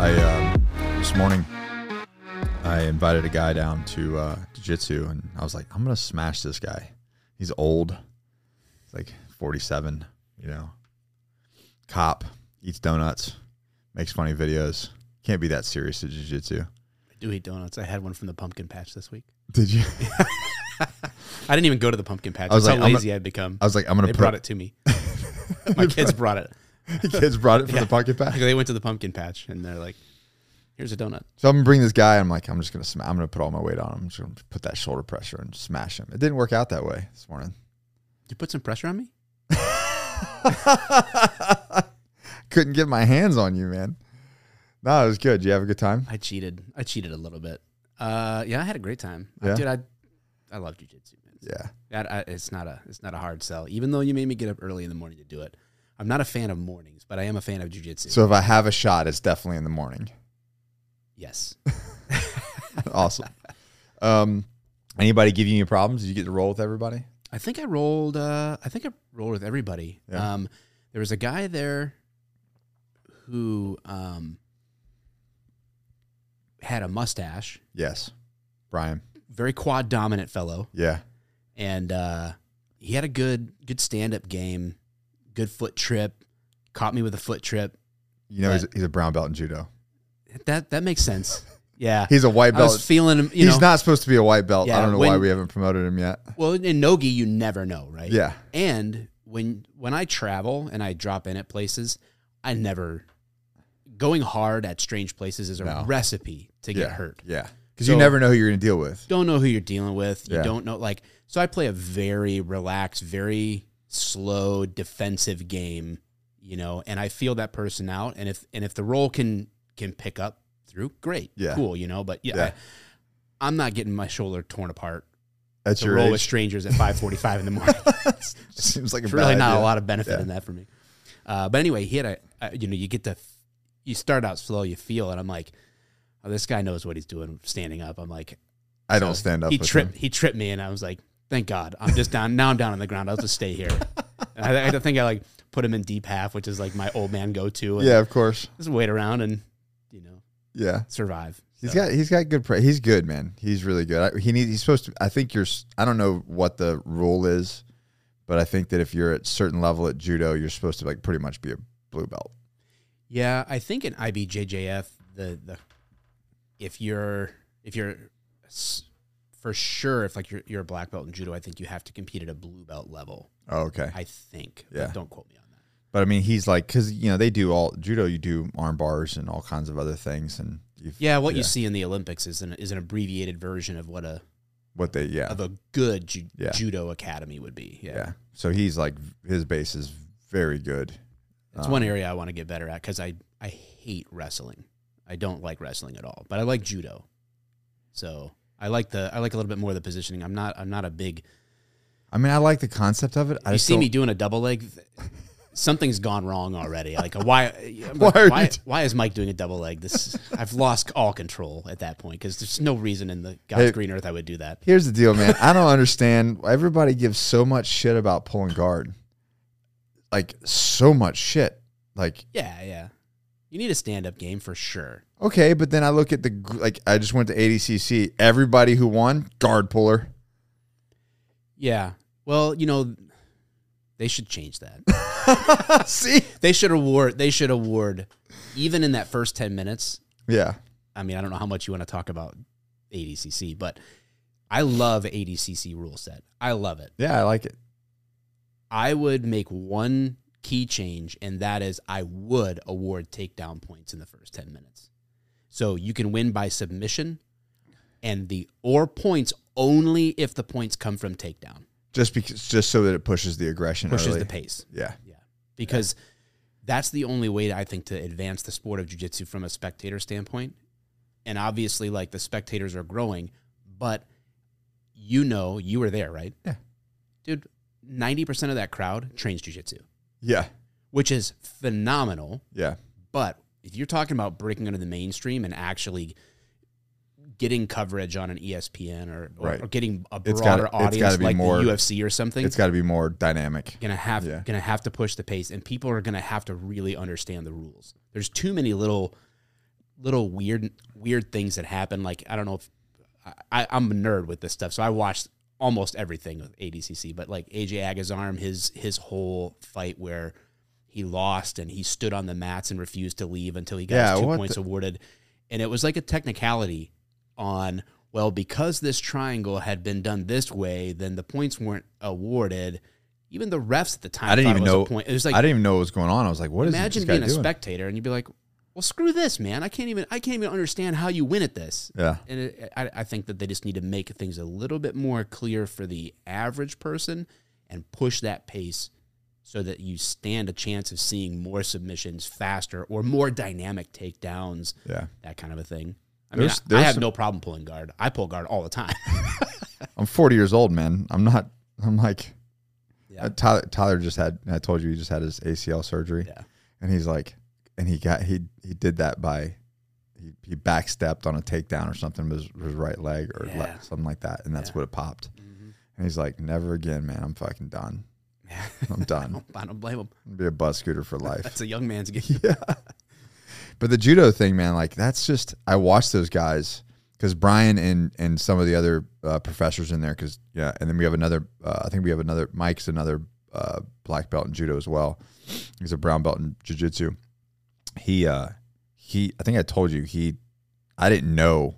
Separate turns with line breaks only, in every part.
um, this morning, I invited a guy down to uh, jiu-jitsu, and I was like, I'm gonna smash this guy. He's old, he's like 47, you know. Cop eats donuts, makes funny videos. Can't be that serious at jiu-jitsu.
I do eat donuts. I had one from the pumpkin patch this week.
Did you?
I didn't even go to the pumpkin patch.
I was
That's
like,
how
I'm
lazy I'd become.
I was like, I'm gonna
they
put.
brought it to me. My kids brought it.
The kids brought it from
Yeah.
the pocket pack.
They went to the pumpkin patch and they're like, "Here's a donut."
So I'm gonna bring this guy. I'm like, I'm just gonna, sm- I'm gonna put all my weight on him. I'm just gonna put that shoulder pressure and smash him. It didn't work out that way this morning.
You put some pressure on me.
Couldn't get my hands on you, man. No, it was good. Did you have a good time?
I cheated. I cheated a little bit. Uh, yeah, I had a great time, Uh,
Yeah?
dude. I I love jujitsu. man.
Yeah.
That I, it's not a it's not a hard sell. Even though you made me get up early in the morning to do it, I'm not a fan of mornings, but I am a fan of jujitsu.
So if I have a shot, it's definitely in the morning.
yes,
awesome. Um, anybody give you any problems? Did you get to roll with everybody?
I think I rolled. Uh, I think I rolled with everybody.
Yeah.
Um, there was a guy there who um, had a mustache,
Yes. Brian.
very quad dominant fellow,
Yeah.
and uh, he had a good good stand up game, good foot trip, caught me with a foot trip.
You know, he's,
But-
he's a brown belt in judo.
That that makes sense. Yeah,
He's a white
I was
belt.
feeling him. You
He's
know,
not supposed to be a white belt. I
Yeah,
don't know why
when-
we haven't promoted him yet.
well in nogi, you never know, right?
Yeah.
And when when I travel and I drop in at places, I never going hard at strange places is a
No.
recipe to get
yeah.
hurt.
Yeah. Because
So-
you never know who you're going to deal with.
Don't know who you're dealing with. You
Yeah.
don't know like so I play a very relaxed, very slow defensive game, you know, and I feel that person out and if and if the role can can pick up through, great.
Yeah.
Cool, you know, but yeah.
Yeah.
I, am not getting my shoulder torn apart
That's
to
your
roll with
age.
stranger at 5:45 in the morning.
Seems like a
It's
bad
really not
idea.
a lot of benefit
Yeah.
in that for me. Uh, but anyway, he had a, a you know you get to f- you start out slow, you feel, and I'm like, oh, this guy knows what he's doing standing up. I'm like,
I don't stand up.
he
with
tripped
him.
he tripped me, and I was like, thank God, I'm just down now. I'm down on the ground. I'll just stay here. and I, I think I like put him in deep half, which is like my old man go to. and
Yeah, of course.
just wait around and you know
Yeah.
survive.
He's
So,
got he's got good pra- he's good man he's really good I, he needs he's supposed to I think you're s- I don't know what the rule is but I think that if you're at certain level at judo you're supposed to like pretty much be a blue belt
yeah, I think in IBJJF the the if you're if you're s- for sure if like you're, you're a black belt in judo i think you have to compete at a blue belt level
oh, okay
I think.
Yeah.
But don't quote me on that.
but I mean he's like because you know they do all judo you do arm bars and all kinds of other things and you've,
Yeah, what
Yeah.
you see in the Olympics is an is an abbreviated version of what a
what they yeah
of a good ju-
Yeah.
judo academy would be. Yeah.
yeah. so he's like his base is very good
It's
Um,
one area I want to get better at cuz I I hate wrestling. I don't like wrestling at all, but I like judo. So, I like the I like a little bit more of the positioning. I'm not I'm not a big
I mean I like the concept of it I
You
just
see me
don't-
doing a double leg th- Something's gone wrong already. Like why? I'm
Why
like,
are you
why,
t-
why is Mike doing a double leg? This I've lost all control at that point because there's no reason in the God's
Hey.
green earth I would do that.
Here's the deal, man. I don't understand. Everybody gives so much shit about pulling guard. Like so much shit. Like
Yeah, yeah. You need a stand up game for sure.
okay, but then I look at the gr- like I just went to ADCC. Everybody who won guard puller.
Yeah. Well, you know, they should change that.
See?
they should award. They should award. Even in that first ten minutes,
Yeah.
I mean, I don't know how much you want to talk about ADCC, but I love ADCC rule set. I love it.
Yeah, I like it.
I would make one key change, and that is I would award takedown points in the first 10 minutes. So you can win by submission and the or points only if the points come from takedown,
Just because just so that it pushes the aggression
pushes
early.
the pace.
yeah.
Because that's the only way I think to advance the sport of jujitsu from a spectator standpoint. And obviously, like the spectators are growing, but you know, you were there, right?
Yeah.
Dude, 90% of that crowd trains jujitsu.
Yeah.
which is phenomenal.
Yeah.
But if you're talking about breaking into the mainstream and actually getting coverage on an E ESPN or, or,
Right.
or getting a
It's gotta-
broader
it's gotta
audience
be
like
more-
the UFC or something,
It's gotta be more dynamic.
gonna have
Yeah.
gonna have to push the pace, and people are gonna have to really understand the rules. There's too many little little weird weird things that happen. Like I don't know if I, I, I'm a nerd with this stuff, so I watched almost everything with ADCC. But like AJ Agazarm, his his whole fight where he lost and he stood on the mats and refused to leave until he got
Yeah,
his two
what
points awarded, and it was like a technicality on well because this triangle had been done this way, then the points weren't awarded. Even the refs at the time
I didn't
thought
even
it was a
know-
point. It was like
I didn't even know what was going on. I was like, what is
imagine
this guy
being a
doing?
spectator and you'd be like, "Well, screw this, man! I can't even I can't even understand how you win at this."
yeah.
And it, I, I think that they just need to make things a little bit more clear for the average person and push that pace so that you stand a chance of seeing more submissions faster or more dynamic takedowns,
Yeah.
that kind of a thing. I
There's-
mean, I- I,
there's
have
some-
no problem pulling guard. I pull guard all the time.
I'm 40 years old, man. I'm not. I'm like
Yeah.
uh, Tyler. Tyler just had. I told you he just had his ACL surgery,
yeah.
and he's like, and he got he he did that by he, he backstepped on a takedown or something with his, with his right leg or le-
Yeah.
something like that, and that's
Yeah. Mm-hmm.
what it popped. And he's like, never again, man. I'm fucking done. I'm done.
I, don't, I don't blame him.
I'm gonna be a butt scooter for life.
That's a young man's game.
yeah. But the judo thing, man, like that's just I watch those guys because Brian and and some of the other uh, professors in there, because yeah, and then we have another. Uh, I think we have another. Mike's another uh, black belt in judo as well. He's a brown belt in jujitsu. He uh he. I think I told you he. I didn't know.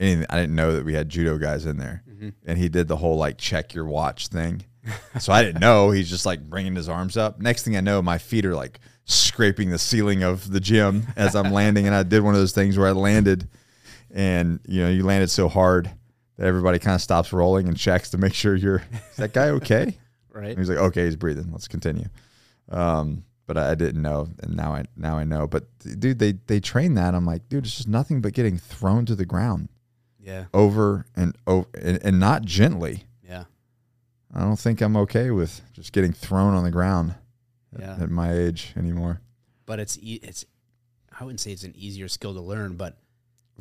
Anything. I didn't know that we had judo guys in there,
Mhm.
and he did the whole like check your watch thing. So I didn't know. He's just like bringing his arms up. Next thing I know, my feet are like scraping the ceiling of the gym as I'm landing. And I did one of those things where I landed and, you know, you landed so hard that everybody kind of stops rolling and checks to make sure you're, is that guy okay?
Right?
And he's like, okay, he's breathing. Let's continue. Um, but I didn't know, and now I now I know. But dude, they they train that. I'm like, dude, it's just nothing but getting thrown to the ground
Yeah.
over and over, and, and not gently.
Yeah.
I don't think I'm okay with just getting thrown on the ground at-
Yeah.
at, my age anymore.
but it's e- it's I wouldn't say it's an easier skill to learn, but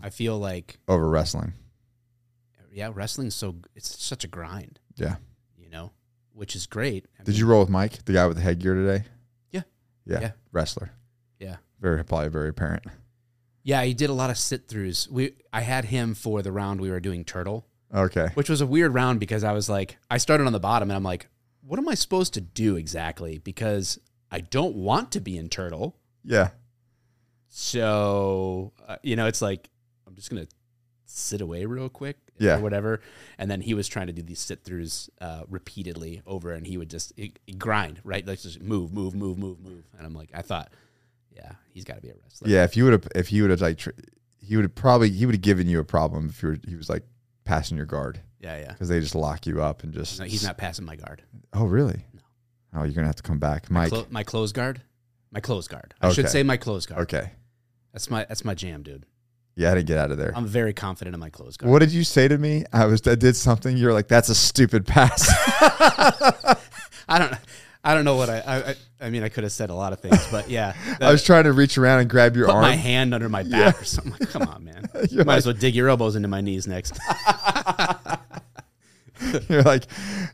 I feel like
Over wrestling.
yeah, wrestling's so it's such a grind,
Yeah.
you know, which is great. I
Did
mean,
you roll with Mike, the guy with the headgear today?
Yeah.
Yeah.
Yeah.
Wrestler.
Yeah.
Very probably very apparent.
Yeah, he did a lot of sit throughs. We I had him for the round we were doing turtle,
Okay.
which was a weird round because I was like I started on the bottom and I'm like, what am I supposed to do exactly? Because I don't want to be in turtle.
Yeah.
So, uh, you know, it's like, I'm just going to sit away real quick
Yeah.
or whatever. And then he was trying to do these sit throughs uh, repeatedly over and he would just he- he grind, right? Like just move, move, move, move, move. And I'm like, I thought, yeah, he's got to be a wrestler.
Yeah. If you would have if he would have like tr- he would have probably he would have given you a problem if you were he was like passing your guard
Yeah. Yeah.
because they just lock you up and just
No, he's not passing my guard.
Oh really?
No.
Oh, you're gonna have to come back. Mike.
Clo- my clothes guard? My clothes guard. I should
Okay.
say my clothes guard.
okay.
That's my that's my jam, dude.
Yeah, I didn't get out of there.
I'm very confident in my clothes guard.
What did you say to me? I was I did something. You're like, that's a stupid pass.
I don't I don't know what I I, I I mean I could have said a lot of things, but yeah.
I was trying to reach around and grab your
put
arm.
my hand under my back or something. Like, come on, man.
You're
Might as well dig your elbows into my knees next.
You're like,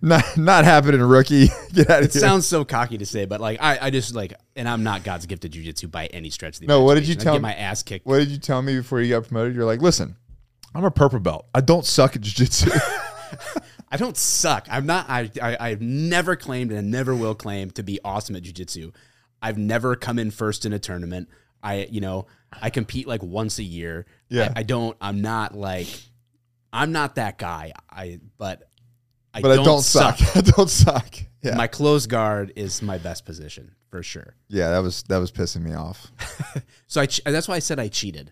not not happening, rookie. Get out of
it
here.
sounds so cocky to say, but like I, I just like, and I'm not God's gift to jujitsu by any stretch of the
No, what did
imagination.
you
I
tell
get
me-
my ass kicked?
what did you tell me before you got promoted? You're like, listen, I'm a purple belt. I don't suck at jiu-jitsu.
I don't suck. I'm not. I, I I've never claimed and never will claim to be awesome at jujitsu. I've never come in first in a tournament. I you know I compete like once a year.
Yeah.
I, I don't. I'm not like. I'm not that guy. I but. I
but I don't, suck. I don't suck. Yeah.
My close guard is my best position for sure.
yeah, that was that was pissing me off.
So I che- that's why I said I cheated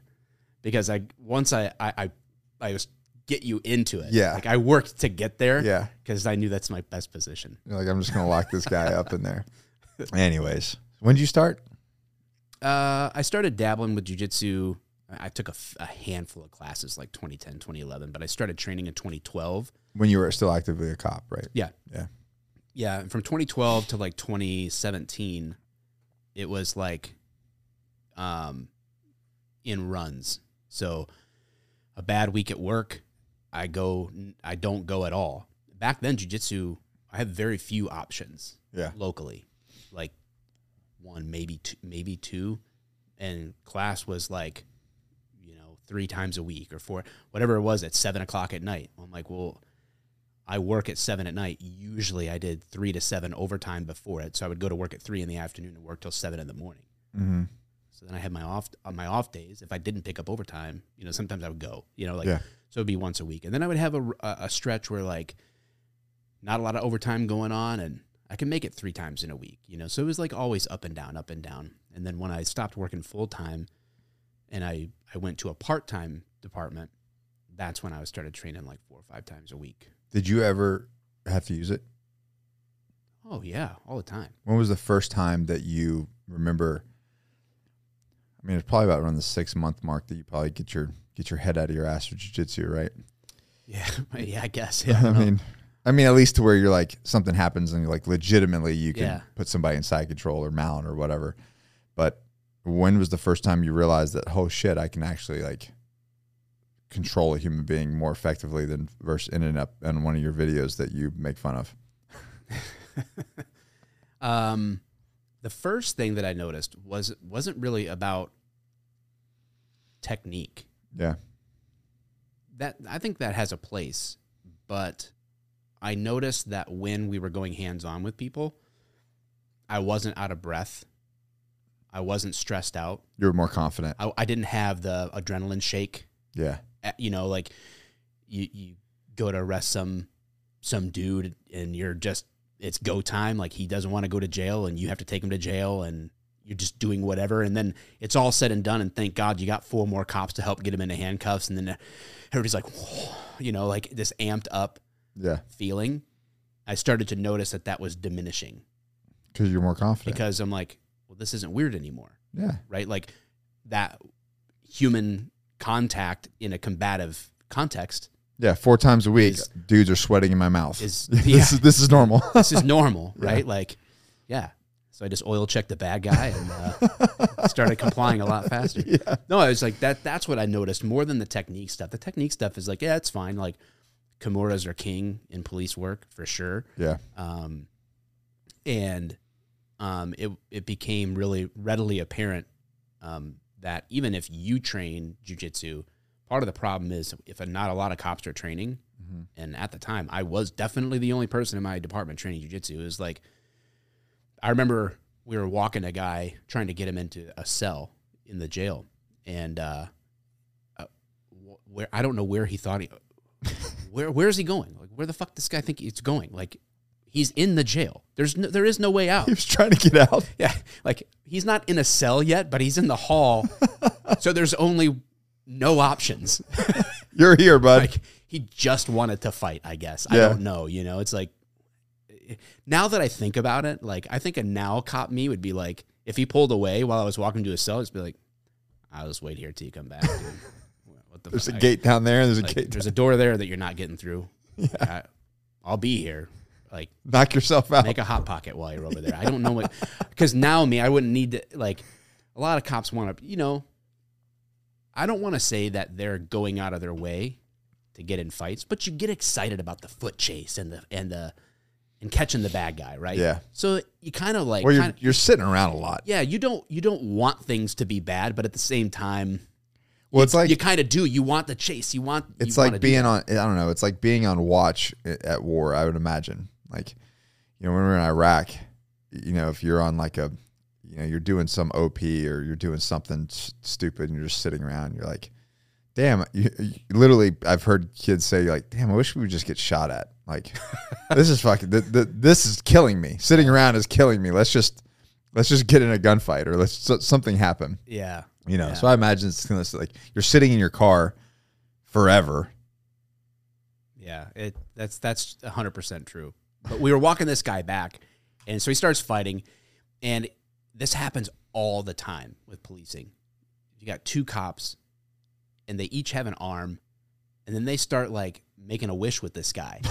because I once I I I, I was get you into it.
Yeah.
like I worked to get there.
Yeah.
because I knew that's my best position.
You're like, I'm just gonna lock this guy up in there. Anyways. When did you start?
Uh, I started dabbling with jujitsu. I I took a, f- a handful of classes like 2010, 2011, but I started training in 2012.
When you were still actively a cop, right?
Yeah.
Yeah.
Yeah. And from 2012 to like 2017, it was like um, in runs. So a bad week at work, I go, I don't go at all. Back then, jujitsu, I had very few options
Yeah.
locally, like one, maybe two, maybe two. And class was like three times a week or four, whatever it was at seven o'clock at night. I'm like, well, I work at seven at night. Usually I did three to seven overtime before it. So I would go to work at three in the afternoon and work till seven in the morning.
Mm-hmm.
So then I had my off on my off days. If I didn't pick up overtime, you know, sometimes I would go, you know, like
Yeah.
so it'd be once a week, and then I would have a, a a stretch where like not a lot of overtime going on, and I could make it three times in a week, you know. So it was like always up and down, up and down. And then when I stopped working full time, and I I went to a part time department, that's when I started training like four or five times a week.
Did you ever have to use it?
Oh yeah, all the time.
When was the first time that you remember? I mean, it's probably about around the six month mark that you probably get your get your head out of your ass for jujitsu, right?
Yeah, yeah, I guess. Yeah, I
I
don't know.
mean, I mean, at least to where you're like something happens and like legitimately you can
Yeah.
put somebody in side control or mount or whatever. But when was the first time you realized that oh shit, I can actually like control a human being more effectively than versus ending up in one of your videos that you make fun of?
um, the first thing that I noticed was wasn't really about technique.
Yeah,
That I think that has a place, but I noticed that when we were going hands on with people, I wasn't out of breath. I wasn't stressed out.
you were more confident.
I, I didn't have the adrenaline shake
Yeah,
uh, you know, like you you go to arrest some some dude and you're just it's go time. Like he doesn't want to go to jail and you have to take him to jail and you're just doing whatever. And then it's all said and done. And thank God you got four more cops to help get him into handcuffs. And then everybody's like, you know, like this amped up
yeah,
feeling. I started to notice that that was diminishing
because you're more confident.
because I'm like, well, this isn't weird anymore
yeah,
right? Like that human contact in a combative context
yeah. Four times a week,
Is-
dudes are sweating in my mouth.
is
this
yeah,
is this is normal.
this is normal,
Yeah.
right? Like, yeah. So I just oil checked the bad guy and uh, started complying a lot faster.
yeah,
No, I was like that. That's what I noticed more than the technique stuff. The technique stuff is like, yeah, it's fine. Like, Kimuras are king in police work for sure.
yeah,
um, and um, it it became really readily apparent um, that even if you train jujitsu, part of the problem is if not a lot of cops are training.
Mhm.
And at the time, I was definitely the only person in my department training jujitsu. It was like I remember we were walking a guy trying to get him into a cell in the jail, and uh, uh, wh- where I don't know where he thought he, where where is he going? Like where the fuck does this guy think he's going? Like he's in the jail. There's no, there is no way out.
he was trying to get out.
Yeah, like he's not in a cell yet, but he's in the hall. so there's only no options.
You're here, bud.
Like he just wanted to fight, I guess. I
Yeah.
don't know, you know. It's like now that I think about it, like I think a now cop me would be like if he pulled away while I was walking to his cell, just be like, I'll just wait here till you come back. Dude. What the
There's a
fuck?
gate down there, and there's a
Like,
gate.
there's a door there that you're not getting through. I, I'll be here. Like
Knock yourself out.
make a hot pocket while you're over there. I don't know what, because now me, I wouldn't need to like. A lot of cops want to, you know. I don't want to say that they're going out of their way to get in fights, but you get excited about the foot chase and the and the and catching the bad guy, right?
Yeah.
So you kind of like,
Well, you're
kinda,
you're sitting around a lot.
yeah, you don't you don't want things to be bad, but at the same time,
Well, it's like
you kind of do. You want the chase. You want.
it's
you wanna
like
do
being on. I don't know. It's like being on watch i- at war. I would imagine. Like, you know, when we were in Iraq, you know, if you're on like a, you know, you're doing some OP or you're doing something s- stupid and you're just sitting around. You're like, damn. You, you- literally, I've heard kids say like, damn, I wish we would just get shot at. Like, this is fucking. Th- th- this is killing me. Sitting around is killing me. Let's just. Let's just get in a gunfight, or let's so- something happen
Yeah.
you know.
Yeah.
So I imagine it's gonna like you're sitting in your car forever.
Yeah, it that's that's hundred percent true. But we were walking this guy back, and so he starts fighting, and this happens all the time with policing. You got two cops, and they each have an arm, and then they start like making a wish with this guy.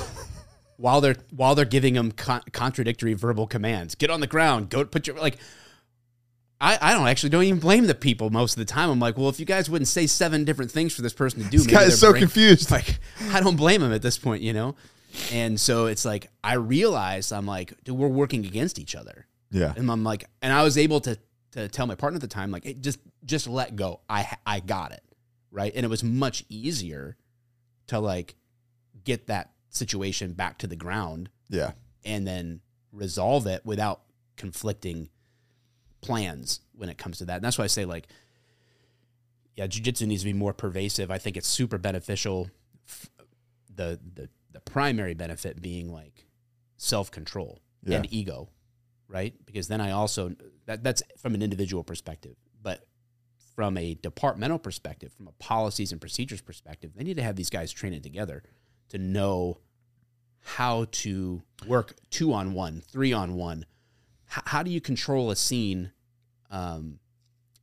While they're while they're giving him con- contradictory verbal commands, get on the ground, go put your like, I, I don't actually don't even blame the people most of the time. I'm like, well, if you guys wouldn't say seven different things for this person to do,
This guy
they're
is so
brain-
confused.
like I don't blame him at this point, you know. And so it's like I realized I'm like, dude, we're working against each other,
yeah,
and I'm like, and I was able to to tell my partner at the time, like, hey, just just let go. I I got it. right? And it was much easier to like get that situation back to the ground
Yeah.
and then resolve it without conflicting plans when it comes to that. And that's why I say like, yeah, jujitsu needs to be more pervasive. I think it's super beneficial. F- the the the primary benefit being like self control
Yeah.
and ego, right? Because then I also that that's from an individual perspective, but from a departmental perspective, from a policies and procedures perspective, they need to have these guys training together to know how to work two on one, three on one. H- how do you control a scene um,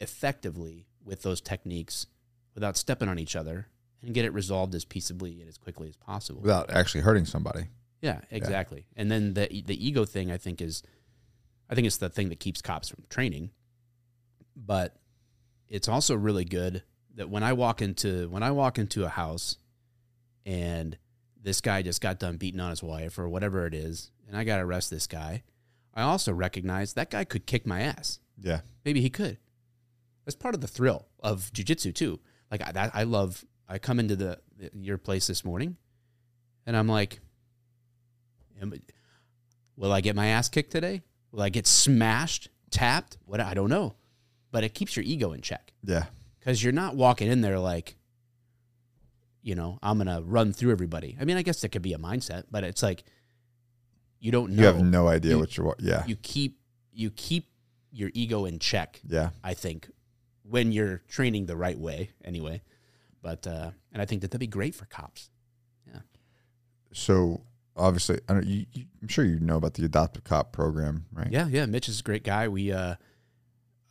effectively with those techniques without stepping on each other and get it resolved as peaceably and as quickly as possible?
Without actually hurting somebody.
Yeah, exactly. And then the the ego thing, I think is, I think it's the thing that keeps cops from training. But it's also really good that when I walk into when I walk into a house, and this guy just got done beating on his wife or whatever it is, and I got to arrest this guy, I also recognize that guy could kick my ass.
Yeah.
Maybe he could. That's part of the thrill of jujitsu too. Like I, that, I love. I come into the your place this morning, and I'm like, am- will I get my ass kicked today? Will I get smashed, tapped? What I don't know, but it keeps your ego in check
Yeah.
because you're not walking in there like, you know, I'm gonna run through everybody. I mean, I guess that could be a mindset, but it's like you don't know.
You have no idea
You-
what you're. wa- Yeah.
you keep you keep your ego in check
yeah.
I think, when you're training the right way, anyway. But uh, and I think that that'd be great for cops.
So obviously, I don't, you, you, I'm sure you know about the adoptive cop program, right?
Yeah, yeah. Mitch is a great guy. We uh,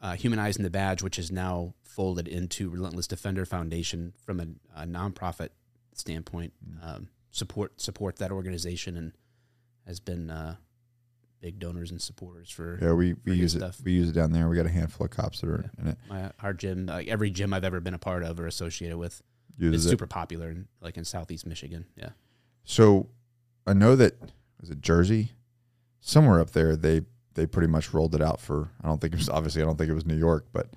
uh, humanizing the badge, which is now folded into Relentless Defender Foundation from a, a nonprofit standpoint. Um, support support that organization and has been uh, big donors and supporters for
Yeah, we, we
good
use
stuff.
it. We use it down there. We got a handful of cops that are in it.
my, our gym. Like every gym I've ever been a part of or associated with,
Uses
it's
it.
super popular in like in Southeast Michigan. Yeah.
So I know that was it Jersey, somewhere up there. They they pretty much rolled it out for. I don't think it was obviously. I don't think it was New York, but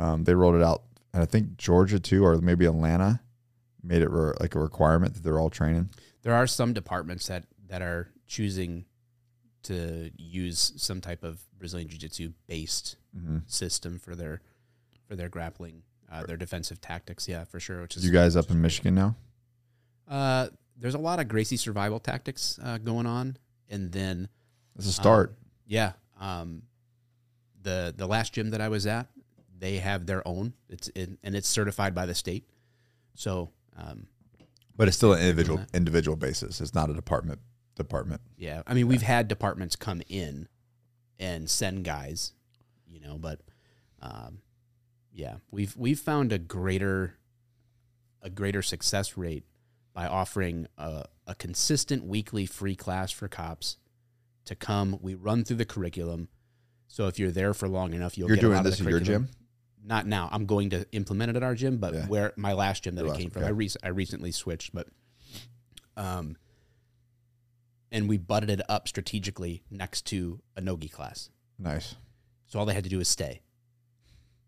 um, they rolled it out, and I think Georgia too, or maybe Atlanta, made it re- like a requirement that they're all training.
there are some departments that that are choosing to use some type of Brazilian jiu-jitsu based
Mm-hmm.
system for their for their grappling, uh, their defensive tactics. Yeah, for sure. Which is
You guys up in Michigan now?
Uh, there's a lot of Gracie survival tactics uh, going on, and then
It's a start.
um, yeah. Um, the the last gym that I was at, they have their own. It's in, and it's certified by the state. So um,
But it's still an individual
that.
individual basis. It's not a department department.
Yeah, I mean, we've had departments come in and send guys, you know, but um, yeah, we've we've found a greater a greater success rate by offering a, a consistent weekly free class for cops to come. We run through the curriculum, so if you're there for long enough, you'll
You're
get a lot
doing
of
this
the
at your
curriculum.
gym.
Not now. I'm going to implement it at our gym, but
Yeah.
where my last gym that
Your
I
last
came
one,
from,
okay.
I, rec- I recently switched, but um, and we butted it up strategically next to a nogi class.
Nice.
So all they had to do was stay.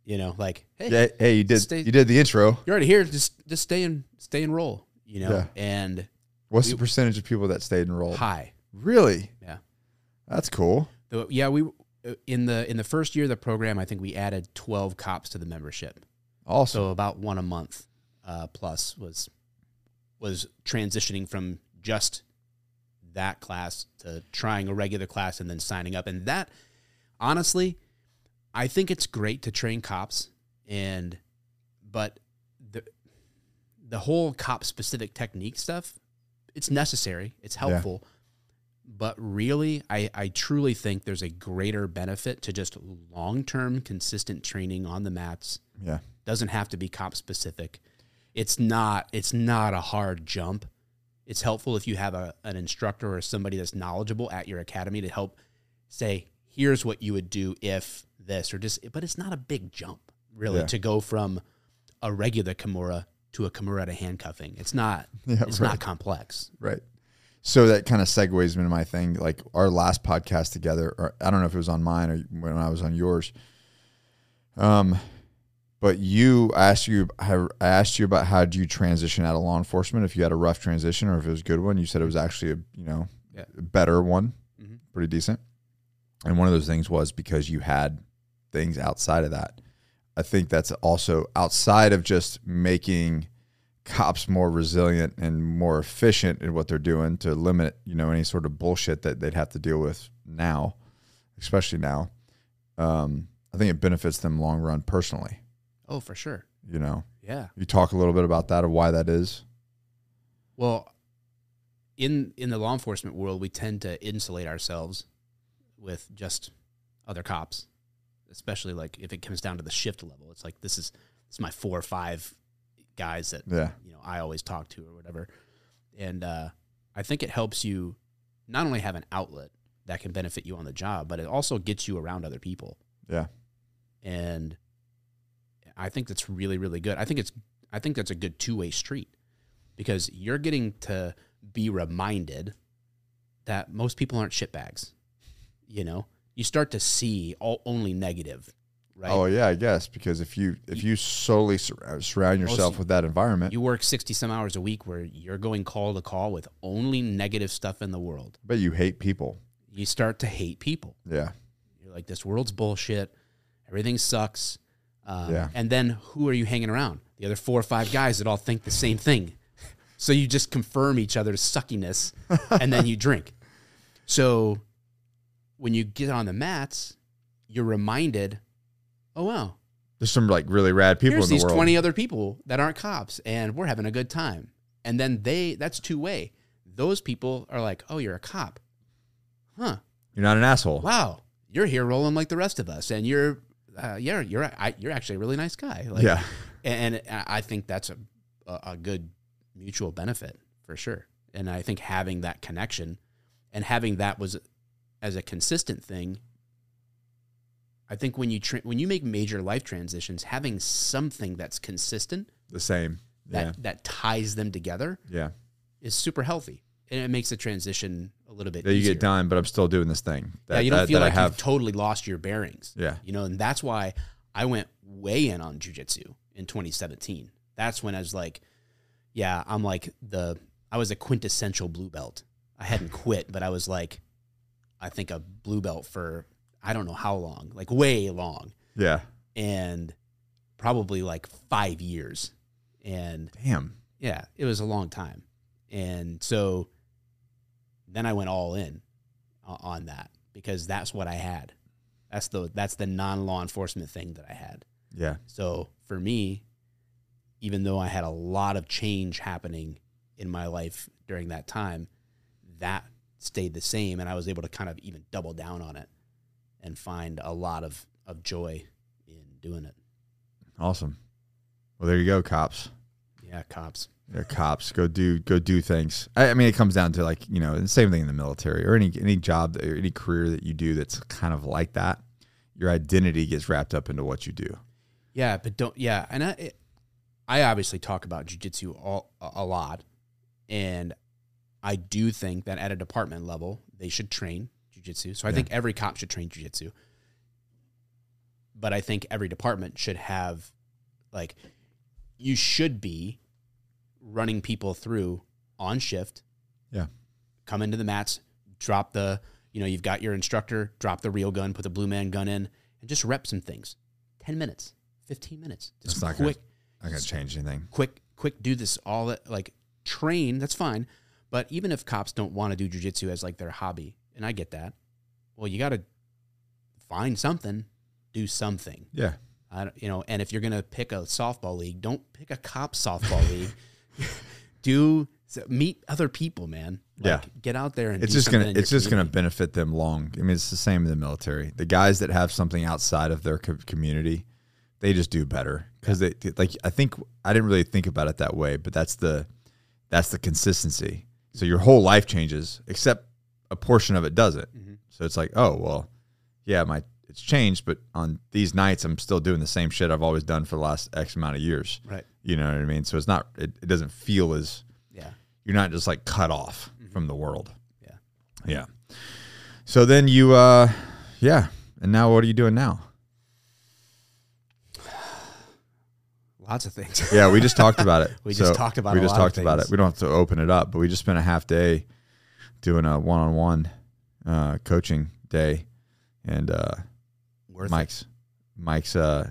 You know, like, hey,
Yeah. Hey, you did
Stay-
you did the intro.
you're already here. Just just stay and stay and roll. You know,
Yeah.
and
What's
We-
the percentage of people that stayed enrolled?
high.
Really?
Yeah.
That's cool.
The, yeah, we uh, in the in the first year of the program, I think we added 12 cops to the membership.
Awesome.
So about one a month uh, plus was was transitioning from just that class to trying a regular class and then signing up. And that honestly, I think it's great to train cops and but the the whole cop specific technique stuff, it's necessary. It's helpful. But really, I, I truly think there's a greater benefit to just long term consistent training on the mats
yeah.
doesn't have to be cop specific. It's not it's not a hard jump. It's helpful if you have a, an instructor or somebody that's knowledgeable at your academy to help say, here's what you would do if this or just but it's not a big jump really
Yeah.
to go from a regular Kimura to a Kimura to handcuffing. It's not
Yeah,
it's
right.
not complex.
Right. So that kind of segues into my thing. Like our last podcast together, or I don't know if it was on mine or when I was on yours. Um, But you I asked you I asked you about how do you transition out of law enforcement if you had a rough transition or if it was a good one. You said it was actually a you know
Yeah.
a better one,
Mhm.
pretty decent. And one of those things was because you had things outside of that. I think that's also outside of just making cops more resilient and more efficient in what they're doing to limit you know any sort of bullshit that they'd have to deal with now, especially now. Um, I think it benefits them long run personally.
Oh, for sure.
You know,
Yeah.
you talk a little bit about that of why that is.
Well, in in the law enforcement world, we tend to insulate ourselves with just other cops, especially like if it comes down to the shift level. It's like this is this is my four or five guys that
Yeah,
you know I always talk to or whatever. And uh, I think it helps you not only have an outlet that can benefit you on the job, but it also gets you around other people.
Yeah.
And I think that's really really good. I think it's I think that's a good two way street because you're getting to be reminded that most people aren't shitbags. You know, you start to see all only negative, right?
Oh yeah, I guess because if you if you solely sur- uh, surround yourself
so
with that environment,
you work 60 some hours a week where you're going call to call with only negative stuff in the world
but you hate people.
you start to hate people
Yeah,
you're like this world's bullshit everything sucks um,
Yeah.
and then who are you hanging around the other four or five guys that all think the same thing so you just confirm each other's suckiness and then you drink so when you get on the mats you're reminded oh wow
there's some like really rad people
here's
in the
these
world.
20 other people that aren't cops and we're having a good time and then they that's two way those people are like oh you're a cop huh
You're not an asshole.
wow you're here rolling like the rest of us and you're uh, yeah you're I, you're actually a really nice guy like,
yeah,
and, and i think that's a, a a good mutual benefit for sure and i think having that connection and having that was as a consistent thing i think when you tra- when you make major life transitions having something that's consistent
the same.
that that ties them together
yeah,
is super healthy, and it makes the transition a little bit.
yeah. You
easier.
get done, but I'm still doing this thing. That,
Yeah, you don't
that-
feel
that
like
I have.
you've totally lost your bearings.
yeah,
You know, and that's why I went way in on jujitsu in 2017. That's when I was like, yeah, I'm like the I was a quintessential blue belt. I hadn't quit, but I was like, I think a blue belt for I don't know how long, like way long,
yeah.
and probably like five years. And
Damn.
yeah, it was a long time. And so then I went all in o- on that because that's what I had. That's the that's the non-law enforcement thing that I had.
Yeah,
So for me, even though I had a lot of change happening in my life during that time, that stayed the same and I was able to kind of even double down on it and find a lot of of joy in doing it.
awesome. Well, there you go, cops.
Yeah, cops.
They're cops. Go do go do things. I, I mean, it comes down to like you know, the same thing in the military or any any job that- or any career that you do that's kind of like that. Your identity gets wrapped up into what you do.
Yeah, but don't. Yeah, and I, it, I obviously talk about jujitsu all a a lot, and I do think that at a department level they should train jujitsu. So I
Yeah.
think every cop should train jujitsu, but I think every department should have, like, you should be running people through on shift.
Yeah.
come into the mats, drop the. You know, you've got your instructor, drop the real gun, put the blue man gun in, and just rep some things. 10 minutes, 15 minutes. Just
That's not
quick,
Not gonna change anything.
quick, quick, do this all that, like train, that's fine. But even if cops don't want to do jujitsu as like their hobby, and I get that, well, you got to find something, do something.
Yeah,
I don't, you know, and if you're going to pick a softball league, don't pick a cop softball league. Do meet other people, man.
Yeah.
Get out there and
it's
do
just
something
gonna
in your
it's just gonna
community.
benefit them long. I mean, it's the same in the military. The guys that have something outside of their co- community, they just do better because they like. I think I didn't really think about it that way, but that's the that's the consistency. So your whole life changes, except a portion of it doesn't.
Mhm.
So it's like, oh well, yeah, my it's changed, but on these nights, I'm still doing the same shit I've always done for the last X amount of years.
Right.
You know what I mean? So it's not it, it doesn't feel as
Yeah.
you're not just like cut off from the world.
Mm-hmm. Yeah.
Yeah. So then you uh yeah. And now what are you doing now?
Lots of things.
Yeah, we just talked about it.
We just talked about
We
a
just
lot of
talked about
things.
it. We don't have to open it up, but we just spent a half day doing a one-on-one uh, coaching day, and uh,
Worth it.
Mike's Mike's uh,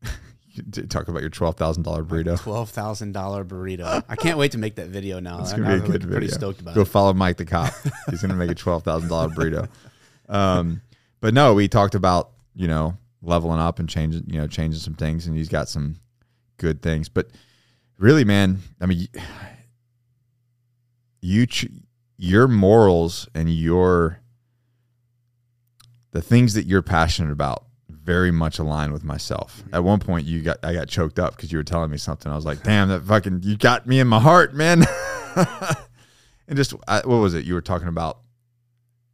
you did talk about your twelve thousand dollar burrito.
Twelve thousand dollar burrito. I can't wait to make that video now.
It's
I'm
gonna be a
really
good
pretty
video.
stoked about
Go
it.
follow Mike the cop. He's gonna make a twelve thousand dollar burrito. Um, but no, we talked about you know leveling up and changing you know changing some things, and he's got some good things. But really, man, I mean, y- you ch- your morals and your the things that you're passionate about very much align with myself. At one point you got I got choked up cuz you were telling me something. I was like, "Damn, that fucking you got me in my heart, man." and just I, what was it? You were talking about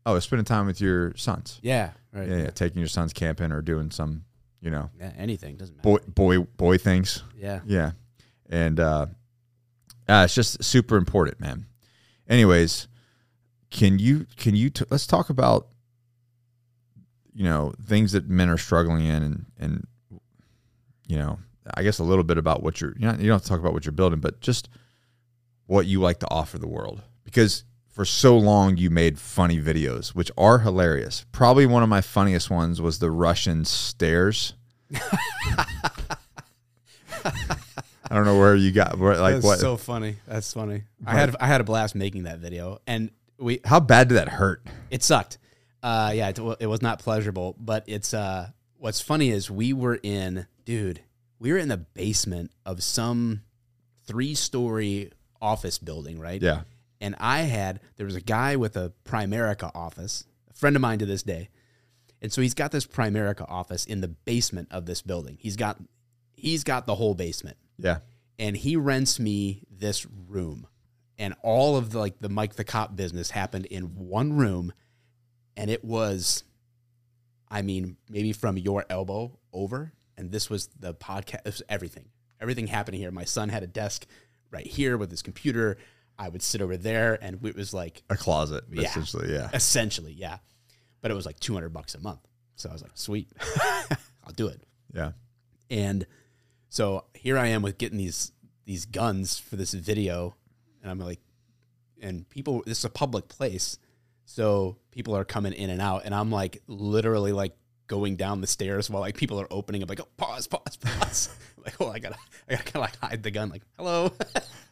oh, spending time with your sons.
Yeah. Right.
Yeah, yeah, taking your sons camping or doing some, you know,
Yeah, anything doesn't matter.
boy boy boy things.
Yeah.
Yeah. And uh, uh it's just super important, man. Anyways, can you can you t- let's talk about you know, things that men are struggling in and and you know, I guess a little bit about what you're you know, you don't have to talk about what you're building, but just what you like to offer the world because for so long you made funny videos which are hilarious. Probably one of my funniest ones was the Russian stairs. I don't know where you got where, like
That's
what
so funny. That's funny. I had I had a blast making that video, and we
How bad did that hurt?
it sucked. Uh, yeah, it, wa- it was not pleasurable. But it's uh, what's funny is we were in, dude, we were in the basement of some three story office building, right?
Yeah.
and I had there was a guy with a Primerica office, a friend of mine to this day, and so he's got this Primerica office in the basement of this building. He's got he's got the whole basement,
Yeah.
and he rents me this room, and all of the, like the Mike the Cop business happened in one room, and it was, I mean, maybe from your elbow over, and this was the podcast. It was everything, everything happened here. My son had a desk right here with his computer. I would sit over there, and it was like
A closet,
Yeah.
essentially. Yeah.
essentially, yeah. But it was like 200 bucks a month. So I was like, sweet, I'll do it.
Yeah.
And so here I am with getting these these guns for this video, and I'm like, and people, this is a public place, so people are coming in and out, and I'm like literally like going down the stairs while like people are opening up, like oh, pause, pause, pause, like oh I gotta I gotta like hide the gun, like hello,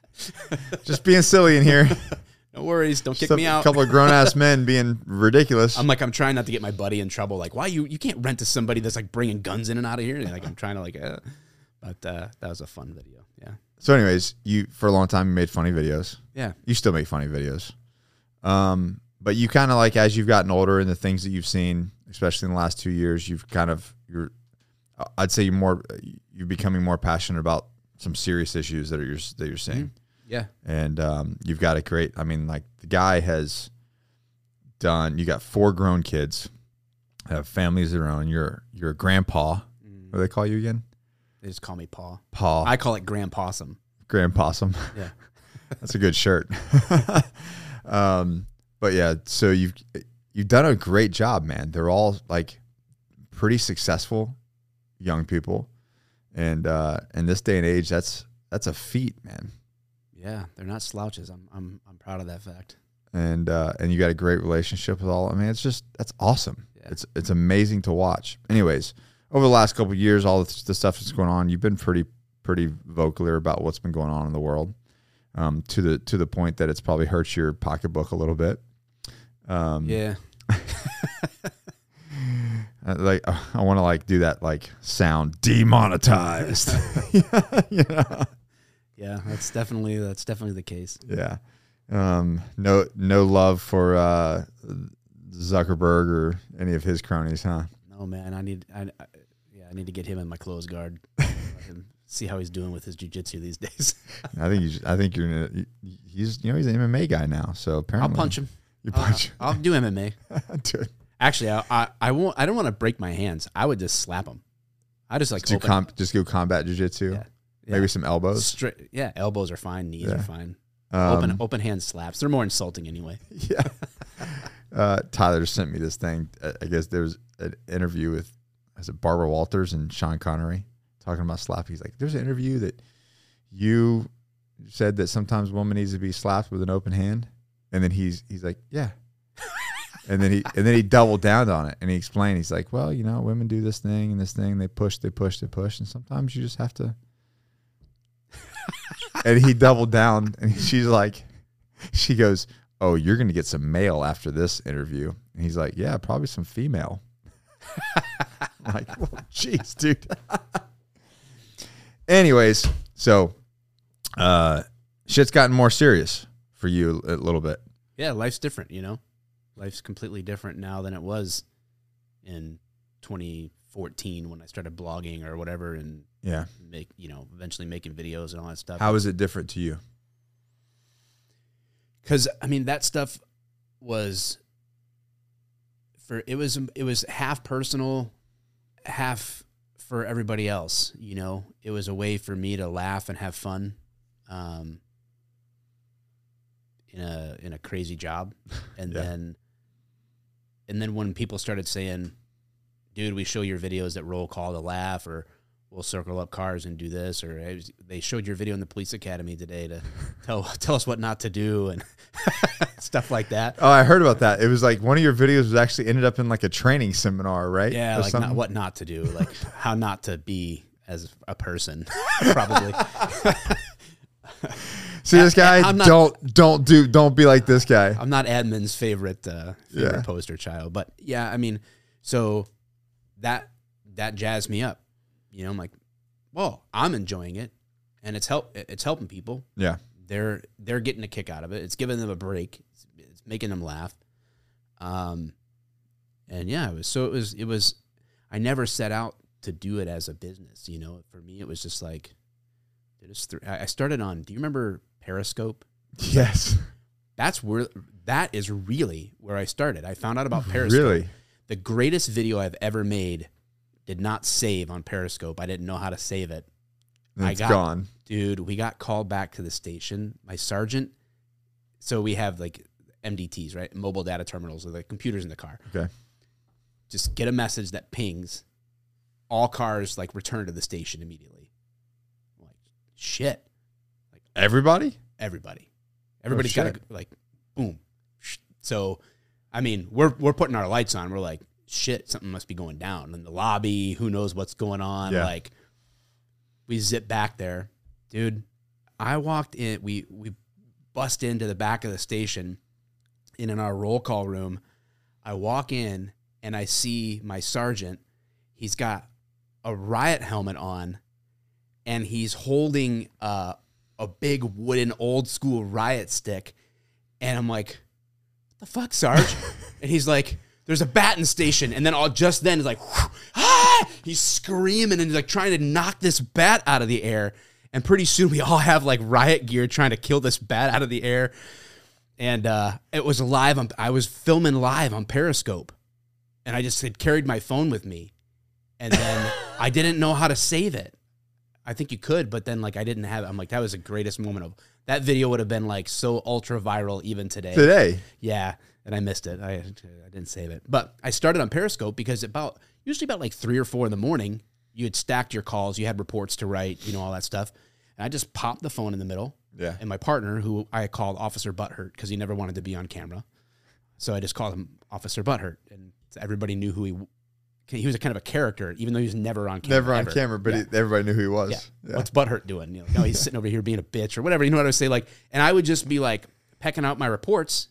Just being silly in here.
no worries, don't kick
Just a
me out.
couple of grown ass men being ridiculous.
I'm like, I'm trying not to get my buddy in trouble. Like, why you you can't rent to somebody that's like bringing guns in and out of here? And like, I'm trying to like, uh, but uh, that was a fun video. Yeah,
so, anyways, you for a long time you made funny videos.
yeah,
You still make funny videos. Um, but you kind of like as you've gotten older and the things that you've seen, especially in the last two years, you've kind of you're. uh, I'd say you're more you're becoming more passionate about some serious issues that are you're, that you're seeing.
yeah.
and um, you've got a great. I mean, like the guy has done. You got four grown kids, have families of their own. You're you're a grandpa.
Mm.
What do they call you again?
They just call me Paw.
Paul.
I call it Grand Possum.
Grand Possum.
Yeah.
That's a good shirt. um, but yeah, so you've you've done a great job, man. They're all like pretty successful young people, and uh, in this day and age, that's that's a feat, man.
Yeah, they're not slouches. I'm I'm I'm proud of that fact.
and uh, and you got a great relationship with all. I mean, it's just that's awesome.
Yeah.
It's it's amazing to watch. Anyways, over the last couple of years, all the, the stuff that's going on, you've been pretty pretty vocaler about what's been going on in the world, um, to the to the point that it's probably hurt your pocketbook a little bit. Um,
Yeah,
I- Uh, like I want to like do that like sound demonetized. you know?
yeah. That's definitely that's definitely the case.
Yeah. Um, no no love for uh, Zuckerberg or any of his cronies, huh?
No man, I need I, I yeah I need to get him in my clothes guard. Let him see how he's doing with his jujitsu these days.
I think you. should- I think you're. Gonna, you- he's. You know, he's an MMA guy now. So
I'll
apparently,
punch him.
You
I'll,
punch.
I'll do MMA.
Dude,
Actually, I, I, I won't. I don't want to break my hands. I would just slap them. I just like
do
open-
com- just go combat jujitsu.
Yeah.
Maybe some elbows.
Stra- yeah, elbows are fine, knees are
Yeah.
fine.
Um,
open open hand slaps. They're more insulting anyway.
Yeah. Uh, Tyler sent me this thing. I I guess there was an interview with, was it Barbara Walters and Sean Connery talking about slap. He's like, there's an interview that you said that sometimes woman needs to be slapped with an open hand, and then he's he's like, yeah. And then he and then he doubled down on it and he explained. He's like, "Well, you know, women do this thing and this thing. They push, they push, they push, and sometimes you just have to." and he doubled down, and she's like, "She goes, oh, you're gonna get some male after this interview," and he's like, "Yeah, probably some female." I'm like, well, jeez, dude. Anyways, so uh, shit's gotten more serious for you a little bit.
Yeah, life's different, you know? Life's completely different now than it was in 2014 when I started blogging or whatever and
Yeah.
make, you know, eventually making videos and all that stuff.
How is it different to you?
because I mean that stuff was for it was it was half personal, half for everybody else. You know, it was a way for me to laugh and have fun, um, in a in a crazy job, and
Yeah.
then and then when people started saying, "Dude, we show your videos that roll call to laugh," or "We'll circle up cars and do this," or "Hey, they showed your video in the police academy today to tell tell us what not to do and stuff like that.
Oh, I heard about that. It was like one of your videos was actually ended up in like a training seminar, right?
Yeah,
Or
like
something?
not, what not to do, like how not to be as a person, probably.
See this guy?
I'm not-
don't don't do don't be like this guy.
I'm not admin's favorite uh, favorite
Yeah.
poster child, but yeah, I mean, so that that jazzed me up. You know, I'm like, well, I'm enjoying it, and it's help it's helping people.
Yeah.
they're they're getting a kick out of it. It's giving them a break. It's, it's making them laugh. Um, and yeah, it was so it was it was. I never set out to do it as a business. You know, for me, it was just like, it is thr- I I started on. Do you remember Periscope?
Yes.
That's where that is really where I started. I found out about Periscope.
Really?
The greatest video I've ever made did not save on Periscope. I didn't know how to save it
And
I
It's
got-
gone.
dude we got called back to the station my sergeant so we have like mdts right mobile data terminals or the computers in the car
Okay.
just get a message that pings all cars like return to the station immediately I'm like shit
Everybody?
everybody everybody's got to
Oh, shit.
like boom so i mean we're we're putting our lights on we're like shit something must be going down in the lobby who knows what's going on
Yeah.
like we zip back there dude i walked in we we bust into the back of the station and in our roll call room i walk in and i see my sergeant he's got a riot helmet on and he's holding uh, a big wooden old school riot stick and i'm like what the fuck sarge and he's like there's a batting station and then all just then is like ah! he's screaming and he's like trying to knock this bat out of the air and pretty soon we all have like riot gear trying to kill this bat out of the air and uh, it was live on, i was filming live on periscope and i just had carried my phone with me and then i didn't know how to save it I think you could, but then like I didn't have. I'm like that was the greatest moment of that video would have been like so ultra viral even today.
Today.
Yeah, and I missed it. I I didn't save it, but I started on Periscope because about usually about like three or four in the morning, you had stacked your calls, you had reports to write, you know all that stuff, and I just popped the phone in the middle,
Yeah.
and my partner who I called Officer Butthurt because he never wanted to be on camera, so I just called him Officer Butthurt, and everybody knew who he. He was a kind of a character, even though he was never on camera.
Never on
ever.
camera, but
Yeah.
it, everybody knew who he was.
Yeah.
Yeah.
What's Butthurt doing? You know, no, he's sitting over here being a bitch or whatever. You know what I would say? Like, and I would just be like pecking out my reports,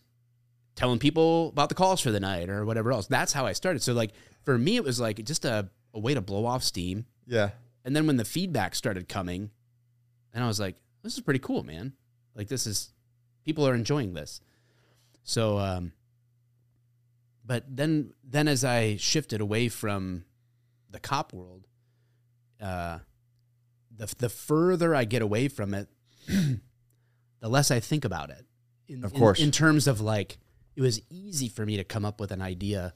telling people about the calls for the night or whatever else. That's how I started. So like for me, it was like just a, a way to blow off steam.
Yeah.
And then when the feedback started coming, and I was like, this is pretty cool, man. Like this is people are enjoying this. So um but then then as I shifted away from the cop world, uh the the further I get away from it, the less I think about it. In,
Of
in-
course.
In, terms of like it was easy for me to come up with an idea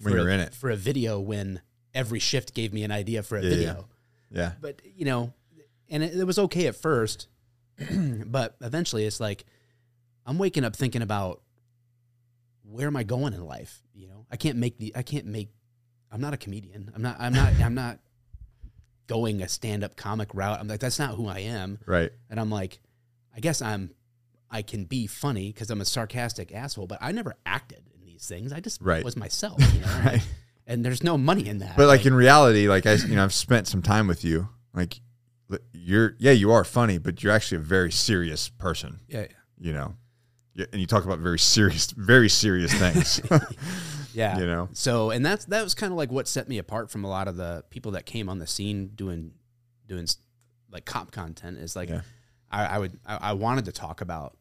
When
for
you're
a,
in it.
for a video when every shift gave me an idea for a
Yeah, yeah.
video
Yeah.
but you know, and it, it was okay at first, but eventually it's like I'm waking up thinking about where am I going in life? You know, I can't make the I can't make. I'm not a comedian. I'm not. I'm not. I'm not going a stand up comic route. I'm like, that's not who I am.
Right.
And I'm like, I guess I'm, I can be funny because I'm a sarcastic asshole, but I never acted in these things. I just
Right.
was myself. You know?
Right.
And there's no money in that.
But like in reality, like I, you know, I've spent some time with you. Like you're, yeah, you are funny, but you're actually a very serious person.
yeah,
You know, Yeah, and you talk about very serious, very serious things.
yeah.
You know,
So, and that's that was kind of like what set me apart from a lot of the people that came on the scene doing doing s- like cop content is like
Yeah.
I, I would I, I wanted to talk about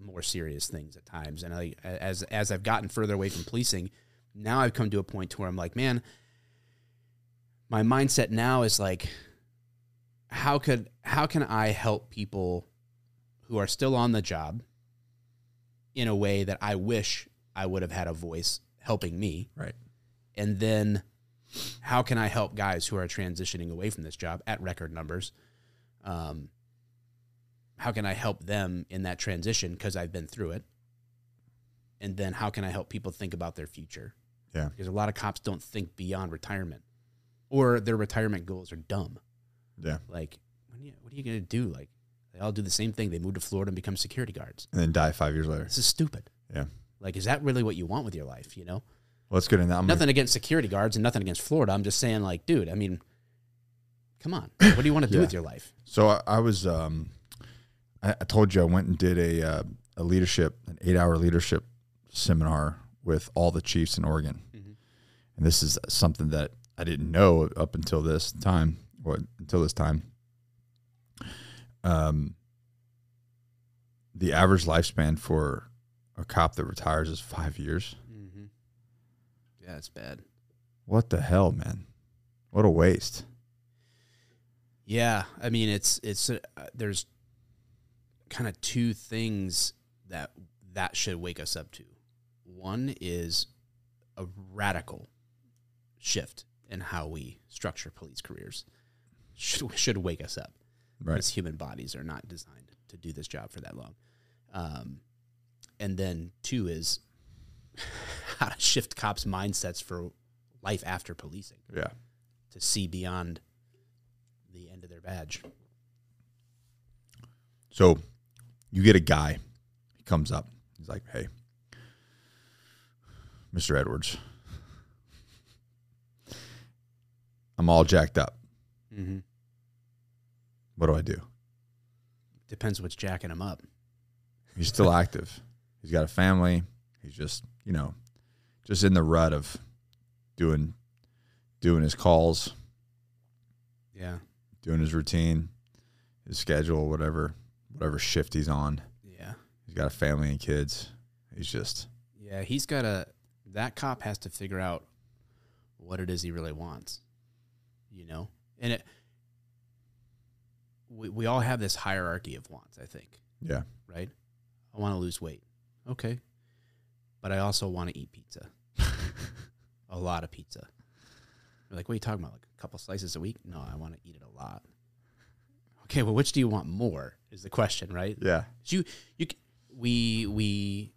more serious things at times, and I as as I've gotten further away from policing, now I've come to a point to where I'm like, man, my mindset now is like, how could how can I help people who are still on the job in a way that I wish I would have had a voice helping me?
Right.
And then how can I help guys who are transitioning away from this job at record numbers? Um, how can I help them in that transition because I've been through it? And then how can I help people think about their future?
Yeah.
Because a lot of cops don't think beyond retirement or their retirement goals are dumb.
yeah,
Like, what are you, what are you going to do? Like, they all do the same thing. They move to Florida and become security guards.
and then die five years later.
This is stupid.
Yeah.
Like, is that really what you want with your life? You know,
Well, that's good. And I'm
nothing against security guards and nothing against Florida. I'm just saying, like, dude, I mean, come on. What do you want to do
Yeah.
with your life?
So I, I was, um, I, I told you I went and did a uh, a leadership, an eight hour leadership seminar with all the chiefs in Oregon,
Mhm.
and this is something that I didn't know up until this time, or until this time. Um, the average lifespan for a cop that retires is five years.
Mm-hmm. Yeah, it's bad.
What the hell, man? What a waste.
Yeah, I mean, it's it's uh, there's kind of two things that that should wake us up to. One is a radical shift in how we structure police careers. Should should wake us up.
Right.
because human bodies are not designed to do this job for that long. Um, and then two is how to shift cops' mindsets for life after policing
Yeah.
to see beyond the end of their badge.
So you get a guy, he comes up, he's like, Hey, Mr. Edwards, I'm all jacked up.
Mm-hmm.
What do I do?
Depends what's jacking them up.
He's still active. He's got a family. He's just, you know, just in the rut of doing doing his calls,
Yeah,
doing his routine, his schedule, whatever whatever shift he's on.
yeah,
He's got a family and kids. He's just
yeah. He's got to. That cop has to figure out what it is he really wants. You know, and it. We we all have this hierarchy of wants. I think.
yeah.
right? I want to lose weight. Okay. But I also want to eat pizza. a lot of pizza. You're like, what are you talking about? Like a couple slices a week? No, I want to eat it a lot. Okay, well, which do you want more? Is the question, right?
Yeah.
So you you c- we we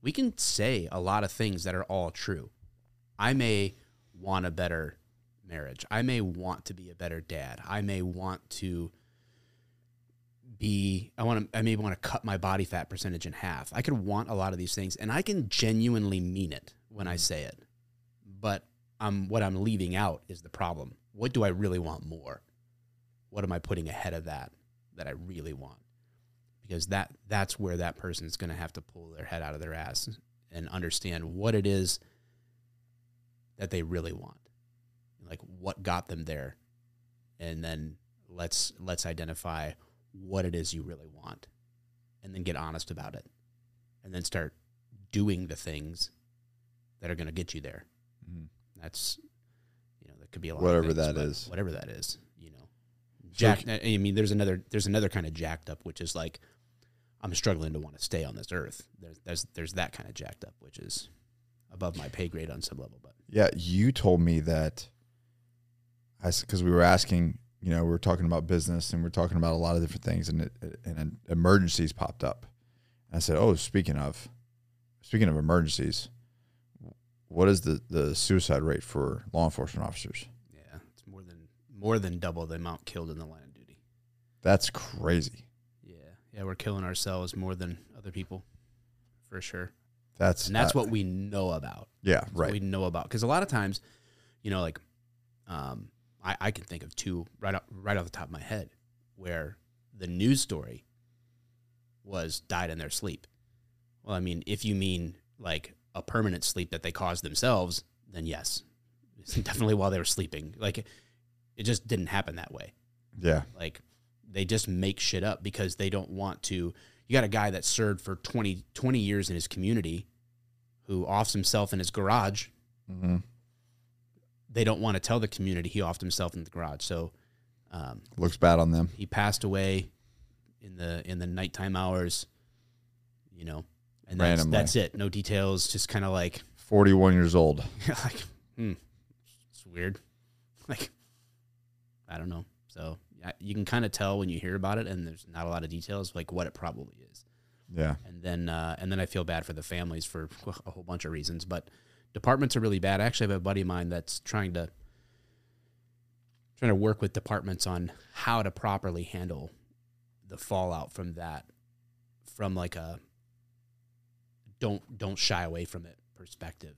we can say a lot of things that are all true. I may want a better marriage. I may want to be a better dad. I may want to be I want to I may want to cut my body fat percentage in half. I could want a lot of these things and I can genuinely mean it when I say it. But I'm what I'm leaving out is the problem. What do I really want more? What am I putting ahead of that that I really want? because that that's where that person's going to have to pull their head out of their ass and understand what it is that they really want like what got them there and then let's let's identify what it is you really want and then get honest about it and then start doing the things that are going to get you there
Mhm.
that's you know that could be a lot of
Whatever
things,
that
but
is.
whatever that is you know
Jack-
jack i mean there's another there's another kind of jacked up which is like i'm struggling to want to stay on this earth there's there's, there's that kind of jacked up which is above my pay grade on some level but
Yeah, you told me that. I because we were asking, you know, we were talking about business and we are talking about a lot of different things, and it, it- and an emergencies popped up. And I said, "Oh, speaking of, speaking of emergencies, what is the the suicide rate for law enforcement officers?"
yeah it's more more than double the amount killed in the line of duty.
That's crazy.
Yeah, yeah, we're killing ourselves more than other people, for sure.
That's
And that's
that-
what we know about.
Yeah,
what
right.
we know about. Because a lot of times, you know, like um, I, I can think of two right off, right off the top of my head where the news story was died in their sleep. Well, I mean, if you mean like a permanent sleep that they caused themselves, then yes, definitely while they were sleeping. Like it just didn't happen that way.
yeah,
Like they just make shit up because they don't want to. You got a guy that served for 20, 20 years in his community who offs himself in his garage
mm-hmm.
they don't want to tell the community he offed himself in the garage. So um,
looks bad on them.
he passed away in the in the nighttime hours, you know, and that's,
Randomly.
that's it. No details. Just kind of like
Forty-one years old.
like hmm, it's weird. Like I don't know. So I- you can kind of tell when you hear about it, and there's not a lot of details like what it probably is.
Yeah,
And then uh, and then I feel bad for the families for a whole bunch of reasons. But departments are really bad. I actually have a buddy of mine that's trying to trying to work with departments on how to properly handle the fallout from that from like a don't don't shy away from it perspective.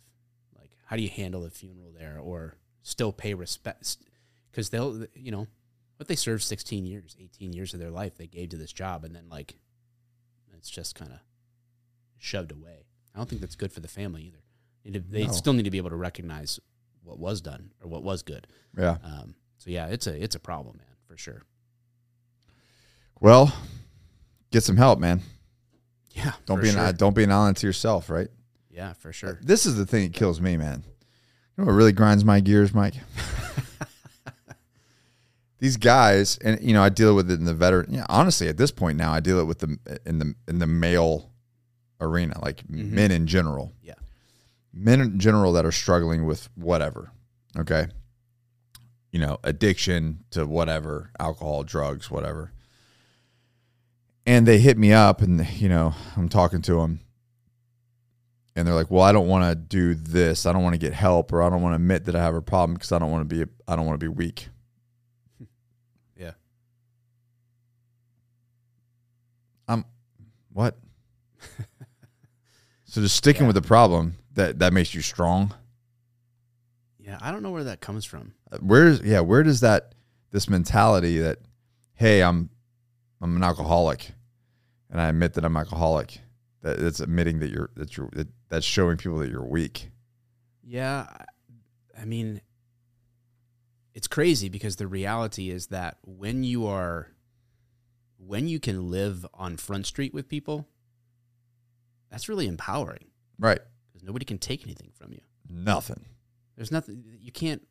Like how do you handle a funeral there or still pay respect cuz they'll you know but they served 16 years, 18 years of their life they gave to this job and then like it's just kind of shoved away. I don't think that's good for the family either. Need to- They
No.
still need to be able to recognize what was done or what was good.
yeah.
Um, so yeah, it's a it's a problem, man, for sure.
Well, get some help, man.
Yeah,
Don't
for
be an Uh,
sure.
don't be an island to yourself, right?
yeah for sure.
This is the thing that kills me, man. You know what really grinds my gears, Mike? These guys, and you know, I deal with it in the veteran. Yeah, honestly, at this point now, I deal it with them in the in the male arena, like men in general.
Yeah.
men in general that are struggling with whatever. Okay, you know, addiction to whatever, alcohol, drugs, whatever. And they hit me up, and you know, I'm talking to them, and they're like, "Well, I don't want to do this. I don't want to get help, or I don't want to admit that I have a problem because I don't want to be I don't want to be weak."
Yeah.
I'm what? so just sticking with the problem that that makes you strong.
Yeah, I don't know where that comes from.
Where's yeah? Where does that this mentality that hey, I'm I'm an alcoholic, and I admit that I'm alcoholic. That that's admitting that you're that you're that, that's showing people that you're weak.
Yeah, I- I mean, it's crazy because the reality is that when you are, when you can live on Front Street with people, that's really empowering
Right.
because nobody can take anything from you.
Nothing.
There's nothing you can't.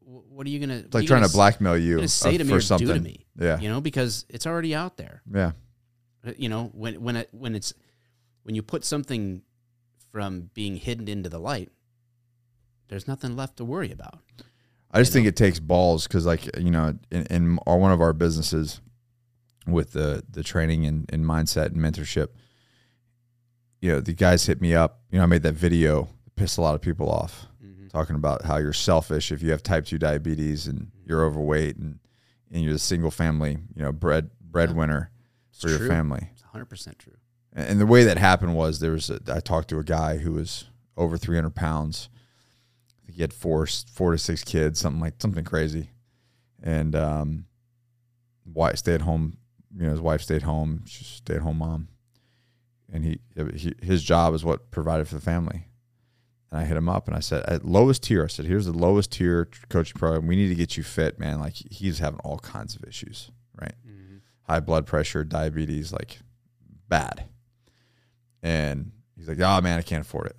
wh- What are you gonna?
It's like trying to
black.
blackmail you
gonna say
uh,
to me
for
or do to
something.
me.
Yeah.
You know, because it's already out there.
Yeah.
Uh, you know when when it, when it's when you put something from being hidden into the light there's nothing left to worry about
I just think it takes balls because, like you know, in, in our, one of our businesses, with the the training and, and mindset and mentorship, you know, the guys hit me up. You know, I made that video, pissed a lot of people off, talking about how you're selfish if you have type two diabetes and you're overweight and and you're the single family, you know, bread breadwinner
it's
for your
true.
family.
it's 100% true
And and the way that happened was there was a, I talked to a guy who was over 300 pounds. I think he had four four to six kids, something like something crazy, and um, wife stay at home. You know, his wife stayed home. She's a stay at home mom, and he, he his job is what provided for the family. And I hit him up and I said, at lowest tier, I said, here's the lowest tier coaching program. We need to get you fit, man. Like he's having all kinds of issues, right? high blood pressure, diabetes, like bad. And he's like, oh man, I can't afford it.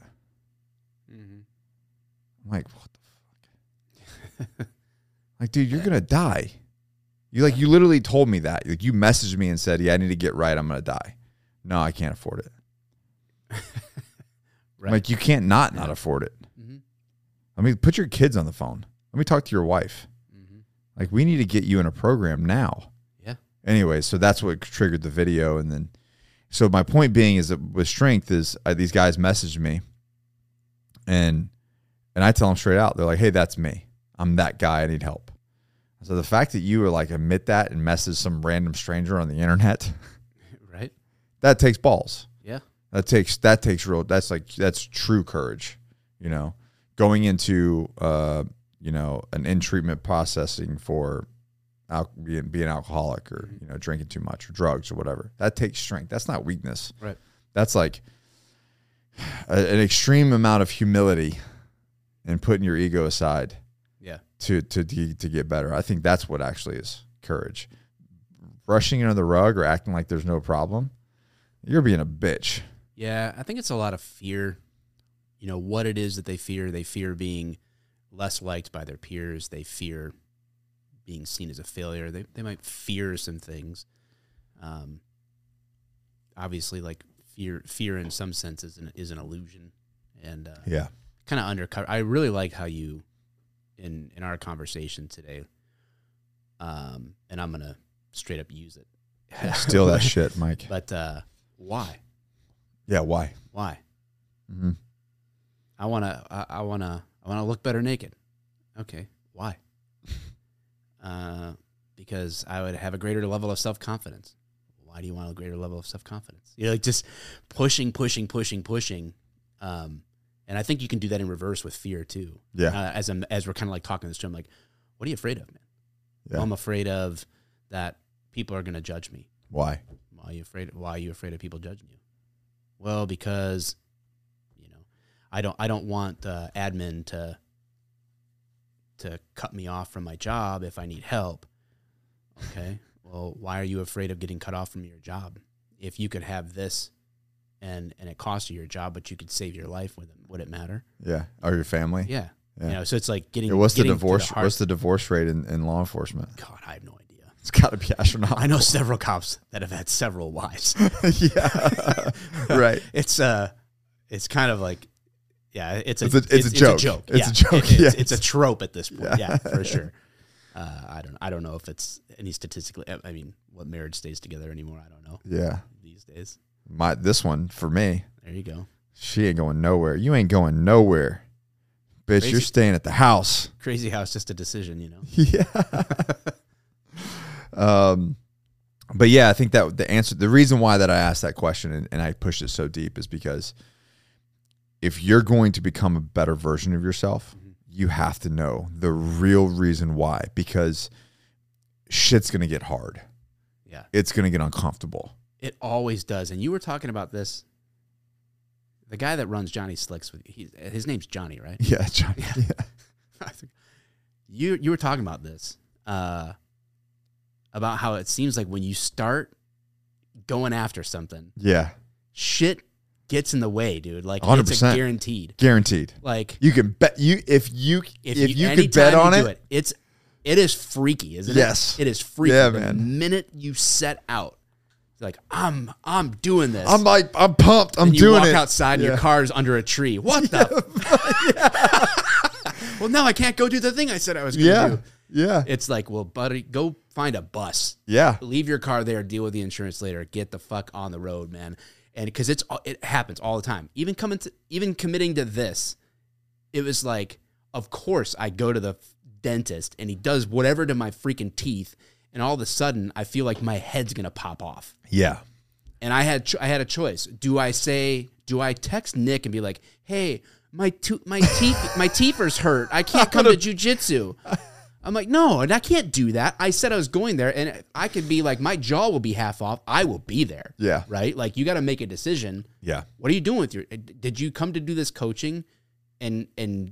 I'm like, what the fuck? like, dude, you're gonna die. You like you literally told me that. Like you messaged me and said, Yeah, I need to get right, I'm gonna die. No, I can't afford it.
Right.
Like you can't not not afford it.
hmm
I mean, put your kids on the phone. Let me talk to your wife.
hmm
Like we need to get you in a program now.
yeah
anyway, so that's what triggered the video, and then so my point being is that with strength is uh, these guys messaged me, and and I tell them straight out, they're like, "Hey, that's me. I'm that guy. I need help." So the fact that you were like admit that and message some random stranger on the internet,
right?
that takes balls.
Yeah.
That takes that takes real. That's like that's true courage. You know, going into uh, you know an in treatment processing for al- being being alcoholic or
Mm-hmm.
you know drinking too much or drugs or whatever. That takes strength. That's not weakness.
Right.
That's like a- an extreme amount of humility and putting your ego aside
Yeah.
to to to to get better. I think that's what actually is courage. Brushing it under the rug or acting like there's no problem, you're being a bitch.
Yeah, I think it's a lot of fear. You know, what it is that they fear. They fear being less liked by their peers. They fear being seen as a failure. They, they might fear some things. Um, obviously, like fear, fear in some sense is an, is an illusion and uh,
Yeah.
kind of undercover. I really like how you, in, in our conversation today, um, and I'm going to straight up use it.
Steal that shit, Mike.
But uh, why?
Yeah, why?
Why?
Mhm.
I want to, I, I want to, I want to look better naked. Okay, why? uh, because I would have a greater level of self confidence. Why do you want a greater level of self confidence? You know, like just pushing, pushing, pushing, pushing. Um, and I think you can do that in reverse with fear too.
Yeah.
Uh, as I'm, as we're kind of like talking to this gym, like, what are you afraid of, man?
Yeah.
I'm afraid of that people are going to judge me.
Why?
Why are you afraid? Why are you afraid of people judging you? Well, because you know, I don't. I don't want uh, admin to to cut me off from my job if I need help. Okay. well, why are you afraid of getting cut off from your job? If you could have this, and and it costs you your job, but you could save your life with it, would it matter?
Yeah. Or your family?
Yeah.
Yeah.
You know, so it's like getting.
Yeah, what's the
getting to
divorce?
heart-
what's the divorce rate in, in law enforcement?
God, I have no idea.
It's got to be astronomical.
I know several cops that have had several wives.
yeah. right.
it's uh it's kind of like yeah it's a
It's a- it's a joke. It's a joke,
It- it's,
yes.
it's a trope at this point
Yeah.
yeah, for sure uh, i don't i don't know if it's any statistically I- i mean what marriage stays together anymore i don't know
Yeah.
these days
My this one for me,
there you go
she ain't going nowhere. You ain't going nowhere, bitch.
Crazy.
You're staying at the house.
crazy how it's just a decision you know
Yeah. um, but yeah, I think that the answer, the reason why that I asked that question and, and I pushed it so deep is because if you're going to become a better version of yourself,
Mm-hmm.
you have to know the real reason why, because shit's going to get hard.
yeah
It's going to get uncomfortable.
it always does and you were talking about this the guy that runs johnny slicks with he, his name's johnny right
Yeah. Johnny. Yeah.
I think- you you were talking about this uh, about how it seems like when you start going after something,
Yeah.
shit gets in the way, dude. Like it's a
100%.
guaranteed.
Guaranteed.
Like
You can bet you, if you, if, you, could
anytime
bet on
you
it,
do it's it is freaky, isn't it?
Yes.
it is freaky.
Yeah,
the
man.
minute you set out, it's like I'm I'm doing this.
I'm like, I'm pumped. I'm
and you
doing
walk
it.
outside and your
Yeah.
car's under a tree. What the? well, now I can't go do the thing I said I was going to
Yeah.
do.
Yeah.
It's like, well, buddy, go find a bus.
Yeah.
Leave your car there. Deal with the insurance later. Get the fuck on the road, man. And because it's it happens all the time. Even coming to even committing to this, it was like, of course I go to the dentist and he does whatever to my freaking teeth, and all of a sudden I feel like my head's gonna pop off.
Yeah.
And I had cho- I had a choice. Do I say? Do I text Nick and be like, hey? My to- my teeth my teethers hurt. I can't come to jujitsu. I'm like, no, and I can't do that. I said I was going there, and I could be like, my jaw will be half off. I will be there.
Yeah.
Right? Like, you got to make a decision.
Yeah.
What are you doing with your? Did you come to do this coaching, and and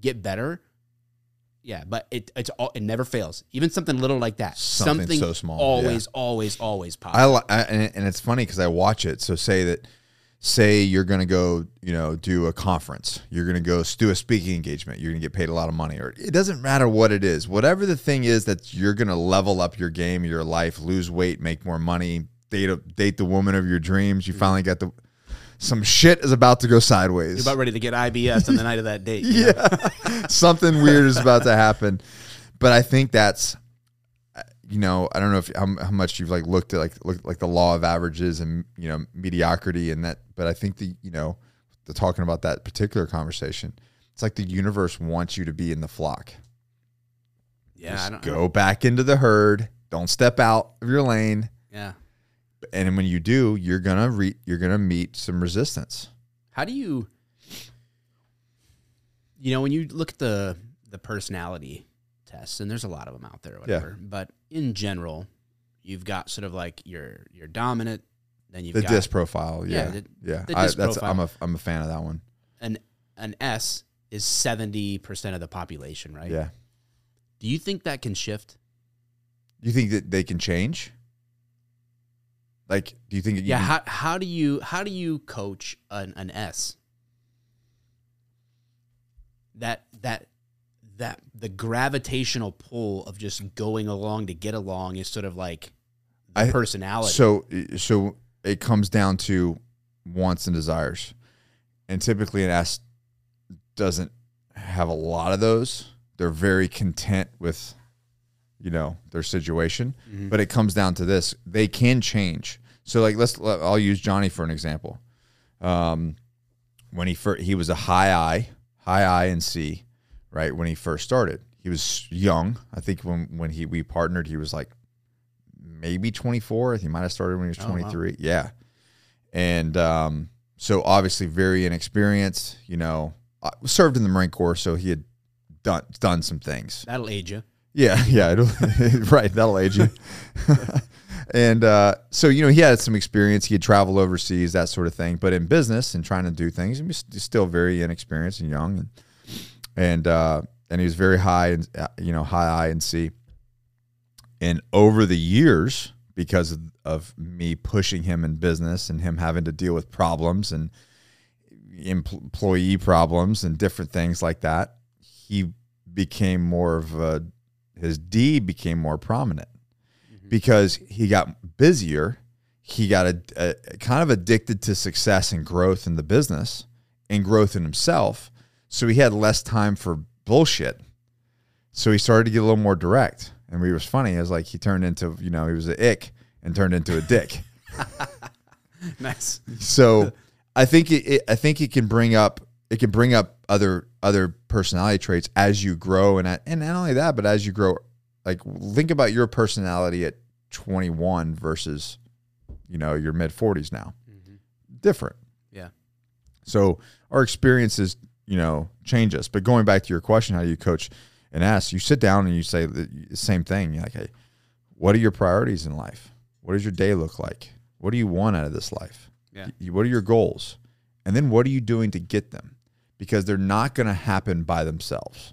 get better? Yeah, but it it's all it never fails. Even something little like that,
Something so small, yeah.
always, always, always pops.
I, li- I and, and it's funny because I watch it. So say that, say you're gonna go, you know, do a conference. You're gonna go s- do a speaking engagement. You're gonna get paid a lot of money, or it doesn't matter what it is. Whatever the thing is that you're gonna level up your game, your life, lose weight, make more money, date a, date the woman of your dreams. You finally got the some shit is about to go sideways.
about ready to get IBS on the night of that date. you know?
yeah something weird is about to happen but i think that's you know i don't know if how, how much you've like looked at like look, like the law of averages and you know mediocrity and that but i think the you know the talking about that particular conversation it's like the universe wants you to be in the flock
Yeah, I
Just
don't I
go
don't-
back into the herd. Don't step out of your lane.
Yeah.
And when you do, you're gonna re- you're gonna meet some resistance.
How do you you know when you look at the the personality tests and there's a lot of them out there or
Yeah.
whatever, but in general, you've got sort of like your your dominant, then you've
the
got
disc profile,
Yeah,
yeah, yeah.
the- the
I,
disc
that's
profile.
I'm a I'm a fan of that one.
an an S is 70% of the population, right?
Yeah.
Do you think that can shift?
You think that they can change? Like, do you think? that You
yeah,
can-
how, how do you how do you coach an, an S? That that that the gravitational pull of just going along to get along is sort of like the
I-
personality.
So so it comes down to wants and desires. And typically an S doesn't have a lot of those. They're very content with you know their situation,
Mhm.
but it comes down to this. They can change. So like let's let, I'll use Johnny for an example. Um when he first he was a high I, high I and C, right? When he first started. He was young. I think when when he we partnered, he was like maybe 24. He might have started when he was
Oh, wow.
23. Yeah. And um, so obviously very inexperienced, you know, uh, served in the Marine Corps. So he had done, done some things.
That'll age you.
Yeah. Yeah. It'll, right. That'll age you. and uh, so, you know, he had some experience. He had traveled overseas, that sort of thing. But in business and trying to do things, he was still very inexperienced and young. And, and, uh, and he was very high and, uh, you know, high I and C and over the years because of, of me pushing him in business and him having to deal with problems and empl- employee problems and different things like that he became more of a his d became more prominent because he got busier he got a, a- kind of addicted to success and growth in the business and growth in himself so he had less time for bullshit so he started to get a little more direct. And we was funny. I was like, he turned into, you know, he was a ick and turned into a dick.
nice.
so I think it, it, I think it can bring up, it can bring up other, other personality traits as you grow. And, I, and not only that, but as you grow, like think about your personality at 21 versus, you know, your mid forties now different.
Yeah.
So our experiences, you know, change us. But going back to your question, how do you coach and ask? You sit down and you say the same thing. You're like, hey, what are your priorities in life? What does your day look like? What do you want out of this life?
Yeah.
Y- What are your goals? And then what are you doing to get them? Because they're not going to happen by themselves.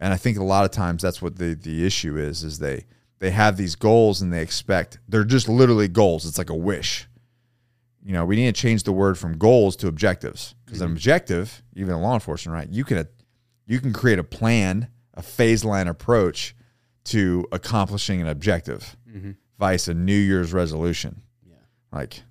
And I think a lot of times that's what the the issue is is they they have these goals and they expect they're just literally goals. It's like a wish. You know, we need to change the word from goals to objectives because an objective, even in law enforcement, right? You can you can create a plan, a phase line approach to accomplishing an objective, vice a New Year's resolution.
Yeah.
Like,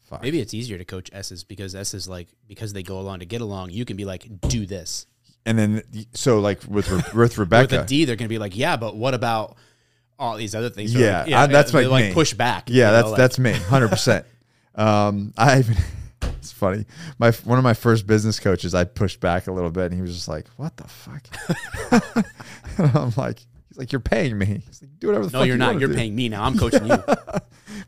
fuck.
Maybe it's easier to coach S's because S is like because they go along to get along, you can be like, do this.
and then so like with Re- with Rebecca,
With a D, they're gonna be like, Yeah, but what about all these other things? They're
Yeah,
like,
I- that's
they
like
like
me.
push back. you
Yeah,
know,
that's
like-
that's me, hundred percent. Um, I even it's funny. My one of my first business coaches, I pushed back a little bit, and he was just like, "What the fuck?" and I'm like, "He's like, you're paying me. He's like, do whatever the
No,
fuck
you're
you
not.
wanna
You're
do."
paying me now. I'm coaching you.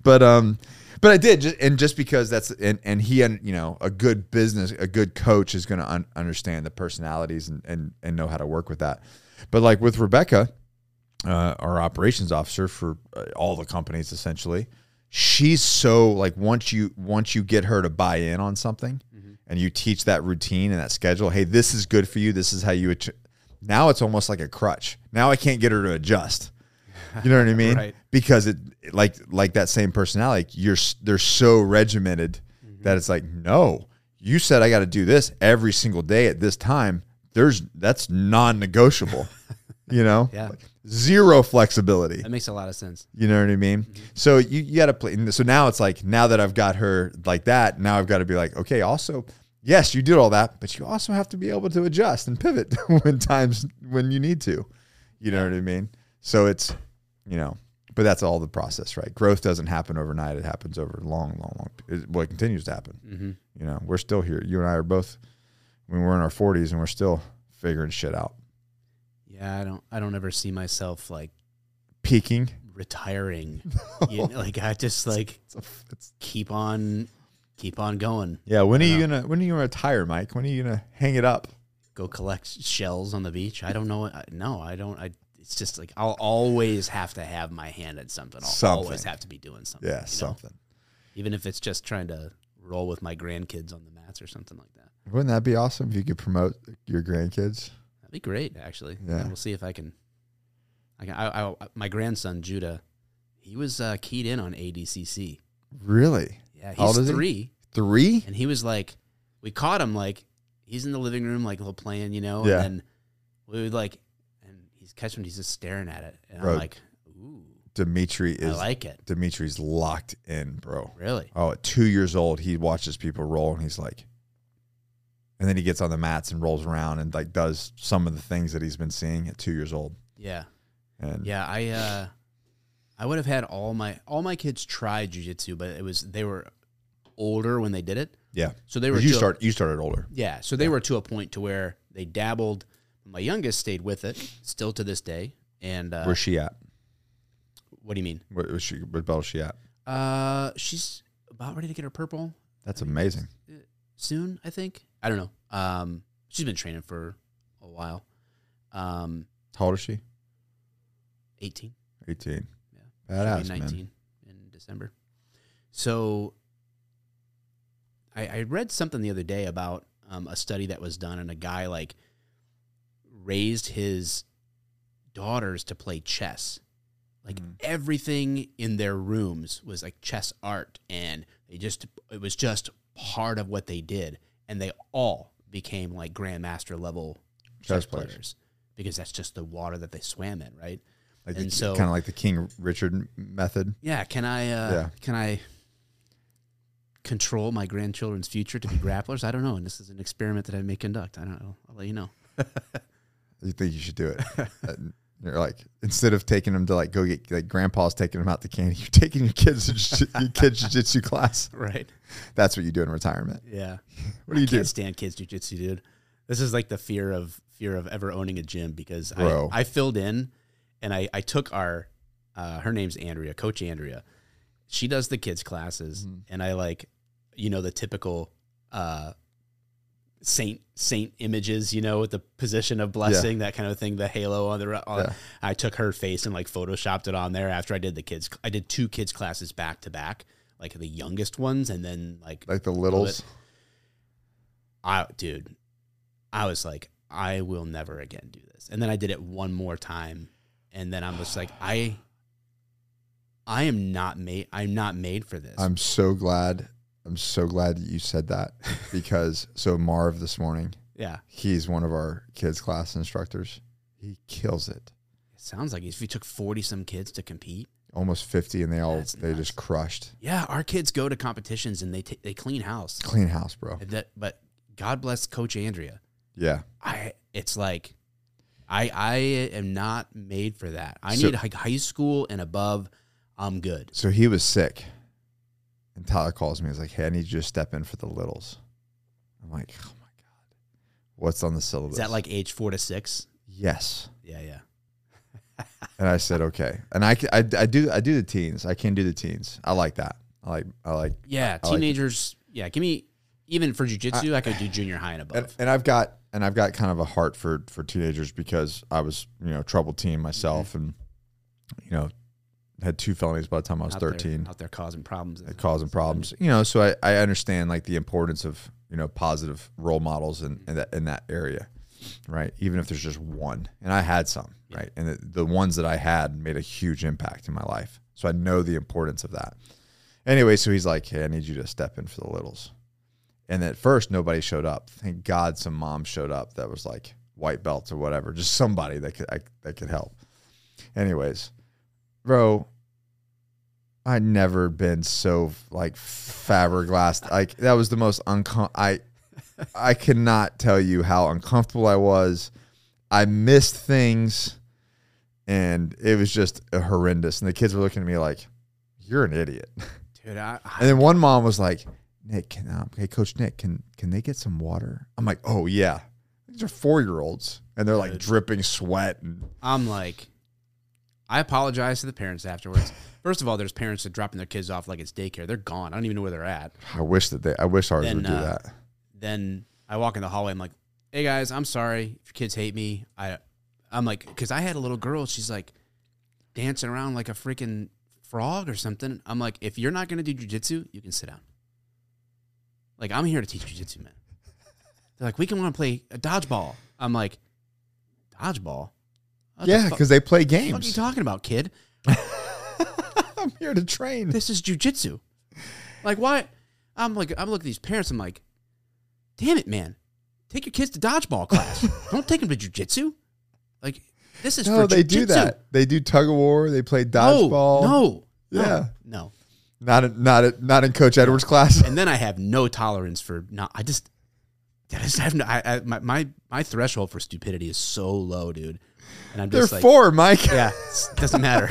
But um, but I did, just, and just because that's and and he and you know a good business, a good coach is going to un- understand the personalities and and and know how to work with that. But like with Rebecca, uh, our operations officer for uh, all the companies essentially she's so like once you once you get her to buy in on something
Mm-hmm.
and you teach that routine and that schedule hey this is good for you this is how you ach- now it's almost like a crutch now i can't get her to adjust you know what i mean
Right.
because it like like that same personality you're s- they're so regimented
Mm-hmm.
that it's like no you said i got to do this every single day at this time there's that's non-negotiable you know
Yeah.
Like, zero flexibility
That makes a lot of sense.
you know what i mean so you, you gotta play and so now it's like now that i've got her like that now i've got to be like okay also yes you did all that but you also have to be able to adjust and pivot when times when you need to you know what i mean so it's you know but that's all the process right growth doesn't happen overnight it happens over a long long long it, well it continues to happen
Mm-hmm.
you know we're still here you and i are both when we're in our 40s and we're still figuring shit out
Yeah, I don't. I don't ever see myself like
Peaking.
retiring. you know, like I just like
It's a f- it's-
keep on, keep on going.
yeah. When are you gonna When are you gonna retire, Mike? When are you gonna hang it up?
Go collect shells on the beach. I don't know. I- No, I don't. I. It's just like I'll always have to have my hand at something. I'll always
Something.
have to be doing something.
Yeah,
you know?
something.
even if it's just trying to roll with my grandkids on the mats or something like that.
Wouldn't that be awesome if you could promote your grandkids?
That'd be great, actually.
Yeah.
Yeah, we'll see if I can. I, can, I, I my grandson Judah, he was uh, keyed in on ADCC.
Really?
Yeah,
How old is
he's
he?
three,
Three?
and he was like, we caught him like he's in the living room like little playing, you know,
Yeah.
and then we would like, and he's catching, him, he's just staring at it, and
Bro.
I'm like, ooh,
Dimitri
I
is
like it,
Dimitri's locked in, bro.
really.
Oh, at two years old, he watches people roll and he's like, and then he gets on the mats and rolls around and like does some of the things that he's been seeing at two years old.
Yeah,
And
Yeah, I uh I would have had all my all my kids try jujitsu, but it was they were older when they did it.
yeah,
So they were
'Cause you
to a-
start you started older.
Yeah, so they were to a point to where they dabbled. My youngest stayed with it still to this day. And uh,
Where's she at?
what do you mean?
What, was she, what belt is she at?
Uh, she's about ready to get her purple
That's amazing.
soon, I think. I don't know. Um, she's been training for a while. Um,
How old is she?
eighteen.
Eighteen.
Yeah.
Badass
She'll
man.
be 19 in December. So I, I read something the other day about um, a study that was done, and a guy like raised his daughters to play chess. Like
Mhm.
everything in their rooms was like chess art, and they just it was just part of what they did, and they all became like grandmaster level chess,
Chess players.
players because that's just the water that they swam in, right?
Like
And so-
kind of like the King Richard m- method.
Yeah, can I uh
Yeah.
can I control my grandchildren's future to be grapplers? I don't know, and this is an experiment that I may conduct. I don't know. I'll let you know.
You think you should do it? And You're like instead of taking them to like go get like grandpa's taking them out to candy, you're taking your kids to jiu- your kids jiu-jitsu class.
Right.
That's what you do in retirement.
Yeah.
What do you
Can't
do?
stand kids jujitsu, dude. This is like the fear of fear of ever owning a gym because I,
Bro.
I filled in and I, I took our uh, her name's Andrea, Coach Andrea. She does the kids classes
Mm-hmm.
and I like you know the typical uh saint saint images, you know, with the position of blessing, that kind of thing, the halo on the ro- on,
Yeah.
I took her face and like photoshopped it on there after I did the kids I did two kids classes back to back, like the youngest ones and then like
Like the littles.
I dude, I was like, I will never again do this. And then I did it one more time, and then I'm just like, I, I am not made. I'm not made for this.
I'm so glad. I'm so glad that you said that because so Marv this morning,
yeah,
he's one of our kids class instructors. He kills it.
it sounds like if you took forty some kids to compete,
Almost 50 and they all
That's
they
nuts.
just crushed.
yeah, our kids go to competitions and they ta- they clean house.
Clean house, bro.
That, but God bless Coach Andrea.
Yeah.
I it's like I I am not made for that. I
So-
need like high school and above. I'm good.
So he was sick. And Tyler calls me. He's like, "Hey, I need you to step in for the littles." I'm like, "Oh my god. What's on the syllabus?"
Is that like age four to six?
Yes.
Yeah, yeah.
And I said, "Okay." And I, c- I- I do I do the teens. I can do the teens. I like that. I like I like
Yeah,
I like it.
teenagers. yeah, give me even for jujitsu, I, could do junior high and above.
and, and I've got and I've got kind of a heart for for teenagers because I was you know troubled teen myself
Mm-hmm.
and you know had two felonies by the time I was
Out there-
thirteen,
out there causing problems.
it uh, causing problems. You know, so I, I understand like the importance of you know positive role models in, in that in that area, right? Even if there's just one, and I had some, right? And the, the ones that I had made a huge impact in my life, so I know the importance of that. Anyway, so he's like, "Hey, I need you to step in for the littles." And at first, nobody showed up. Thank God, some mom showed up that was like white belts or whatever, just somebody that could I, that could help. Anyways, bro, I'd never been so like fiberglass. Like that was the most uncom. I I cannot tell you how uncomfortable I was. I missed things, and it was just horrendous. And the kids were looking at me like, "You're an idiot."
Dude, I, I,
And then one mom was like, "Nick, can um, hey Coach Nick, can can they get some water?" I'm like, "Oh yeah, These are four year olds, and they're like dripping sweat. And
I'm like, I apologize to the parents afterwards. First of all, there's parents that are dropping their kids off like it's daycare. They're gone. I don't even know where they're at.
I wish that they, I wish ours
Then,
would do
uh,
that.
Then I walk in the hallway. I'm like, hey guys, I'm sorry if your kids hate me. I, I'm like, because I had a little girl. She's like dancing around like a freaking frog or something. I'm like, if you're not gonna do jujitsu, you can sit down. Like I'm here to teach jujitsu, man. They're like, we can want to play a dodgeball. I'm like, dodgeball. What the
yeah,
fuck-
because they play
what are you
games.
talking about, kid?
I'm here to train.
this is jujitsu. Like why? I'm like I'm looking at these parents. I'm like, damn it, man, take your kids to dodgeball class. Don't take them to jujitsu. Like this is
No,
for
they do
jujitsu.
that. They do tug of war. They play
No,
dodgeball.
no, no,
Yeah.
no.
not in- not in- not in Coach Edwards' class.
And then I have no tolerance for not. I just, I just have no. I, I my, my my threshold for stupidity is so low, dude. And I'm
They're
just like,
four, Mike.
yeah, it's- doesn't matter.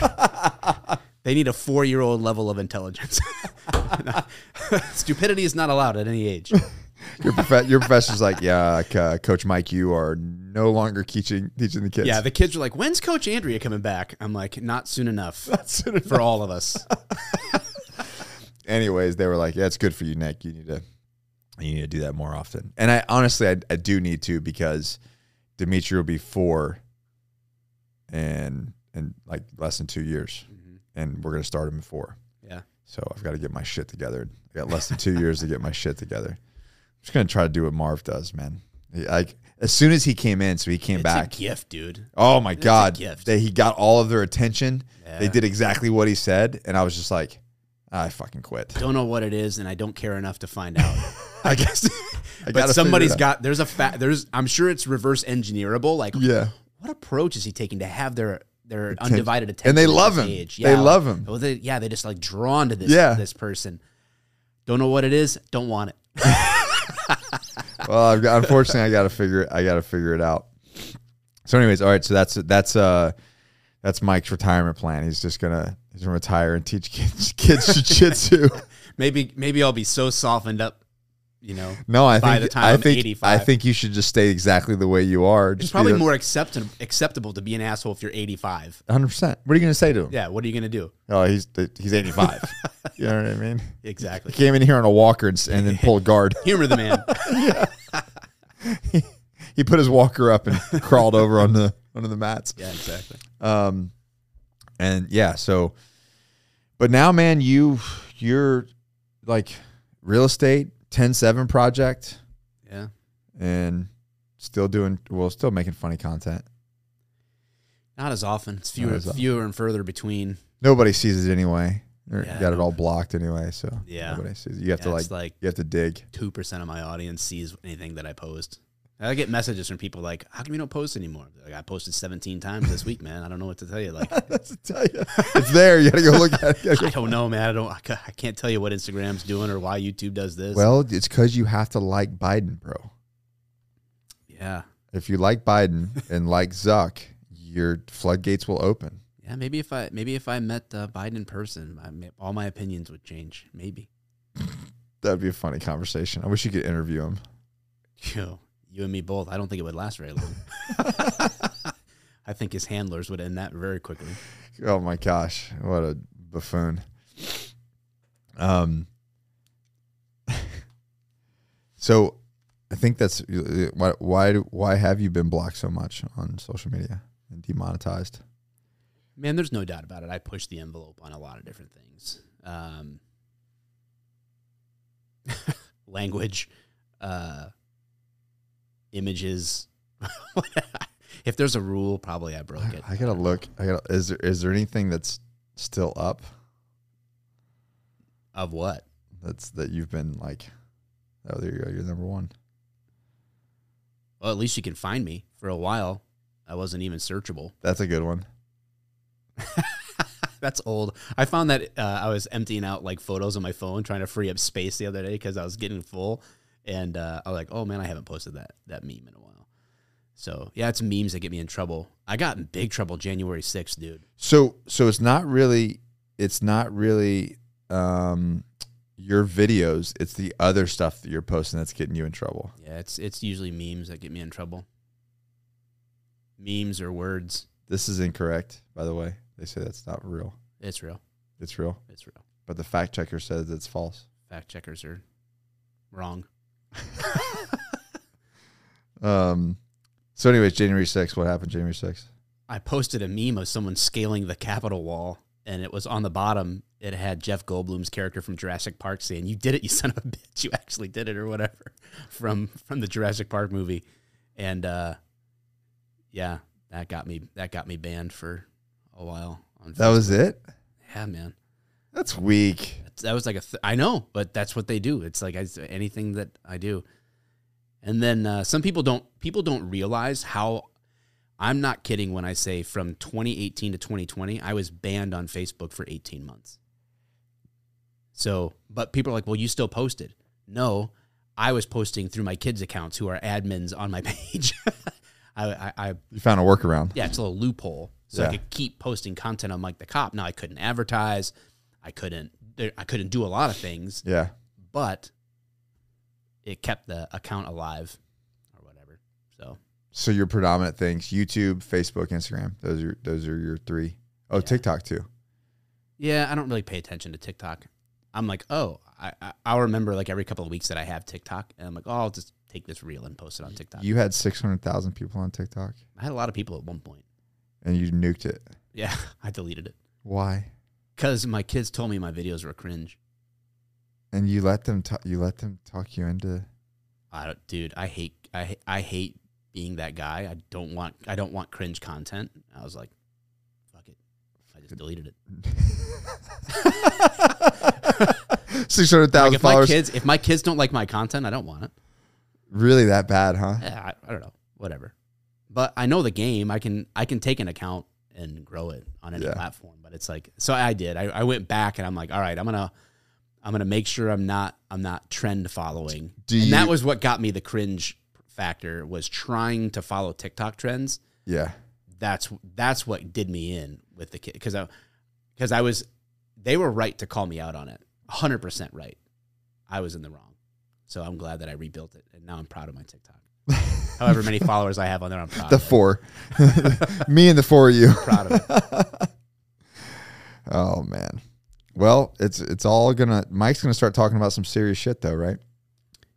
they need a four year old level of intelligence. Stupidity is not allowed at any age.
Your, prof- your professor's like, yeah, Co- Coach Mike, you are no longer teaching teaching the kids.
Yeah, the kids were like, "When's Coach Andrea coming back?" I'm like, "Not soon enough for all of us."
anyways, they were like, "Yeah, it's good for you, Nick. You need to, you need to do that more often." And I honestly, I, I do need to because Dimitri will be four, and and like less than two years,
Mm-hmm.
and we're gonna start him at four.
Yeah,
So I've got to get my shit together. I got less than two years to get my shit together. I'm just gonna try to do what Marv does, man. He- Like as soon as he came in, so he came
it's
back.
a gift, dude.
Oh my god!
gift.
They, he got all of their attention. They
Yeah.
did exactly what he said, and I was just like, I fucking quit.
Don't know what it is, and I don't care enough to find out. I guess. but
gotta
somebody's
figure
got there's a fa- there's I'm sure it's reverse engineerable. Like,
Yeah.
what approach is he taking to have their their undivided attention?
And they
at
love
this
him.
age?
They love him.
Oh, they, yeah, they just like drawn to this
Yeah.
this person. Don't know what it is. Don't want it.
well, I've got, unfortunately, I got to figure it. I got to figure it out. So, anyways, all right. So that's that's uh that's Mike's retirement plan. He's just gonna he's gonna retire and teach kids kids jujitsu.
Maybe maybe I'll be so softened up, you know.
No, I
By
think
the time
I
I'm
think
85.
I think you should just stay exactly the way you are.
It's probably more accept- acceptable to be an asshole if you're 85.
One hundred percent. What are you gonna say to him?
Yeah, what are you going to do?
Oh, he's he's eighty five. you know what I mean? He
Exactly.
came in here on a walker and, s- and then pulled guard.
Humor the man.
He put his walker up and crawled over on the under the mats.
yeah, exactly.
Um, and yeah, so, but now, man, you you're like real estate ten seven project,
Yeah.
and still doing well, still making funny content.
Not as often. It's fewer,
Not as often.
fewer and further between.
Nobody sees it anyway. Or
Yeah,
you got it all blocked anyway, so
Yeah.
nobody sees. It. You have to
Yeah,
like,
it's like-
you have to dig.
2% of my audience sees anything that I post. I get messages from people like, how come you don't post anymore? Like, I posted 17 times this week, man. I don't know what to tell you. Like,
That's to tell you, it's there. You got to go look at it. You gotta
I
go-
don't know, man. I don't, I ca- I can't tell you what Instagram's doing or why YouTube does this.
Well, it's because you have to like Biden, bro.
yeah.
If you like Biden and like Zuck, your floodgates will open.
Yeah, maybe if I maybe if I met uh, Biden in person, I, may- all my opinions would change. Maybe.
That'd be a funny conversation. I wish you could interview him.
Yo, you and me both. I don't think it would last very long. I think his handlers would end that very quickly.
Oh my gosh, what a buffoon. Um So I think that's why why do- why have you been blocked so much on social media and demonetized?
Man, there's no doubt about it. I push the envelope on a lot of different things. Um, language, uh, images. if there's a rule, probably I broke it.
I, I gotta look. I gotta is there is there anything that's still up
Of what?
that's that you've been like oh there you go, you're number one.
Well, at least you can find me. For a while, I wasn't even searchable.
That's a good one.
That's old. I found that uh, I was emptying out like photos on my phone, trying to free up space the other day because I was getting full, and uh, I was like, "Oh man, I haven't posted that that meme in a while." So yeah, it's memes that get me in trouble. I got in big trouble January sixth, dude.
So so it's not really it's not really um your videos, it's the other stuff that you're posting that's getting you in trouble.
Yeah, it's it's usually memes that get me in trouble. memes or words.
This is incorrect, by the way. They say that's not real.
It's real.
It's real,
It's real.
but the fact checker says it's false.
Fact checkers are wrong.
Um. So, anyways, January 6th, what happened January 6th?
I posted a meme of someone scaling the Capitol wall, and it was on the bottom. It had Jeff Goldblum's character from Jurassic Park saying, "You did it, you son of a bitch! You actually did it, or whatever," from from the Jurassic Park movie, and uh, yeah, that got me that got me banned for a while. On
That
Facebook.
was it?
yeah, man.
That's weak.
That was like a th- I know, but that's what they do. It's like I, anything that I do, and then uh, some people don't people don't realize how I'm not kidding when I say from 2018 to 2020 I was banned on Facebook for 18 months. So, but people are like, "Well, you still posted?" No, I was posting through my kids' accounts who are admins on my page. I, I, I
You found a workaround.
yeah, it's a little loophole. So I
Yeah.
could keep posting content on Mike the Cop. Now I couldn't advertise, I couldn't, there- I couldn't do a lot of things,
Yeah.
but it kept the account alive, or whatever. So
So your predominant things: YouTube, Facebook, Instagram. Those are those are your three. Oh,
Yeah.
TikTok too.
yeah, I don't really pay attention to TikTok. I'm like, oh, I, I I'll remember like every couple of weeks that I have TikTok, and I'm like, oh, I'll just take this reel and post it on TikTok.
You had six hundred thousand people on TikTok,
I had a lot of people at one point.
and you nuked it.
Yeah, I deleted it
Why?
because my kids told me my videos were cringe.
And you let them ta- you let them talk you into.
I don't, dude. I hate. I ha- I hate being that guy. I don't want. I don't want cringe content. I was like, fuck it. I just deleted it.
Six hundred thousand
Like if my
followers.
kids, if my kids don't like my content, I don't want it.
really that bad, huh?
Eh, I, I don't know. Whatever. But I know the game. I can. I can take an account and grow it on any
Yeah.
platform. But it's like, so I did. I, I went back and I'm like, all right, I'm gonna. I'm gonna make sure I'm not I'm not trend following.
Do
and that
you-
was what got me the cringe factor was trying to follow TikTok trends
Yeah.
that's that's what did me in with the kid because I because I was they were right to call me out on it, hundred percent right. I was in the wrong, so I'm glad that I rebuilt it, and now I'm proud of my TikTok. However many followers I have on there, I'm proud.
the
of it.
four. Me and the four of you.
proud of it.
Oh man. Well, it's it's all gonna. Mike's gonna start talking about some serious shit though, right?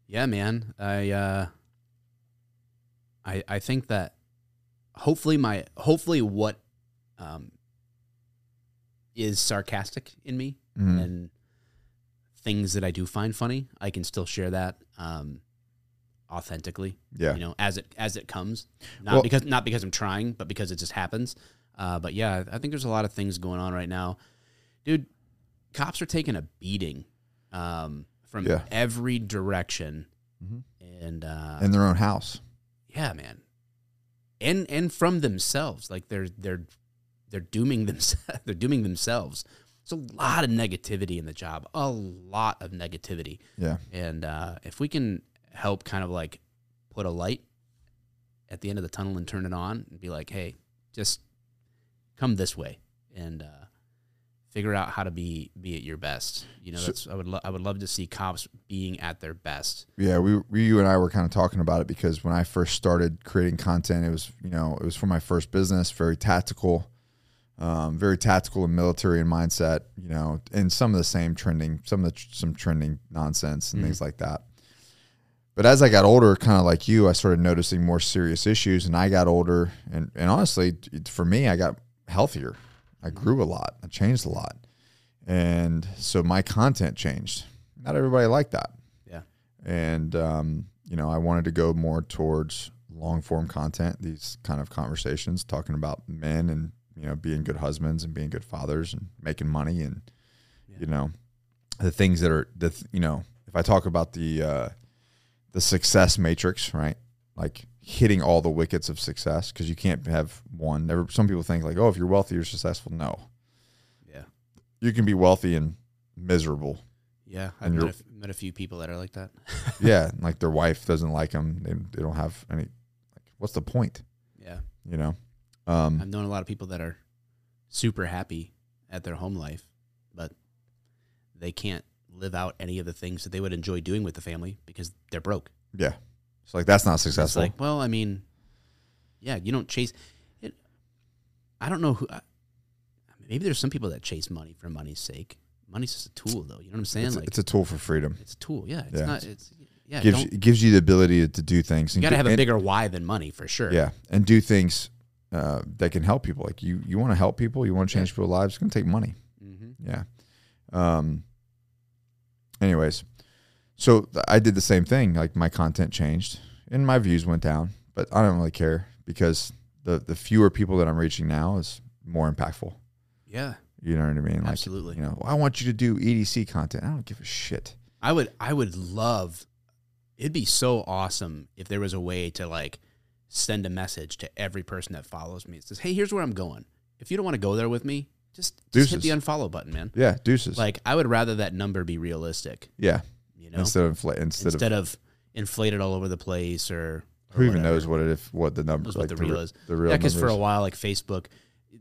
Yeah, man. I uh, I I think that hopefully my hopefully what um is sarcastic in me
Mhm.
and things that I do find funny, I can still share that um, authentically.
Yeah.
You know, as it as it comes, not
Well-
because not because I'm trying, but because it just happens. Uh, but yeah, I think there's a lot of things going on right now, dude. Cops are taking a beating um, from
Yeah.
every direction,
Mhm.
and uh,
in their own house.
yeah, man, and and from themselves, like they're they're they're dooming themselves. they're dooming themselves. It's a lot of negativity in the job, a lot of negativity,
Yeah.
and uh, if we can help, kind of like put a light at the end of the tunnel and turn it on, and be like, hey, just come this way, and uh, figure out how to be be at your best. You know,
So-
that's I would lo- I would love to see cops being at their best.
Yeah, we, we you and I were kind of talking about it because when I first started creating content, it was you know it was for my first business, very tactical, um, very tactical and military in mindset, you know, and some of the same trending, some of the tr- some trending nonsense and things like that. But as I got older, kind of like you, I started noticing more serious issues, and I got older, and and honestly, it- for me, I got healthier, I grew a lot, I changed a lot, and so my content changed. Not everybody liked that
Yeah,
and um, you know i wanted to go more towards long form content these kind of conversations talking about men and you know being good husbands and being good fathers and making money and you know the things that are the th- you know if i talk about the uh, the success matrix right like hitting all the wickets of success because you can't have one Never, some people think like oh if you're wealthy you're successful no
yeah,
you can be wealthy and miserable
yeah. I've
And
met a,
you're-
f- met a few people that are like that.
yeah and, like their wife doesn't like them they, they don't have any like what's the point
Yeah.
you know um
I've known a lot of people that are super happy at their home life, but they can't live out any of the things that they would enjoy doing with the family because they're broke.
yeah so like that's not
It's
successful
like, well, I mean, yeah, you don't chase I don't know who. I, maybe there's some people that chase money for money's sake. Money's just a tool, though. You know what I'm saying?
It's,
like
it's a tool for freedom.
it's a tool. Yeah, it's
Yeah.
not. It's yeah.
gives
don't-
you, gives you the ability to, do things.
you
and
got to
do-
have a
and-
bigger why than money for sure.
yeah, and do things uh, that can help people. Like you, you want to help people. You want to change people's lives. It's gonna take money.
hmm
Yeah. Um. Anyways, so th- I did the same thing. Like my content changed and my views went down, but I don't really care because the the fewer people that I'm reaching now is more impactful.
Yeah.
You know what I mean? Like,
Absolutely.
You know, I want you to do EDC content. I don't give a shit.
I would I would love it'd be so awesome if there was a way to like send a message to every person that follows me. It says, Hey, here's where I'm going. If you don't want to go there with me, just, just hit the
Deuces.
unfollow button, man.
Yeah, deuces.
Like I would rather that number be realistic,
yeah,
you know, instead,
instead of infla- instead, of
of, inflated all over the place or, or
who even
whatever.
knows what it if what the number
Knows
like
what the real
re-
is.
The real
yeah, because for
number
a
is.
while, like Facebook,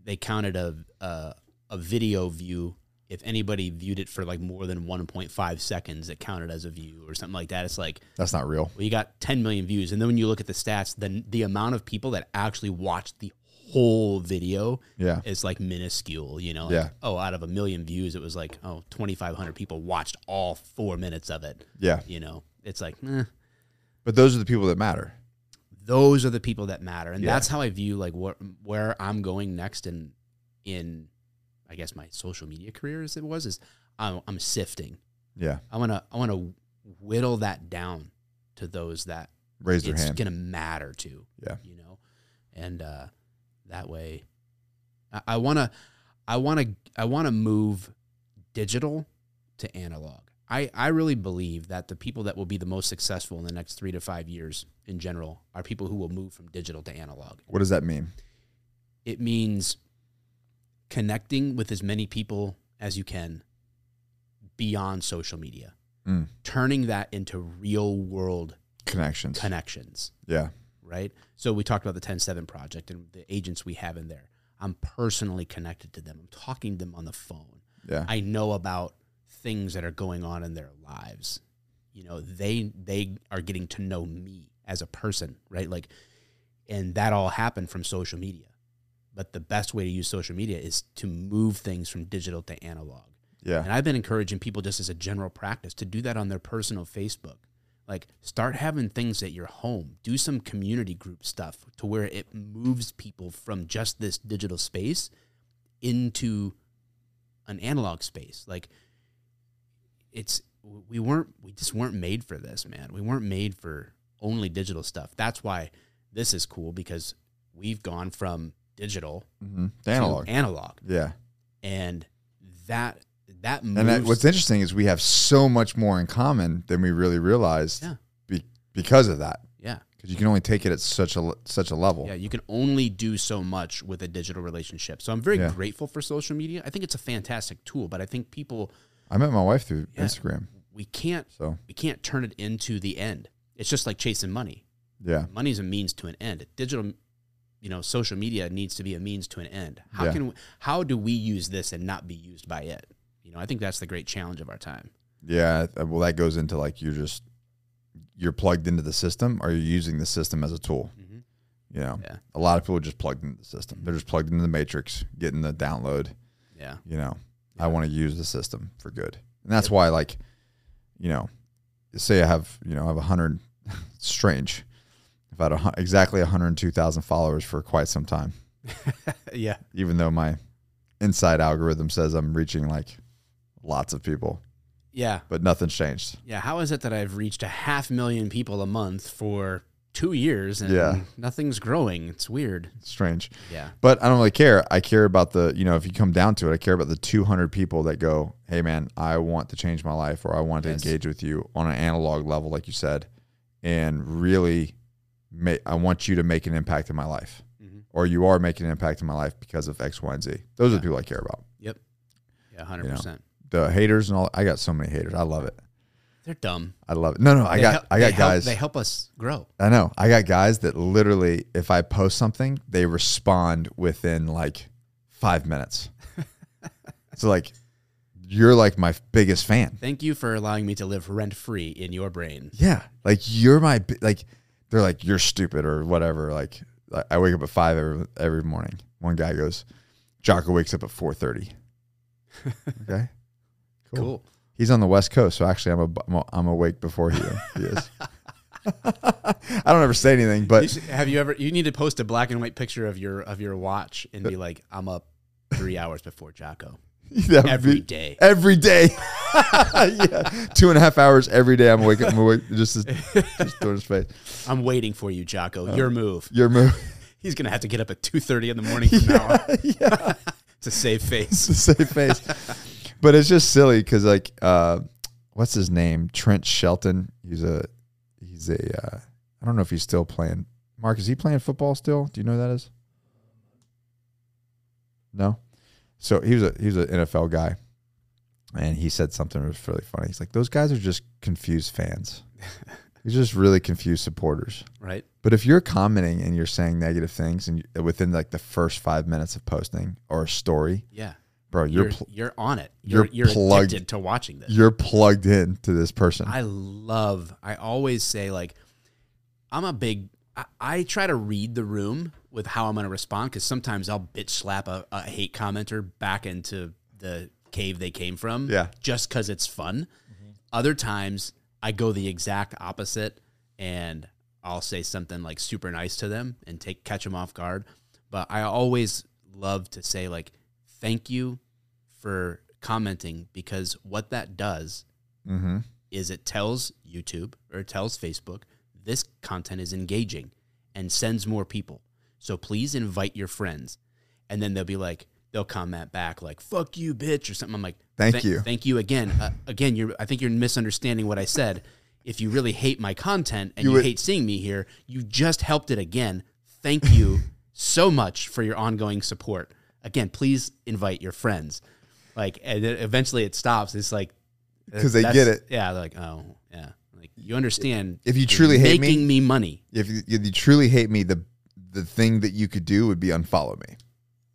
they counted a a, a video view. If anybody viewed it for like more than 1.5 seconds, it counted as a view or something like that. It's like,
that's not real.
well, you got 10 million views. And then when you look at the stats, then the amount of people that actually watched the whole video
Yeah,
is like minuscule, you know? Like,
Yeah.
Oh, out of a million views, it was like, oh, 2,500 people watched all four minutes of it.
yeah.
You know, it's like, eh,
But those are the people that matter.
those are the people that matter. And
Yeah.
that's how I view like where, where I'm going next in, in, I guess my social media career as it was, is I'm, I'm sifting.
Yeah,
I want to, I want to whittle that down to those that
raise their
it's
hand.
gonna matter to.
Yeah.
You know? And uh that way I, I wanna I wanna I wanna move digital to analog. I, I really believe that the people that will be the most successful in the next three to five years in general are people who will move from digital to analog.
what does that mean?
It means connecting with as many people as you can beyond social media,
Mm.
turning that into real world
Connections.
connections
yeah,
right? So we talked about the 107 project and the agents we have in there. I'm personally connected to them. I'm talking to them on the phone.
yeah,
I know about things that are going on in their lives. You know, they they are getting to know me as a person, right? Like and that all happened from social media. But the best way to use social media is to move things from digital to analog.
yeah,
And I've been encouraging people just as a general practice to do that on their personal Facebook. Like start having things at your home. Do some community group stuff to where it moves people from just this digital space into an analog space. Like it's we weren't we just weren't made for this, man. We weren't made for only digital stuff. That's why this is cool because we've gone from digital
hmm
to
analog.
analog.
yeah,
And that that moves
and that, what's interesting is we have so much more in common than we really realized.
Yeah.
Be, because of that,
Yeah.
because you can only take it at such a le- such a level.
Yeah. You can only do so much with a digital relationship. So I'm very
Yeah.
grateful for social media. I think it's a fantastic tool, but I think people,
I met my wife through
Yeah.
Instagram,
we can't,
so
we can't turn it into the end. It's just like chasing money.
yeah,
Money's a means to an end. Digital, you know, social media needs to be a means to an end. How
Yeah.
can, we, how do we use this and not be used by it? You know, I think that's the great challenge of our time.
yeah. uh, Well, that goes into like you're just you're plugged into the system, or you're using the system as a tool. You know,
Yeah.
a lot of people are just plugged into the system. They're just plugged into the matrix, getting the download.
Yeah.
you know i want to use the system for good and that's why like you know say i have you know i have 100 strange i've had a, hun- exactly 102000 followers for quite some time
yeah.
even though my inside algorithm says i'm reaching like lots of people
Yeah.
but nothing's changed
Yeah. How is it that I've reached a half million people a month for two years and
Yeah.
nothing's growing? It's weird.
It's strange
Yeah.
but i don't really care i care about the you know if you come down to it i care about the 200 people that go hey man i want to change my life or i want to
Yes.
engage with you on an analog level like you said and really make i want you to make an impact in my life
Mhm.
or you are making an impact in my life because of x y and z those are the
Yeah.
people i care about
Yep. Yeah, hundred
You know.
percent.
the haters and all i got so many haters i love it
They're dumb.
i love it no no i
They
got
help-
i got
they help-
guys
they help us grow.
i know i got guys that literally if i post something they respond within like five minutes so like you're like my biggest fan
Thank you for allowing me to live rent free in your brain.
yeah like you're my bi- like they're like you're stupid or whatever like I- i wake up at five every, every morning One guy goes, Jocko wakes up at 4:30. okay,
Cool.
He's on the West Coast, so actually, I'm a, I'm, a, I'm awake before he, he is. I don't ever say anything,
You
but
should- have you ever? You need to post a black and white picture of your of your watch and
Uh,
be like, "I'm up three hours before Jocko
that would
every
be-
day."
every day. yeah, two and a half hours every day. I'm awake. I'm awake. Just, just throwing his face.
I'm waiting for you, Jocko.
Uh,
your move.
Your move.
He's gonna have to get up at two thirty in the morning from now on
yeah.
to save face.
it's the same face. but it's just silly because like uh, what's his name? Trent Shelton. He's a he's a uh, I don't know if he's still playing. Mark, is he playing football still? Do you know who that is? No. So he was a he was an NFL guy, and he said something that was really funny. He's like, "Those guys are just confused fans. They're just really confused supporters."
Right?
But if you're commenting and you're saying negative things, and you- within like the first five minutes of posting or a story,
Yeah.
bro, you're
You're
pl-
you're on it.
you're
You're you're,
plugged-
addicted to watching this.
you're plugged in to this person.
I love. I always say like, I'm a big. I, I try to read the room with how I'm going to respond because sometimes I'll bitch slap a, a hate commenter back into the cave they came from.
Yeah.
just because it's fun. Other times I go the exact opposite and I'll say something like super nice to them and take catch them off guard. But I always love to say like, thank you for commenting because what that does
mm-hmm.
is it tells YouTube or it tells Facebook this content is engaging and sends more people. So please invite your friends. And then they'll be like, they'll comment back like, fuck you, bitch, or something. I'm like,
Thank
"Thank-
you."
Thank you again. Uh, again, you're, I think you're misunderstanding what I said. If you really hate my content and
You
you,
would-
hate seeing me here, you just helped it again. Thank you so much for your ongoing support. Again, please invite your friends. Like, and then eventually it stops. It's like, uh,
'Cause they
that's-
get it.
Yeah, they're like, oh, yeah. Like you understand.
If you truly hate me-
making me money,
If you, if you truly hate me, the the thing that you could do would be unfollow me.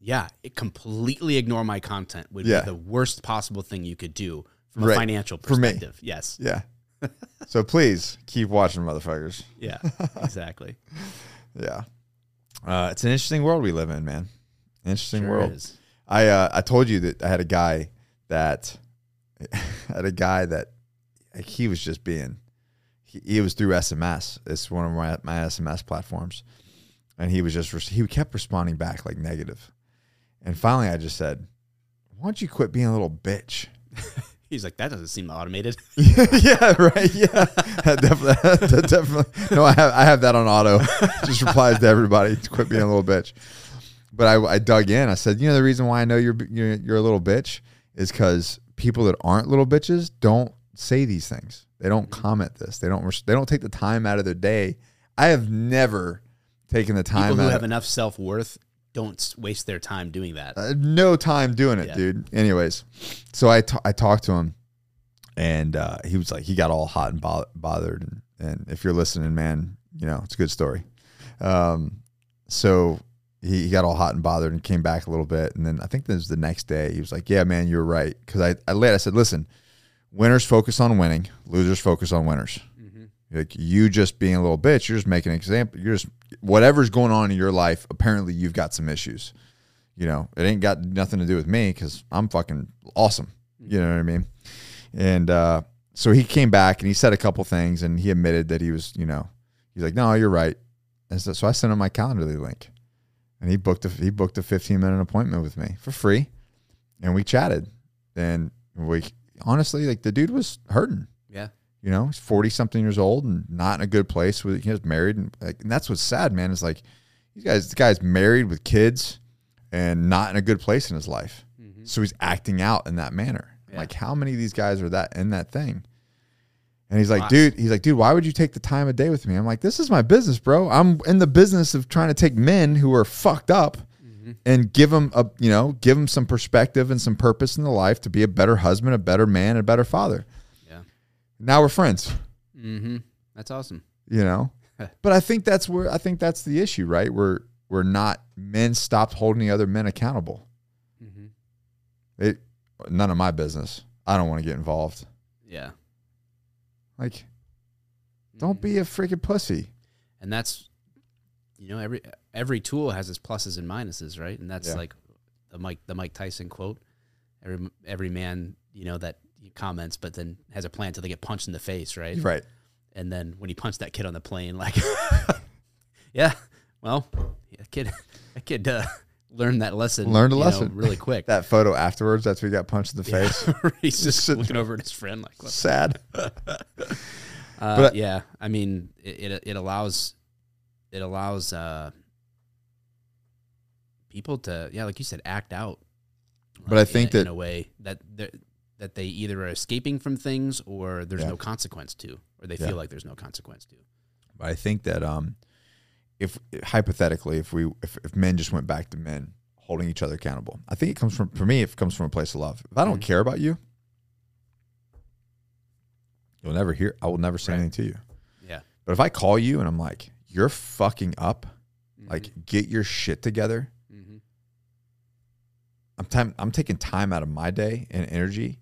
yeah, it completely ignore my content would
Yeah.
be the worst possible thing you could do from
Right.
a financial
For me.
perspective. Yes.
Yeah. so please keep watching, motherfuckers.
Yeah. Exactly.
Yeah. Uh, it's an interesting world we live in, man. Interesting
Sure
world.
is.
I uh, I told you that I had a guy that I had a guy that like, he was just being he, he was through SMS. It's one of my my SMS platforms, and he was just res- he kept responding back like negative, and finally I just said, "Why don't you quit being a little bitch?"
He's like, that doesn't seem automated.
yeah, right. Yeah, That definitely, that definitely. No, I have I have that on auto. Just replies to everybody. Quit being a little bitch. But I, I dug in. I said, you know, the reason why I know you're you're, you're a little bitch is because people that aren't little bitches don't say these things. They don't
Mm-hmm.
comment this. They don't. res- They don't take the time out of their day. I have never taken the time
People who
out.
have enough self worth don't s- waste their time doing that.
I had Uh, no time doing it,
Yeah.
dude. Anyways, so I ta- I talked to him, and uh, he was like, he got all hot and bo- bothered. And, and if you're listening, man, you know it's a good story. Um, so he, he got all hot and bothered and came back a little bit, and then I think this was the next day. He was like, "Yeah, man, you're right." Because I I led. I said, "Listen, winners focus on winning, losers focus on winners."
Mm-hmm.
Like you just being a little bitch, you're just making an example. You're just whatever's going on in your life. Apparently, you've got some issues you know, it ain't got nothing to do with me because I'm fucking awesome. You know what I mean? And uh, so he came back and he said a couple things and he admitted that he was, you know, he's like, no, you're right. And so, so I sent him my Calendly link, and he booked a he booked a 15 minute appointment with me for free, and we chatted. And we honestly, like, the dude was hurting.
Yeah.
You know, he's forty something years old and not in a good place. With he was married, and like, and that's what's sad, man. Is like, these guys, this guy's married with kids, and not in a good place in his life.
Mm-hmm.
So he's acting out in that manner.
Yeah.
Like, how many of these guys are that in that thing? And he's like,
Lots.
dude, he's like, dude, why would you take the time of day with me? I'm like, this is my business, bro. I'm in the business of trying to take men who are fucked up
Mm-hmm.
and give them a, you know, give them some perspective and some purpose in the life to be a better husband, a better man, a better father.
Yeah.
Now we're friends
Mm-hmm. That's awesome.
you know but i think that's where i think that's the issue right we're we're not men stopped holding the other men accountable
Mm-hmm.
it none of my business i don't want to get involved
Yeah.
like don't be a freaking pussy
and that's you know every every tool has its pluses and minuses, right? And that's
Yeah.
like the Mike the Mike Tyson quote. Every every man, you know, that he comments, but then has a plan till they get punched in the face, right?
Right.
And then when he punched that kid on the plane, like, yeah, well, yeah, kid, that kid uh, learned that lesson.
Learned a
you know,
lesson.
really quick.
That photo afterwards, that's when he got punched in the face.
He's just
Sit-
looking over at his friend, like, what?
Sad.
Uh,
But I-
yeah, I mean, it, it it allows it allows uh, people to yeah, like you said, act out.
But
like,
I think
in, a- in
that-
a way that they're- that they either are escaping from things or there's
Yeah.
no consequence to, or they
Yeah.
feel like there's no consequence to.
But I think that um, if hypothetically, if we if, if men just went back to men holding each other accountable, I think it comes from for me. It comes from a place of love. If I don't
Mhm.
care about you, you'll never hear. I will never say
Right.
anything to you.
Yeah.
But if I call you and I'm like, "You're fucking up,"
Mm-hmm.
like get your shit together.
hmm
I'm time. I'm taking time out of my day and energy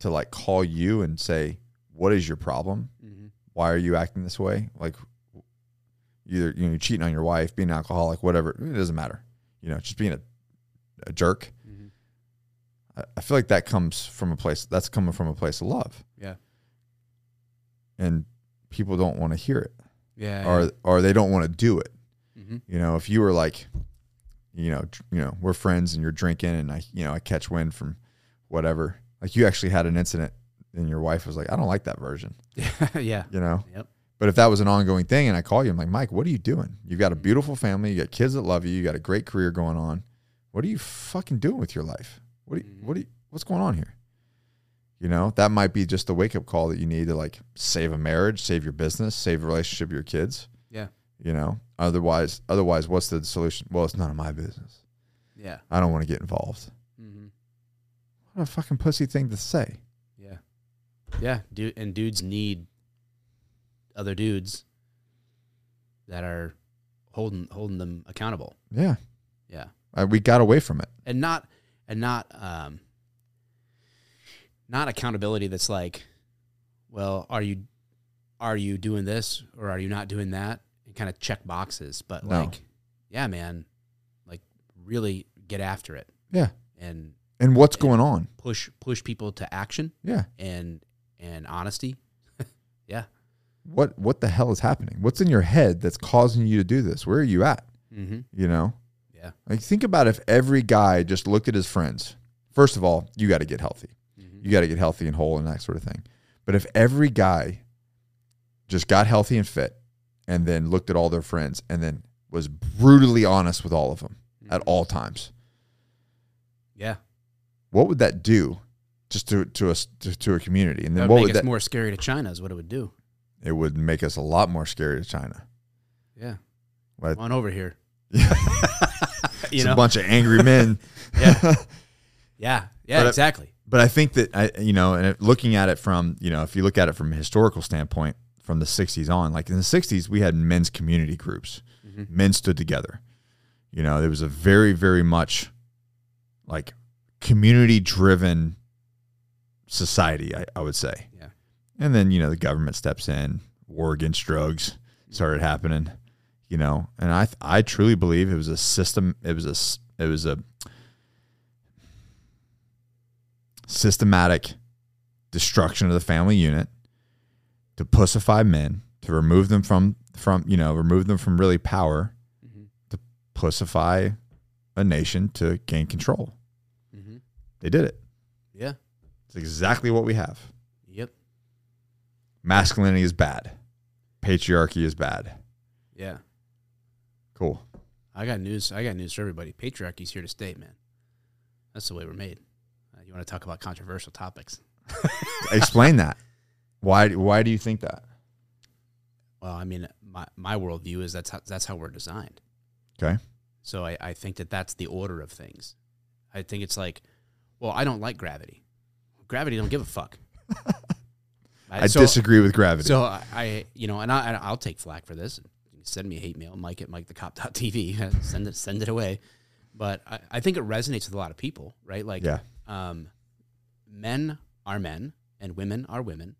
to like call you and say, "What is your problem?"
hmm
why are you acting this way? Like either you know, cheating on your wife, being an alcoholic, whatever. It doesn't matter. You know, just being a, a jerk.
Mhm.
I, I feel like that comes from a place that's coming from a place of love.
Yeah.
And people don't want to hear it.
yeah,
Or or they don't want to do it.
hmm
You know, if you were like, you know, dr- you know, we're friends and you're drinking and I you know, I catch wind from whatever. Like you actually had an incident and your wife was like, I don't like that version,
yeah,
you know?
yep,
But if that was an ongoing thing and I call you, I'm like, Mike, what are you doing? You've got a beautiful family, you got kids that love you, you got a great career going on. What are you fucking doing with your life? What are you,
Mhm.
what are you, what's going on here? You know, that might be just the wake up call that you need to like save a marriage, save your business, save a relationship with your kids.
Yeah.
You know, otherwise, otherwise, what's the solution? Well, it's none of my business.
yeah,
I don't want to get involved.
hmm
What a fucking pussy thing to say.
yeah, yeah. Dude, and dudes need other dudes that are holding holding them accountable.
Yeah.
Yeah.
Uh, we got away from it.
and not and not um not accountability that's like well are you are you doing this or are you not doing that and kind of check boxes but
No.
like yeah man like really get after it
Yeah.
and
And what's going on?
push push people to action
Yeah.
and and honesty yeah
what what the hell is happening? What's in your head that's causing you to do this? Where are you at?
mm-hmm.
You know?
Yeah.
Like think about if every guy just looked at his friends. First of all, you got to get healthy.
Mm-hmm.
You got to get healthy and whole and that sort of thing. But if every guy just got healthy and fit and then looked at all their friends and then was brutally honest with all of them at
Mm-hmm.
all times,
yeah
what would that do just to to us to, to a community? And
that
then
would
what
make
would
us
that
more scary to china is what it would do
it would make us a lot more scary to China.
yeah
But-
Come on over here
Yeah.
you
it's
know
a bunch of angry men.
Yeah. yeah yeah
But I-
exactly
but I think that I, you know, and it- looking at it from you know, if you look at it from a historical standpoint, from the '60s on, like in the '60s, we had men's community groups.
Mhm.
Men stood together. You know, there was a very, very much like community-driven society. I, I would say.
Yeah.
And then you know the government steps in. War against drugs started happening. You know, and I I truly believe it was a system. It was a s- it was a systematic destruction of the family unit to pussify men to remove them from from you know remove them from really power
Mhm.
to pussify a nation to gain control
Mm-hmm.
they did it
Yeah.
it's exactly what we have
Yep.
masculinity is bad patriarchy is bad
Yeah.
cool
I got news. I got news for everybody. Patriarchy's here to stay, man. That's the way we're made. Uh, you want to talk about controversial topics?
explain that why why do you think that
Well, I mean, my my worldview is that's how, that's how we're designed.
Okay.
So I, I think that that's the order of things. I think it's like, well, I don't like gravity. Gravity don't give a fuck.
i, disagree with gravity
So I, I you know, and I, and I'll take flack for this. Send me a hate mail, Mike at MikeTheCop.tv. send it, send it away. But I, I think it resonates with a lot of people, right? Like,
yeah
um, men are men and women are women,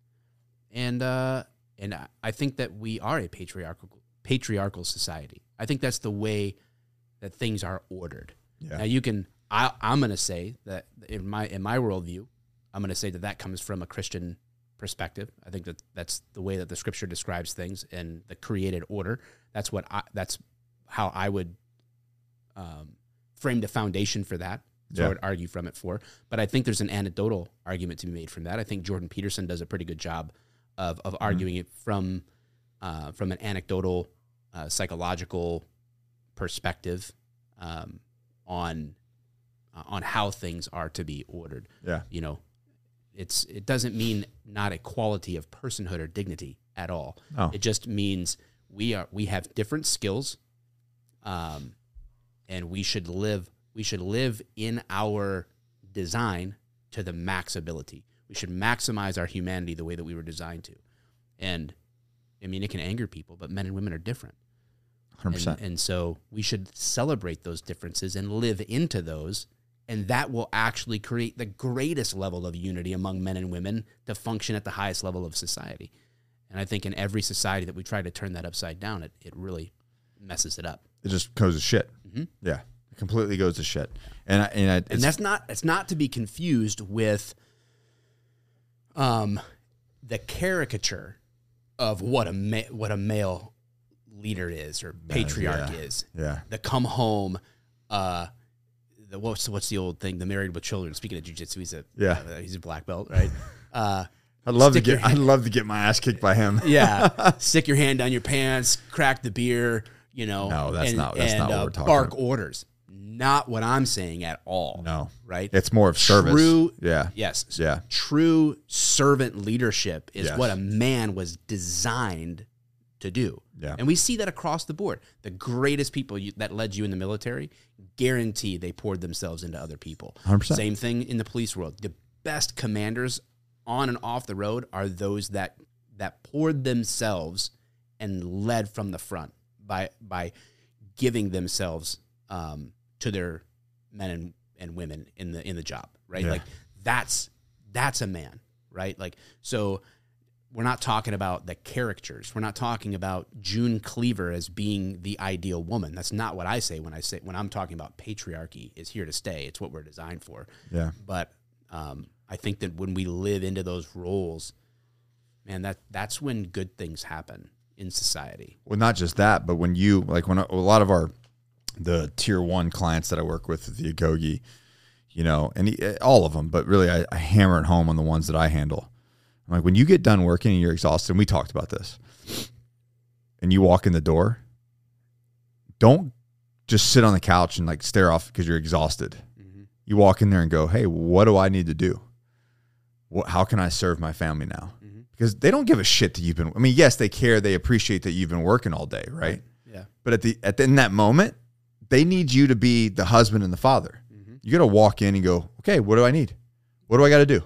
and uh, and I, I think that we are a patriarchal patriarchal society. I think that's the way that things are ordered.
Yeah.
Now you can. I, I'm going to say that in my in my worldview, I'm going to say that that comes from a Christian perspective. I think that that's the way that the Scripture describes things and the created order. That's what I. That's how I would um, frame the foundation for that. So
Yeah.
I would argue from it for. But I think there's an anecdotal argument to be made from that. I think Jordan Peterson does a pretty good job of
Mm-hmm.
of arguing it from uh, from an anecdotal uh, psychological perspective um, on uh, on how things are to be ordered.
Yeah.
You know, it's it doesn't mean not a quality of personhood or dignity at all.
No.
It just means we are we have different skills, um, and we should live we should live in our design to the max ability. We should maximize our humanity the way that we were designed to, and I mean it can anger people, but men and women are different.
100%.
And, and so we should celebrate those differences and live into those. And that will actually create the greatest level of unity among men and women to function at the highest level of society. And I think in every society that we try to turn that upside down, it, it really messes it up.
it just goes to shit. Yeah. It completely goes to shit. And I, and, I,
Mm-hmm. and
it's-
that's not it's not to be confused with um the caricature of what a ma- what a male leader is or patriarch
yeah.
is
yeah.
the come home, uh, the what's what's the old thing? The married with children. Speaking of jujitsu, he's a
Yeah.
uh, he's a black belt, right? Uh,
I'd love to
stick your
get I'd love to get my ass kicked by him.
yeah, stick your hand down your pants, crack the beer, you know. uh,
No, that's not- that's not what we're talking
Bark
about.
orders, not what I'm saying at all.
No.
right?
It's more of service.
True-
Yeah.
yes,
Yeah.
True servant leadership is
Yes.
what a man was designed to do.
Yeah.
And we see that across the board. The greatest people you, that led you in the military guarantee they poured themselves into other people.
100%.
Same thing in the police world. The best commanders on and off the road are those that that poured themselves and led from the front by by giving themselves um, to their men and, and women in the in the job, right?
Yeah.
Like that's that's a man, right? Like so we're not talking about the characters. We're not talking about June Cleaver as being the ideal woman. That's not what I say when I say when I'm talking about patriarchy is here to stay. It's what we're designed for.
Yeah.
But um, I think that when we live into those roles, man, that that's when good things happen in society.
Well, not just that, but when you like when a, a lot of our the tier one clients that I work with, the Agogi, you know, and he- eh, all of them, but really I, I hammer it home on the ones that I handle. I'm like, when you get done working and you're exhausted, and we talked about this, and you walk in the door, don't just sit on the couch and like stare off because you're exhausted.
Mm-hmm.
You walk in there and go, hey, what do I need to do? What, how can I serve my family now?
Mm-hmm.
Because they don't give a shit that you've been. I mean, yes, they care. They appreciate that you've been working all day, right?
Yeah.
But at the at the, in that moment, they need you to be the husband and the father.
Mm-hmm.
You got to walk in and go, okay, what do I need? What do I got to do?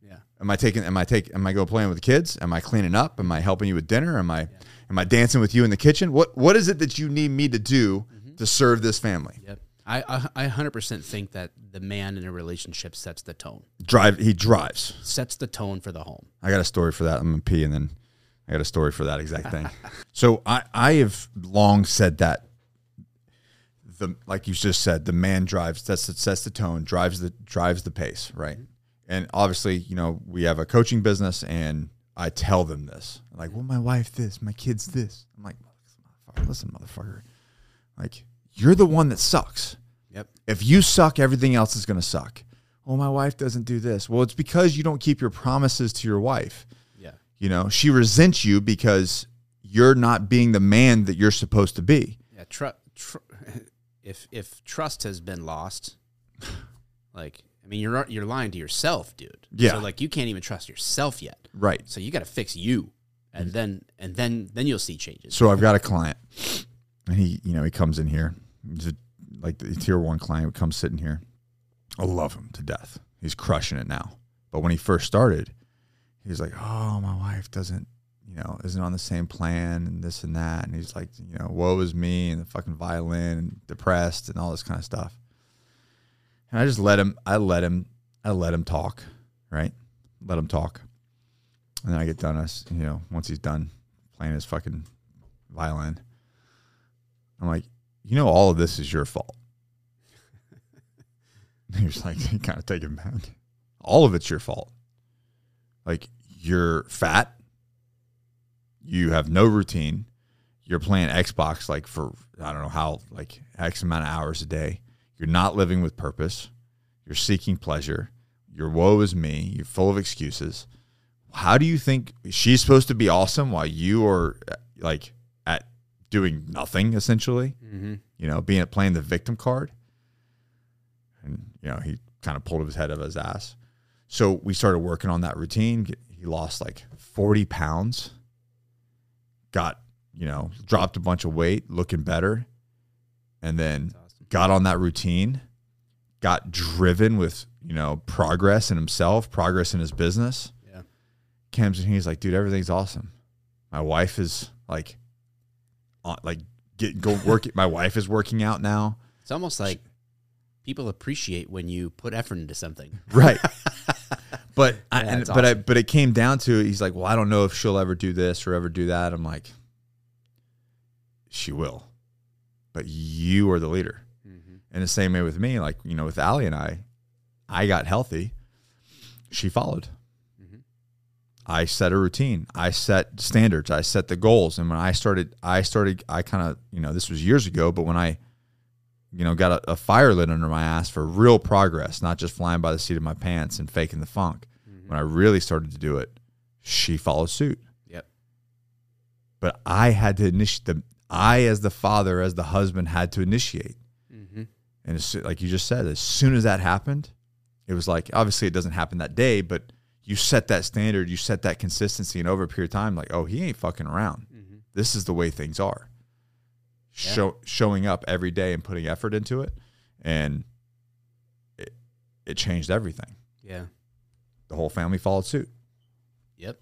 Yeah.
Am I taking? Am I take? Am I go playing with the kids? Am I cleaning up? Am I helping you with dinner? Am I? Am I dancing with you in the kitchen? What What is it that you need me to do to serve this family?
Yep. I, I I 100% think that the man in a relationship sets the tone.
Drive. He drives.
Sets the tone for the home.
I got a story for that. I'm gonna pee, and then I got a story for that exact thing. so I I have long said that the like you just said, the man drives that's sets the tone, drives the drives the pace, right? And obviously, you know, we have a coaching business, and I tell them this, like, well, my wife this, my kids this. I'm like, motherfucker, listen, motherfucker, like you're the one that sucks
Yep.
if you suck, everything else is going to suck. Well, my wife doesn't do this. Well, it's because you don't keep your promises to your wife.
Yeah.
You know, she resents you because you're not being the man that you're supposed to be.
Yeah. Tru- tr- if if trust has been lost, like I mean, you're you're lying to yourself, dude.
Yeah.
So like you can't even trust yourself yet.
Right.
So you got to fix you, and then and then then you'll see changes.
So I've got a client, and he, you know, he comes in here, he's a- like the tier one client would come sit in here. I love him to death. He's crushing it now. But when he first started, he was like, "Oh, my wife doesn't, you know, isn't on the same plan, and this and that." And he's like, "You know, woe is me, and the fucking violin, and depressed, and all this kind of stuff." And I just let him. I let him. I let him talk. Right. Let him talk. And then I get done. Us, you know, once he's done playing his fucking violin. I'm I'm like, you know, all of this is your fault. And he was like, he kind of taken back. All of it's your fault. Like, you're fat. You have no routine. You're playing Xbox like for, I don't know how, like X amount of hours a day. You're not living with purpose. You're seeking pleasure. Your woe is me. You're full of excuses. How do you think she's supposed to be awesome while you are uh, like at doing nothing essentially?
Mm-hmm.
you know, being playing the victim card. And you know, he kind of pulled his head out of his ass. So we started working on that routine. He lost like forty pounds. Got you know dropped a bunch of weight, looking better, and then
That's awesome.
got on that routine. Got driven with you know progress in himself, progress in his business.
Yeah.
Cam's and he's like, dude, everything's awesome. My wife is like, on, like get go work. my wife is working out now.
It's almost like people appreciate when you put effort into something.
right but I,
Yeah,
and,
it's
but I
awesome.
but it came down to he's like well I don't know if she'll ever do this or ever do that I'm like she will but you are the leader
Mm-hmm.
and the same way with me like you know with Allie and I I got healthy she followed
Mhm.
I set a routine I set standards I set the goals and when I started I started I kind of you know this was years ago but when I you know, got a, a fire lit under my ass for real progress, not just flying by the seat of my pants and faking the funk. When I really started to do it, she followed suit.
Yep.
But I had to initiate the I as the father, as the husband, had to initiate.
Mm-hmm.
And as, soo- like you just said, as soon as that happened, it was like obviously it doesn't happen that day, but you set that standard, you set that consistency, and over a period of time, like oh, he ain't fucking around.
Mm-hmm.
This is the way things are.
Yeah.
Show, showing up every day and putting effort into it, and it, it changed everything.
Yeah.
The whole family followed suit.
Yep.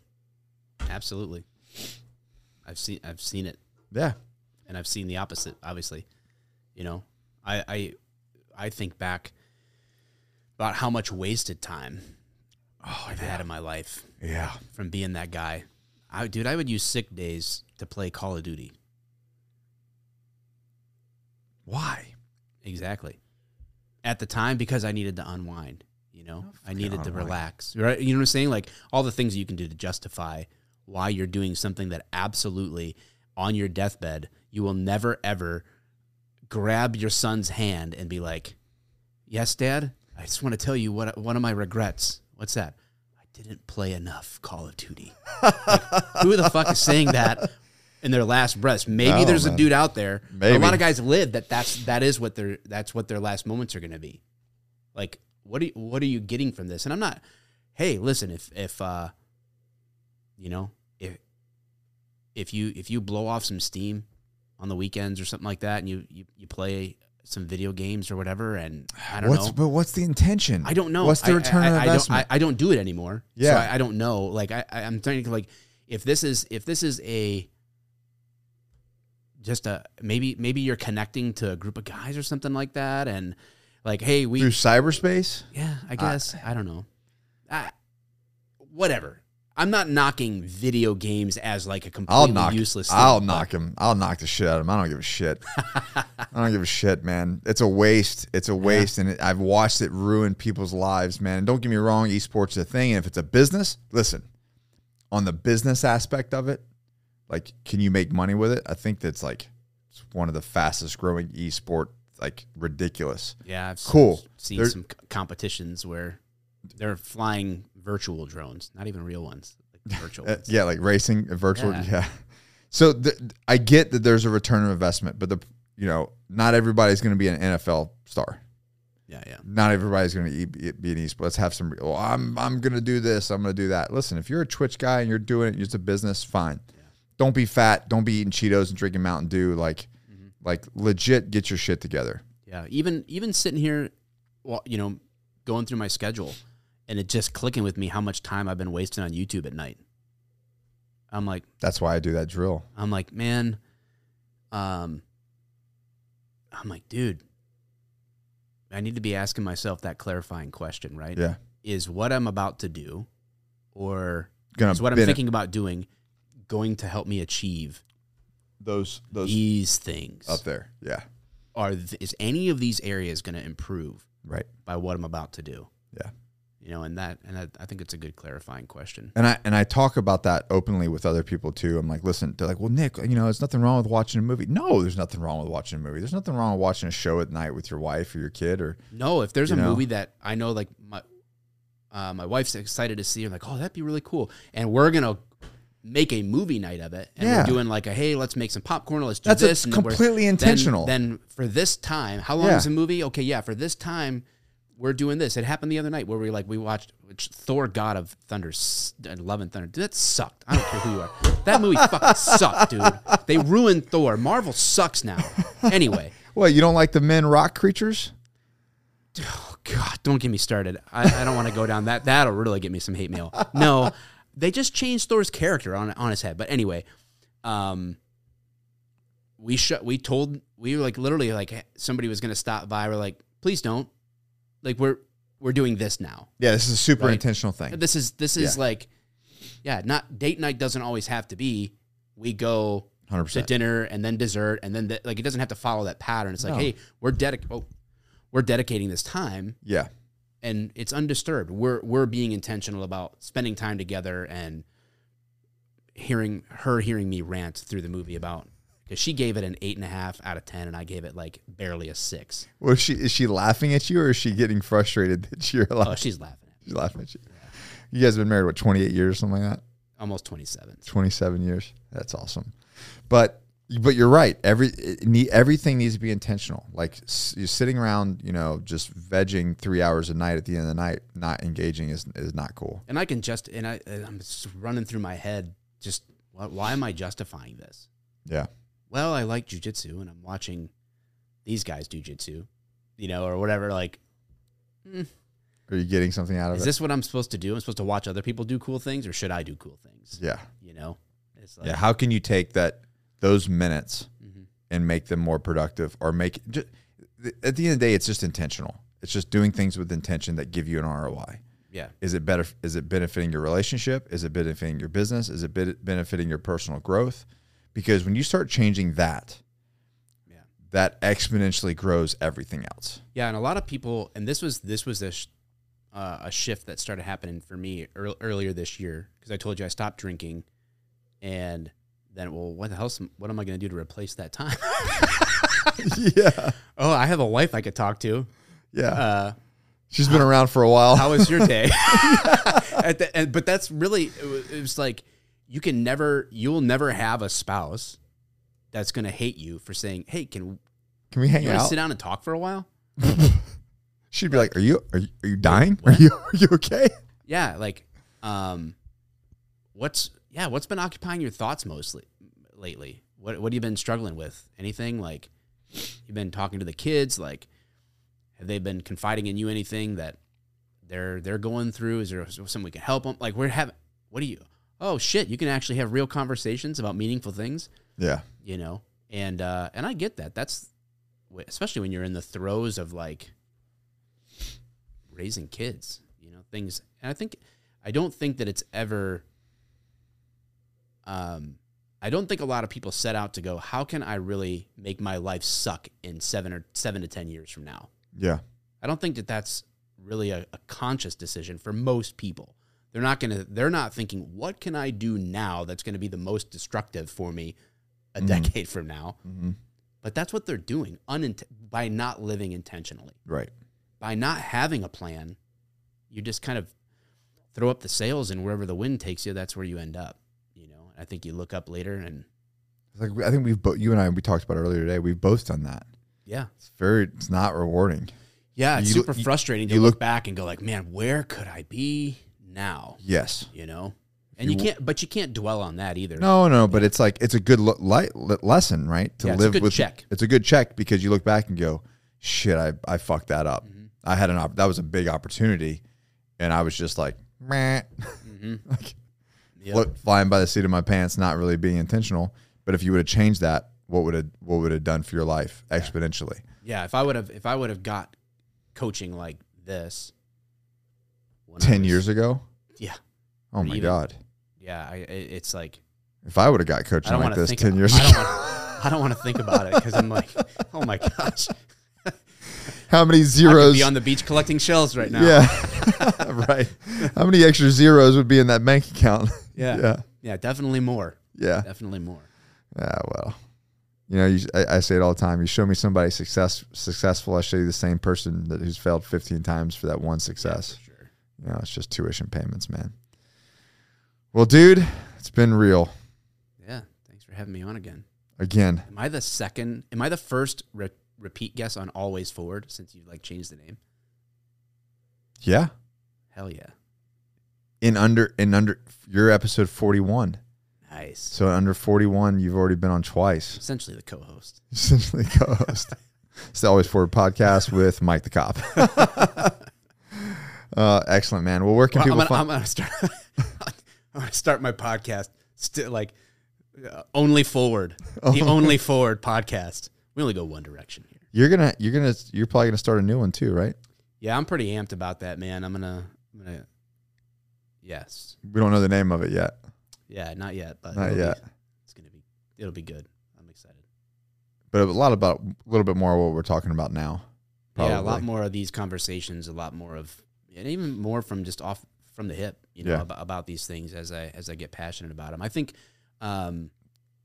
Absolutely. I've seen I've seen it
Yeah,
and I've seen the opposite, obviously. You know, I I I think back about how much wasted time I've had in my life
Oh, yeah,
from being that guy. I dude, I would use sick days to play Call of Duty.
Why?
Exactly. At the time, because I needed to unwind, you know, I needed to
unwind.
relax, right? You know what I'm saying? Like all the things that you can do to justify why you're doing something that absolutely on your deathbed, you will never ever grab your son's hand and be like, Yes, dad, I just want to tell you what one of my regrets. What's that? I didn't play enough Call of Duty. Like, who the fuck is saying that in their last breaths? Maybe
No,
there's
man.
a dude out there.
Maybe.
A lot of guys live that that's that is what their that's what their last moments are going to be. Like what are you, what are you getting from this? And I'm not hey, listen, if if uh you know, if if you if you blow off some steam on the weekends or something like that and you you, you play some video games or whatever and I don't
what's
know.
but what's the intention?
I don't know.
What's the
I-
return
I,
on
I
investment?
Don't, I, I don't do it anymore.
Yeah.
So I, I don't know. Like I, I, I'm trying to like if this is if this is a just a maybe maybe you're connecting to a group of guys or something like that and like hey we
Through cyberspace?
yeah I guess I, don't know I, whatever I'm not knocking video games as like a completely
I'll knock.
useless thing.
I'll knock him. I'll knock the shit out of him. I don't give a shit. I don't give a shit, man. It's a waste. It's a waste, and it, I've watched it ruin people's lives, man. And don't get me wrong, esports is a thing, and if it's a business, listen. On the business aspect of it, like, can you make money with it? I think that's like it's one of the fastest growing esport, like ridiculous.
yeah I've s-
Cool.
seen
There-
some c- competitions where they're flying virtual drones not even real ones like virtual
Uh,
ones.
yeah, like racing, uh, virtual. Yeah.
Yeah.
So th- I get that there's a return of investment, but the you know not everybody's going to be an NFL star.
yeah yeah
Not everybody's going to be, be an esports. Let's have some. Well, I'm I'm going to do this. I'm going to do that. Listen, if you're a Twitch guy and you're doing it, it's a business. Fine. Don't be fat. Don't be eating Cheetos and drinking Mountain Dew. Like,
Mm-hmm.
like legit, get your shit together.
Yeah, even even sitting here, well, you know, going through my schedule, and it just clicking with me how much time I've been wasting on YouTube at night. I'm like,
That's why I do that drill.
I'm like, man, um, I'm like, dude, I need to be asking myself that clarifying question, right?
Yeah,
Is what I'm about to do, or
gonna
is what I'm
bene-
thinking about doing, going to help me achieve
those those
These things
up there. Yeah.
are th- is any of these areas going to improve
Right.
by what I'm about to do?
Yeah.
You know, and that and I, I think it's a good clarifying question.
And I and I talk about that openly with other people too. I'm like, listen, they're like, well, Nick, you know, there's nothing wrong with watching a movie. No, there's nothing wrong with watching a movie. There's nothing wrong with watching a show at night with your wife or your kid or
No, if there's
You
a
know?
movie that I know, like my uh, my wife's excited to see, I'm like, oh, that'd be really cool, and we're gonna make a movie night of it, and
Yeah.
we're doing like a hey, let's make some popcorn, let's do
that's
this,
it's
and then we're-
completely
then-
intentional.
Then, for this time, how long
Yeah.
is the movie? Okay, yeah, for this time, we're doing this. It happened the other night where we like we watched which Thor: God of Thunder, s- uh, Love and Thunder. Dude, that sucked. I don't care who you are. That movie fucking sucked, dude. They ruined Thor. Marvel sucks now. Anyway,
well, you don't like the men rock creatures?
oh god, don't get me started. I, I don't want to go down that. That'll really get me some hate mail. No, they just changed Thor's character on on his head. But anyway, um, we shut. We told we were like literally like somebody was gonna stop by. We're like, please don't. Like we're we're doing this now.
Yeah, this is a super
Right.
intentional thing.
This is this is
Yeah.
like, yeah, not date night doesn't always have to be. We go
Hundred
to
percent.
dinner and then dessert and then th- like it doesn't have to follow that pattern. It's like,
No.
hey, we're dedic- oh, we're dedicating this time
Yeah.
and it's undisturbed. We're we're being intentional about spending time together and hearing her hearing me rant through the movie about because she gave it an eight and a half out of ten and I gave it like barely a six.
Well, is she is she laughing at you or is she getting frustrated that you're
Oh,
laughing?
she's laughing at me.
She's laughing at you. You guys have been married what 28 years, something like that.
Almost twenty seven.
27 years. That's awesome. But but you're right. Every it need, everything needs to be intentional. Like s- you're sitting around, you know, just vegging three hours a night. At the end of the night, not engaging is is not cool.
And I can just and I and I'm just running through my head just why, why am I justifying this?
Yeah.
Well, I like jujitsu and I'm watching these guys do jitsu, you know, or whatever. Like,
Are you getting something out of
is
it?
this what I'm supposed to do? I'm supposed to watch other people do cool things, or should I do cool things?
yeah.
you know it's like
Yeah. How can you take that those minutes
Mhm.
and make them more productive, or make just, at the end of the day, it's just intentional. It's just doing things with intention that give you an ROI.
yeah
is it better is it benefiting your relationship is it benefiting your business is it be- benefiting your personal growth because when you start changing that
Yeah.
that exponentially grows everything else
yeah and a lot of people and this was this was a, sh- uh, a shift that started happening for me ear- earlier this year because i told you i stopped drinking and then well what the hell what am i going to do to replace that time
yeah
oh i have a wife i could talk to
yeah Oh.
uh
she's been around for a while
how was your day At the, and, but that's really it was, it was like you can never you'll never have a spouse that's going to hate you for saying hey can
can we hang
you want to
out
sit down and talk for a while
she'd be like are you are you, are you dying are you are you okay
yeah like um what's yeah what's been occupying your thoughts mostly lately what what have you been struggling with anything like you've been talking to the kids like have they been confiding in you anything that they're they're going through is there something we can help them like we're having what do you oh shit you can actually have real conversations about meaningful things
yeah
you know and uh and i get that that's wh- especially when you're in the throes of like raising kids you know things and i think i don't think that it's ever um i don't think a lot of people set out to go how can i really make my life suck in seven or seven to ten years from now
yeah
I don't think that that's really a, a conscious decision for most people. They're not gonna. They're not thinking, what can I do now that's gonna be the most destructive for me a
Mhm.
decade from now?
mm-hmm.
But that's what they're doing unint- by not living intentionally,
right
by not having a plan. You just kind of throw up the sails, and wherever the wind takes you, that's where you end up. You know, I think you look up later, and
It's like i think we've both you and i we talked about it earlier today we've both done that
yeah,
it's very it's not rewarding
yeah, it's
You look-
super
you-
frustrating to
you
look
look-
back and go like, man, where could I be now?
yes
you know and you,
you-
can't but you can't dwell on that either
No, no, but it's like it's a good lo- light, le- lesson, right? To
Yeah, it's a
live
good
with
check.
It's a good check because you look back and go, "Shit, I I fucked that up.
Mm-hmm.
I had an op- that was a big opportunity, and I was just like, meh, like
Mm-hmm. Yep.
flo- flying by the seat of my pants, not really being intentional. But if you would have changed that, what would have what would have done for your life exponentially?
yeah if i would have if i would have got coaching like this when I
Ten
was-
years ago?
yeah
Oh my
Even-
god!
yeah I, i- it's like
If I would have got
I
coaching
don't
like
want to
this
think.
ten
about,
years
I
ago,
don't want. I don't want to think about it because I'm like, oh my gosh,
how many
I could
zeros?
be on the beach collecting shells right now.
Yeah, right. How many extra zeros would be in that bank account?
Yeah.
yeah,
Yeah, definitely more.
yeah.
Definitely more.
Ah, well, you know, you, I, I say it all the time. You show me somebody success successful, I show you the same person that who's failed fifteen times for that one success.
For sure.
You know, it's just tuition payments, man. Well, dude, it's been real
Yeah. Thanks for having me on again.
again.
Am I the second? Am I the first re- repeat guest on Always Forward since you like changed the name?
Yeah,
Hell yeah.
in under in under your episode forty one.
Nice.
So under forty one, you've already been on twice.
Essentially the co-host.
essentially co-host. it's the Always Forward podcast with Mike the Cop. uh, excellent, man. Well, where can
Well, I'm,
people
gonna,
find?
I'm gonna start. I'm gonna start my podcast. Still like uh, only forward. The
Oh.
only forward podcast. We only go one direction here.
you're gonna, you're gonna, you're probably gonna start a new one too, right?
Yeah, I'm pretty amped about that, man. I'm gonna. I'm gonna. Yes.
We don't know the name of it yet.
Yeah. Not yet, but
Not
it'll be-
yet.
it's gonna be. It'll be good. I'm excited.
but a lot about a little bit more of what we're talking about now.
Yeah, a lot
probably.
more of these conversations, a lot more of, and even more from just off from the hip, you know,
Yeah.
about, about these things as I as I get passionate about them. I think, um,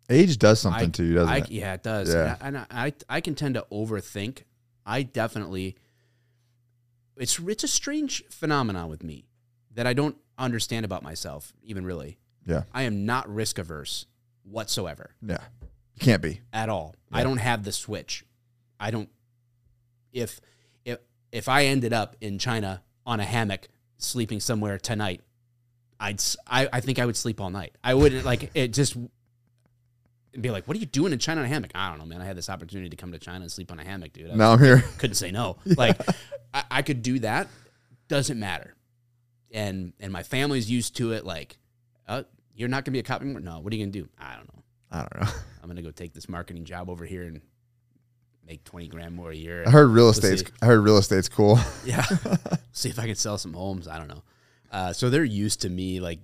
Age does something
I-
to you, doesn't
I,
it?
yeah, it does.
Yeah.
And, I, and I I can tend to overthink. I definitely, it's it's a strange phenomenon with me that I don't understand about myself, even really.
Yeah.
I am not risk averse whatsoever
Yeah, you can't be.
at all. I
Yeah.
don't have the switch. I don't. If if if I ended up in China on a hammock sleeping somewhere tonight, I'd s- I, I think I would sleep all night. I wouldn't like it. Just and be like, what are you doing in China on a hammock? I don't know, man. I had this opportunity to come to China and sleep on a hammock, dude. I
Now I'm here.
couldn't say no. Like I, I could do that. Doesn't matter. And and my family's used to it. Like, uh, you're not gonna be a cop anymore. No, what are you gonna do? I don't know.
I don't know.
I'm gonna go take this marketing job over here and make twenty grand more a year.
I heard real estate's.
see.
I heard real estate's cool.
yeah, see if I can sell some homes. I don't know. Uh, so they're used to me like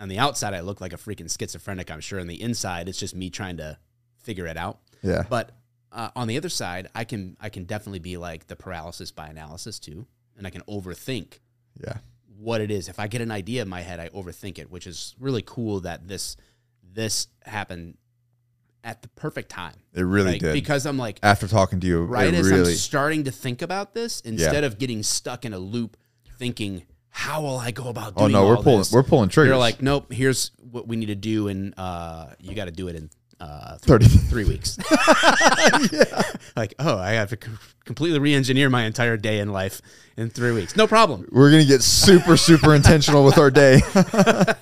on the outside I look like a freaking schizophrenic. I'm sure on the inside it's just me trying to figure it out.
Yeah,
But uh, on the other side, I can I can definitely be like the paralysis by analysis too, and I can overthink
yeah,
what it is. If I get an idea in my head, I overthink it, which is really cool that this this happened at the perfect time.
it really
Like,
did.
because I'm like
After talking to you,
right
it
as
really.
I'm starting to think about this, instead of getting stuck in a loop thinking, how will I go about
Oh
doing
no, we're
all
pulling.
this?
We're pulling triggers.
They're like, nope, here's what we need to do, and uh, you got to do it in uh, th-
thirty.
three weeks. Like, oh, I have to c- completely re engineer my entire day in life in three weeks. No problem.
We're gonna get super, super intentional with our day.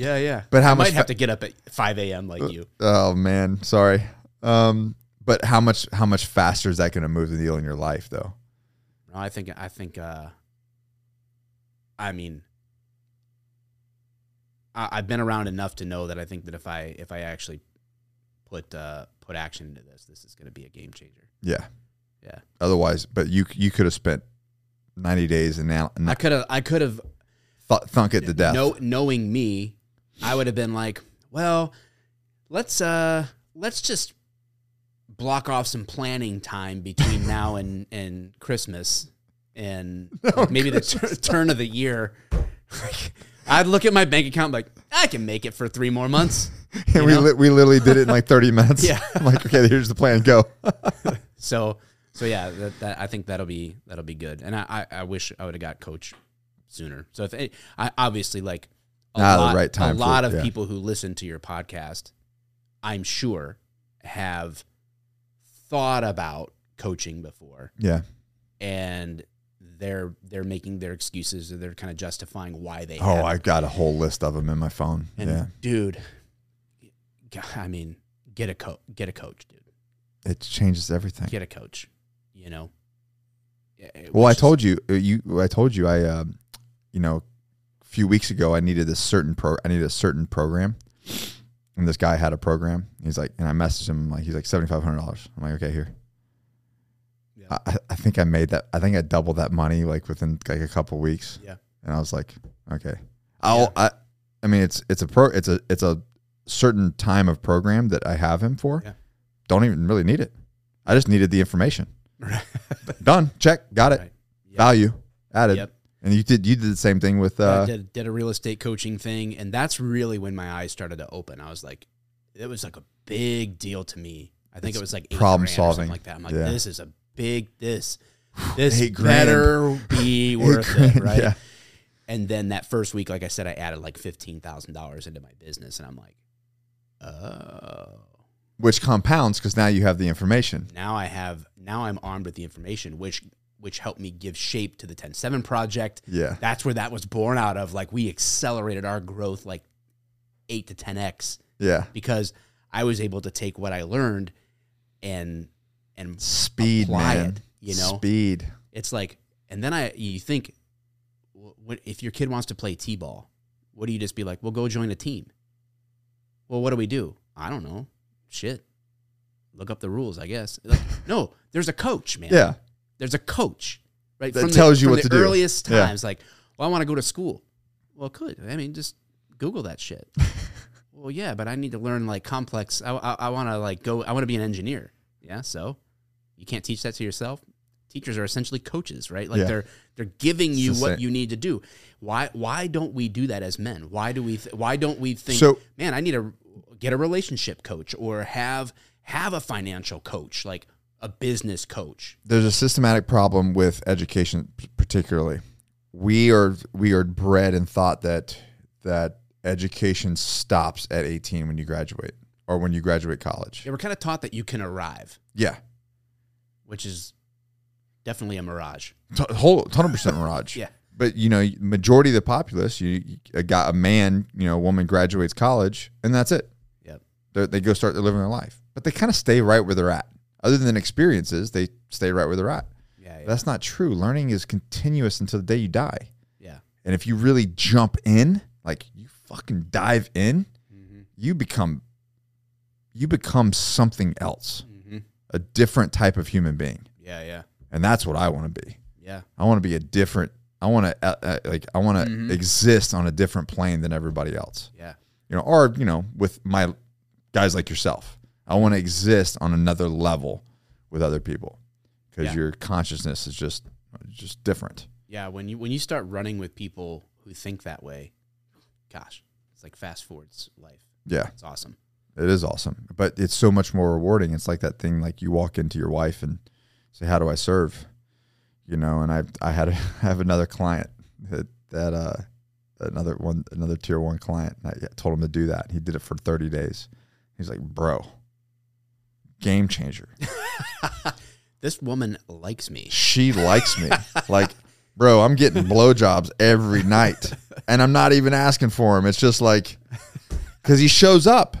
Yeah, yeah.
But how
I
much
might have to get up at 5 a.m. like you.
Oh man, sorry. Um, but how much how much faster is that going to move the needle in your life though?
No, I think I think uh I mean I, I've been around enough to know that I think that if I if I actually put uh put action into this, this is gonna be a game changer.
Yeah.
Yeah.
Otherwise, but you you could have spent 90 days and now
I could have I could have
th- thunk it to death.
know, knowing me, I would have been like, well, let's uh let's just block off some planning time between now and and Christmas and
Oh,
like, maybe the tur- turn of the year. Like, I'd look at my bank account like I can make it for three more months.
and we
know?
li- we literally did it in like 30 minutes.
Yeah.
I'm like, okay, here's the plan. Go.
So so yeah, that, that I think that'll be that'll be good. And I I, I wish I would have got coach sooner. So if it, I obviously like a
Now the
lot,
right time
a
for-
lot of
yeah.
people who listen to your podcast, I'm sure have thought about coaching before
yeah.
and they're they're making their excuses or they're kind of justifying why they
Oh,
haven't.
I got a whole list of them in my phone.
and
yeah.
dude g- I mean get a co- get a coach dude
It changes everything.
get a coach you know Yeah,
Well, I
which is-
told you, uh, you. I told you, I, um, you know, a few weeks ago, I needed this certain pro. I needed a certain program, and this guy had a program. He's like, and I messaged him like, he's like seventy five hundred dollars. I'm like, okay, here.
Yeah.
I I, I think I made that. I think I doubled that money like within like a couple weeks.
Yeah.
And I was like, okay, I'll. I, I mean, it's it's a pro. It's a it's a certain time of program that I have him for.
Yeah.
Don't even really need it. I just needed the information. Done. Check. Got it.
Right. Yep.
Value added.
Yep.
And you did you did the same thing with
I
uh,
did, did a real estate coaching thing, and that's really when my eyes started to open. I was like, it was like a big deal to me. I think it was like eight
problem
grand or something
solving.
like that. I'm like,
Yeah.
this is a big this. This
eight grand.
better be
Eight
worth
grand,
it, right?
yeah.
And then that first week, like I said, I added like fifteen thousand dollars into my business, and I'm like, oh,
which compounds because now you have the information.
now I have now I'm armed with the information, which which helped me give shape to the 10-7 project.
Yeah.
That's where that was born out of. Like we accelerated our growth like eight to ten x
Yeah.
because I was able to take what I learned and and
Speed,
apply
man.
it. You know,
Speed.
it's like, and then I you think, wh- what if your kid wants to play t-ball? What do you just be like? Well, go join a team. Well, what do we do? I don't know. Shit, look up the rules, I guess. Like, no, there's a coach, man.
Yeah.
there's a coach, right?
That tells you
from
what to
the
do.
Earliest
Yeah.
times, like, well, I want to go to school. Well, could I mean just Google that shit? well, yeah, but I need to learn like complex. I I, I want to like go. I want to be an engineer. Yeah, so you can't teach that to yourself. Teachers are essentially coaches, right? Like
Yeah.
they're they're giving you
the
what
same.
you need to do. Why why don't we do that as men? Why do we th- why don't we think?
So-
man, I need to get a relationship coach or have have a financial coach, like a business coach.
there's a systematic problem with education p- particularly we are we are bred and thought that that education stops at 18 when you graduate or when you graduate college
Yeah, we're kind of taught that you can arrive,
yeah
which is definitely a mirage.
T- whole 100% mirage
Yeah.
but you know majority of the populace you, you a guy a man you know a woman graduates college and that's it
Yep.
they they go start living their life but they kind of stay right where they're at other than experiences they stay right where they're at
Yeah. Yeah.
that's not true learning is continuous until the day you die
yeah.
And if you really jump in, like you fucking dive in,
Mm-hmm,
you become you become something else, a different type of human being.
mm-hmm. Yeah. Yeah.
And that's what I want to be.
Yeah.
I want to be a different I want to uh, uh, like I want to exist on a different plane than everybody else.
Yeah.
You know, or you know, with my guys like yourself. I want to exist on another level with other people cuz
Yeah.
your consciousness is just just different.
Yeah. When you when you start running with people who think that way, gosh, it's like fast forwards life.
Yeah.
It's awesome.
It is awesome, but it's so much more rewarding. It's like that thing like you walk into your wife and say, "How do I serve?" You know, and I I had a, I have another client that that uh another one another tier one client. And I told him to do that. He did it for thirty days. He's like, "Bro, game changer.
This woman likes me.
She likes me. like, bro, I'm getting blowjobs every night, and I'm not even asking for him. It's just like because he shows up."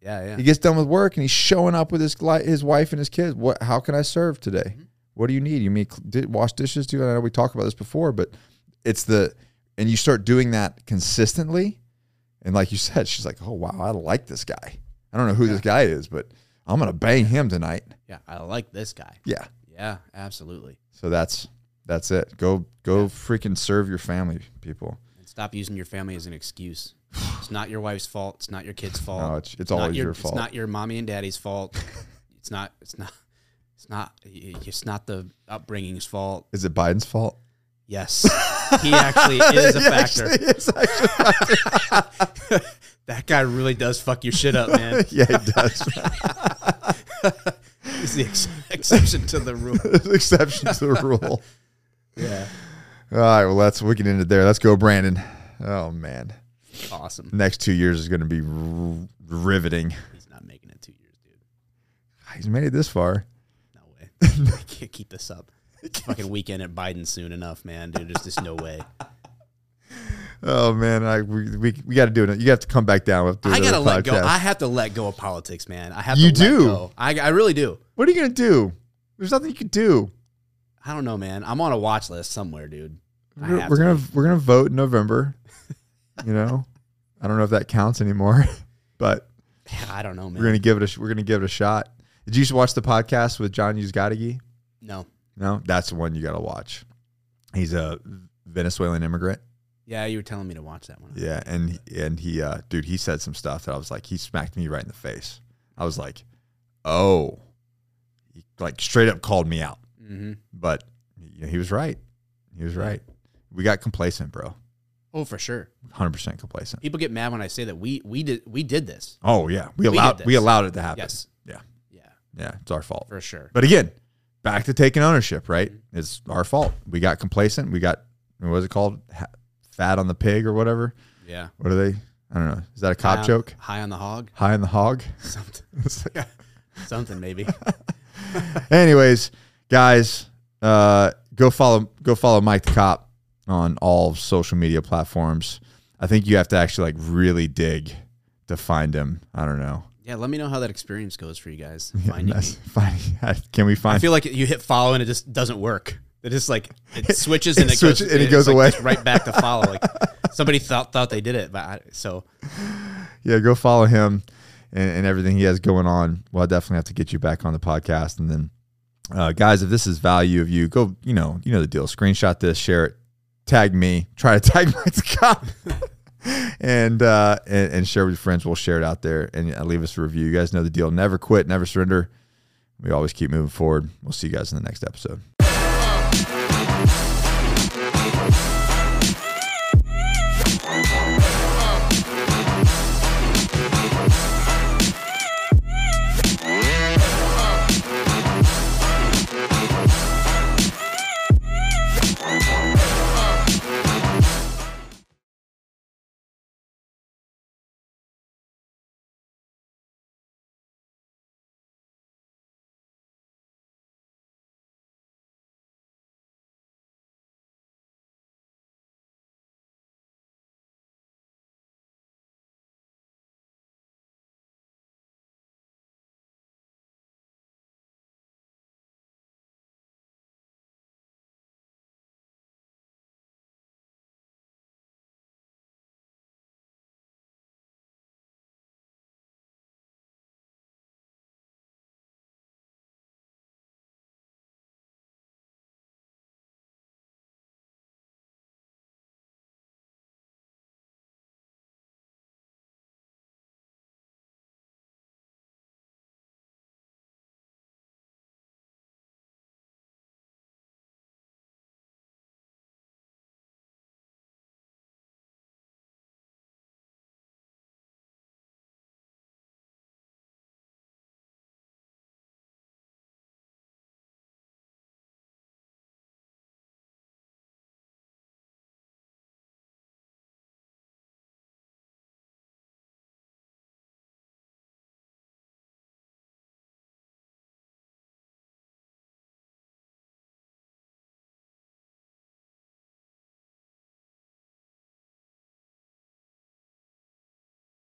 Yeah.
He
Yeah.
gets done with work and he's showing up with his li- his wife and his kids. What? How can I serve today?
Mm-hmm.
What do you need? You mean cl- di- wash dishes too? I know we talked about this before, but it's the and you start doing that consistently, and like you said, she's like, "Oh wow, I like this guy. I don't know who this guy is, but I'm gonna bang him tonight."
Yeah. I like this guy.
Yeah.
Yeah. Absolutely.
So that's that's it. Go go freaking serve your family, people.
And stop using your family as an excuse. It's not your wife's fault. It's not your kid's fault.
No, it's it's
not
always your, fault.
It's not your mommy and daddy's fault. it's not. It's not. It's not. It's not the upbringing's fault.
is it Biden's fault?
Yes, he actually is a
It
factor.
actually is, actually.
that guy really does fuck your shit up, man.
yeah, it does.
He's the ex- exception to the rule.
Exception to the rule.
Yeah,
All right, well, that's we can end it there. Let's go, Brandon. Oh man,
awesome.
next two years is going to be r- riveting. Ah,
He's not making it two years, dude.
He's made it this far.
No way. I can't keep this up. It's fucking weekend at Biden soon enough, man, dude. There's just no way.
Oh man, I we we, we got to do it. You have to come back down. We'll have to do
I gotta
another
let go.
podcast.
I have to let go of politics, man. I have
You
to let
do.
go. I, I really do.
what are you going to do? There's nothing you can do.
I don't know, man. I'm on a watch list somewhere, dude. I
We're,
have
we're
to.
gonna we're gonna vote in November. You know, I don't know if that counts anymore, but
I don't know, man.
we're gonna give it a sh- we're gonna give it a shot. Did you watch the podcast with John Uzgategi?
no.
No, that's the one you got to watch. He's a Venezuelan immigrant
Yeah, you were telling me to watch that one.
Yeah, and and he, uh, dude, he said some stuff that I was like, he smacked me right in the face. I was like, oh, he, like straight up called me out.
Mm-hmm.
But you know, he was right. He was right. We got complacent, bro.
Oh, for sure.
Hundred percent complacent.
People get mad when I say that we we did we did this.
Oh yeah, we
We
allowed
did
we,
this.
allowed it to happen.
Yes.
Yeah,
Yeah,
yeah, it's our fault.
for sure.
But again, back to taking ownership. Right,
Mm-hmm.
it's our fault. We got complacent. We got what was it called? Ha- Fat on the pig or whatever.
Yeah.
What are they? I don't know. Is that a cop
High on-
joke?
High on the hog.
High on the hog.
Something.
It's like-
Something maybe.
Anyways, guys, uh, go follow go follow Mike the Cop on all social media platforms. I think you have to actually like really dig to find him. I don't know.
Yeah, let me know how that experience goes for you guys.
And
Finding
that's-
me.
find- can we
I
find?
feel like you hit follow and it just doesn't work. It just like it switches
It
and it,
switches
goes
and it
it's
goes
like
away.
just right back to follow. Like somebody thought thought they did it, but I, so
yeah, go follow him and, and everything he has going on. Well, I definitely have to get you back on the podcast. And then, uh, guys, if this is value of you, go. You know, you know the deal. Screenshot this, share it, tag me, try to tag Mike the Cop. and, uh, and and share with your friends. We'll share it out there and uh, leave us a review. You guys know the deal. Never quit, never surrender. We always keep moving forward. We'll see you guys in the next episode.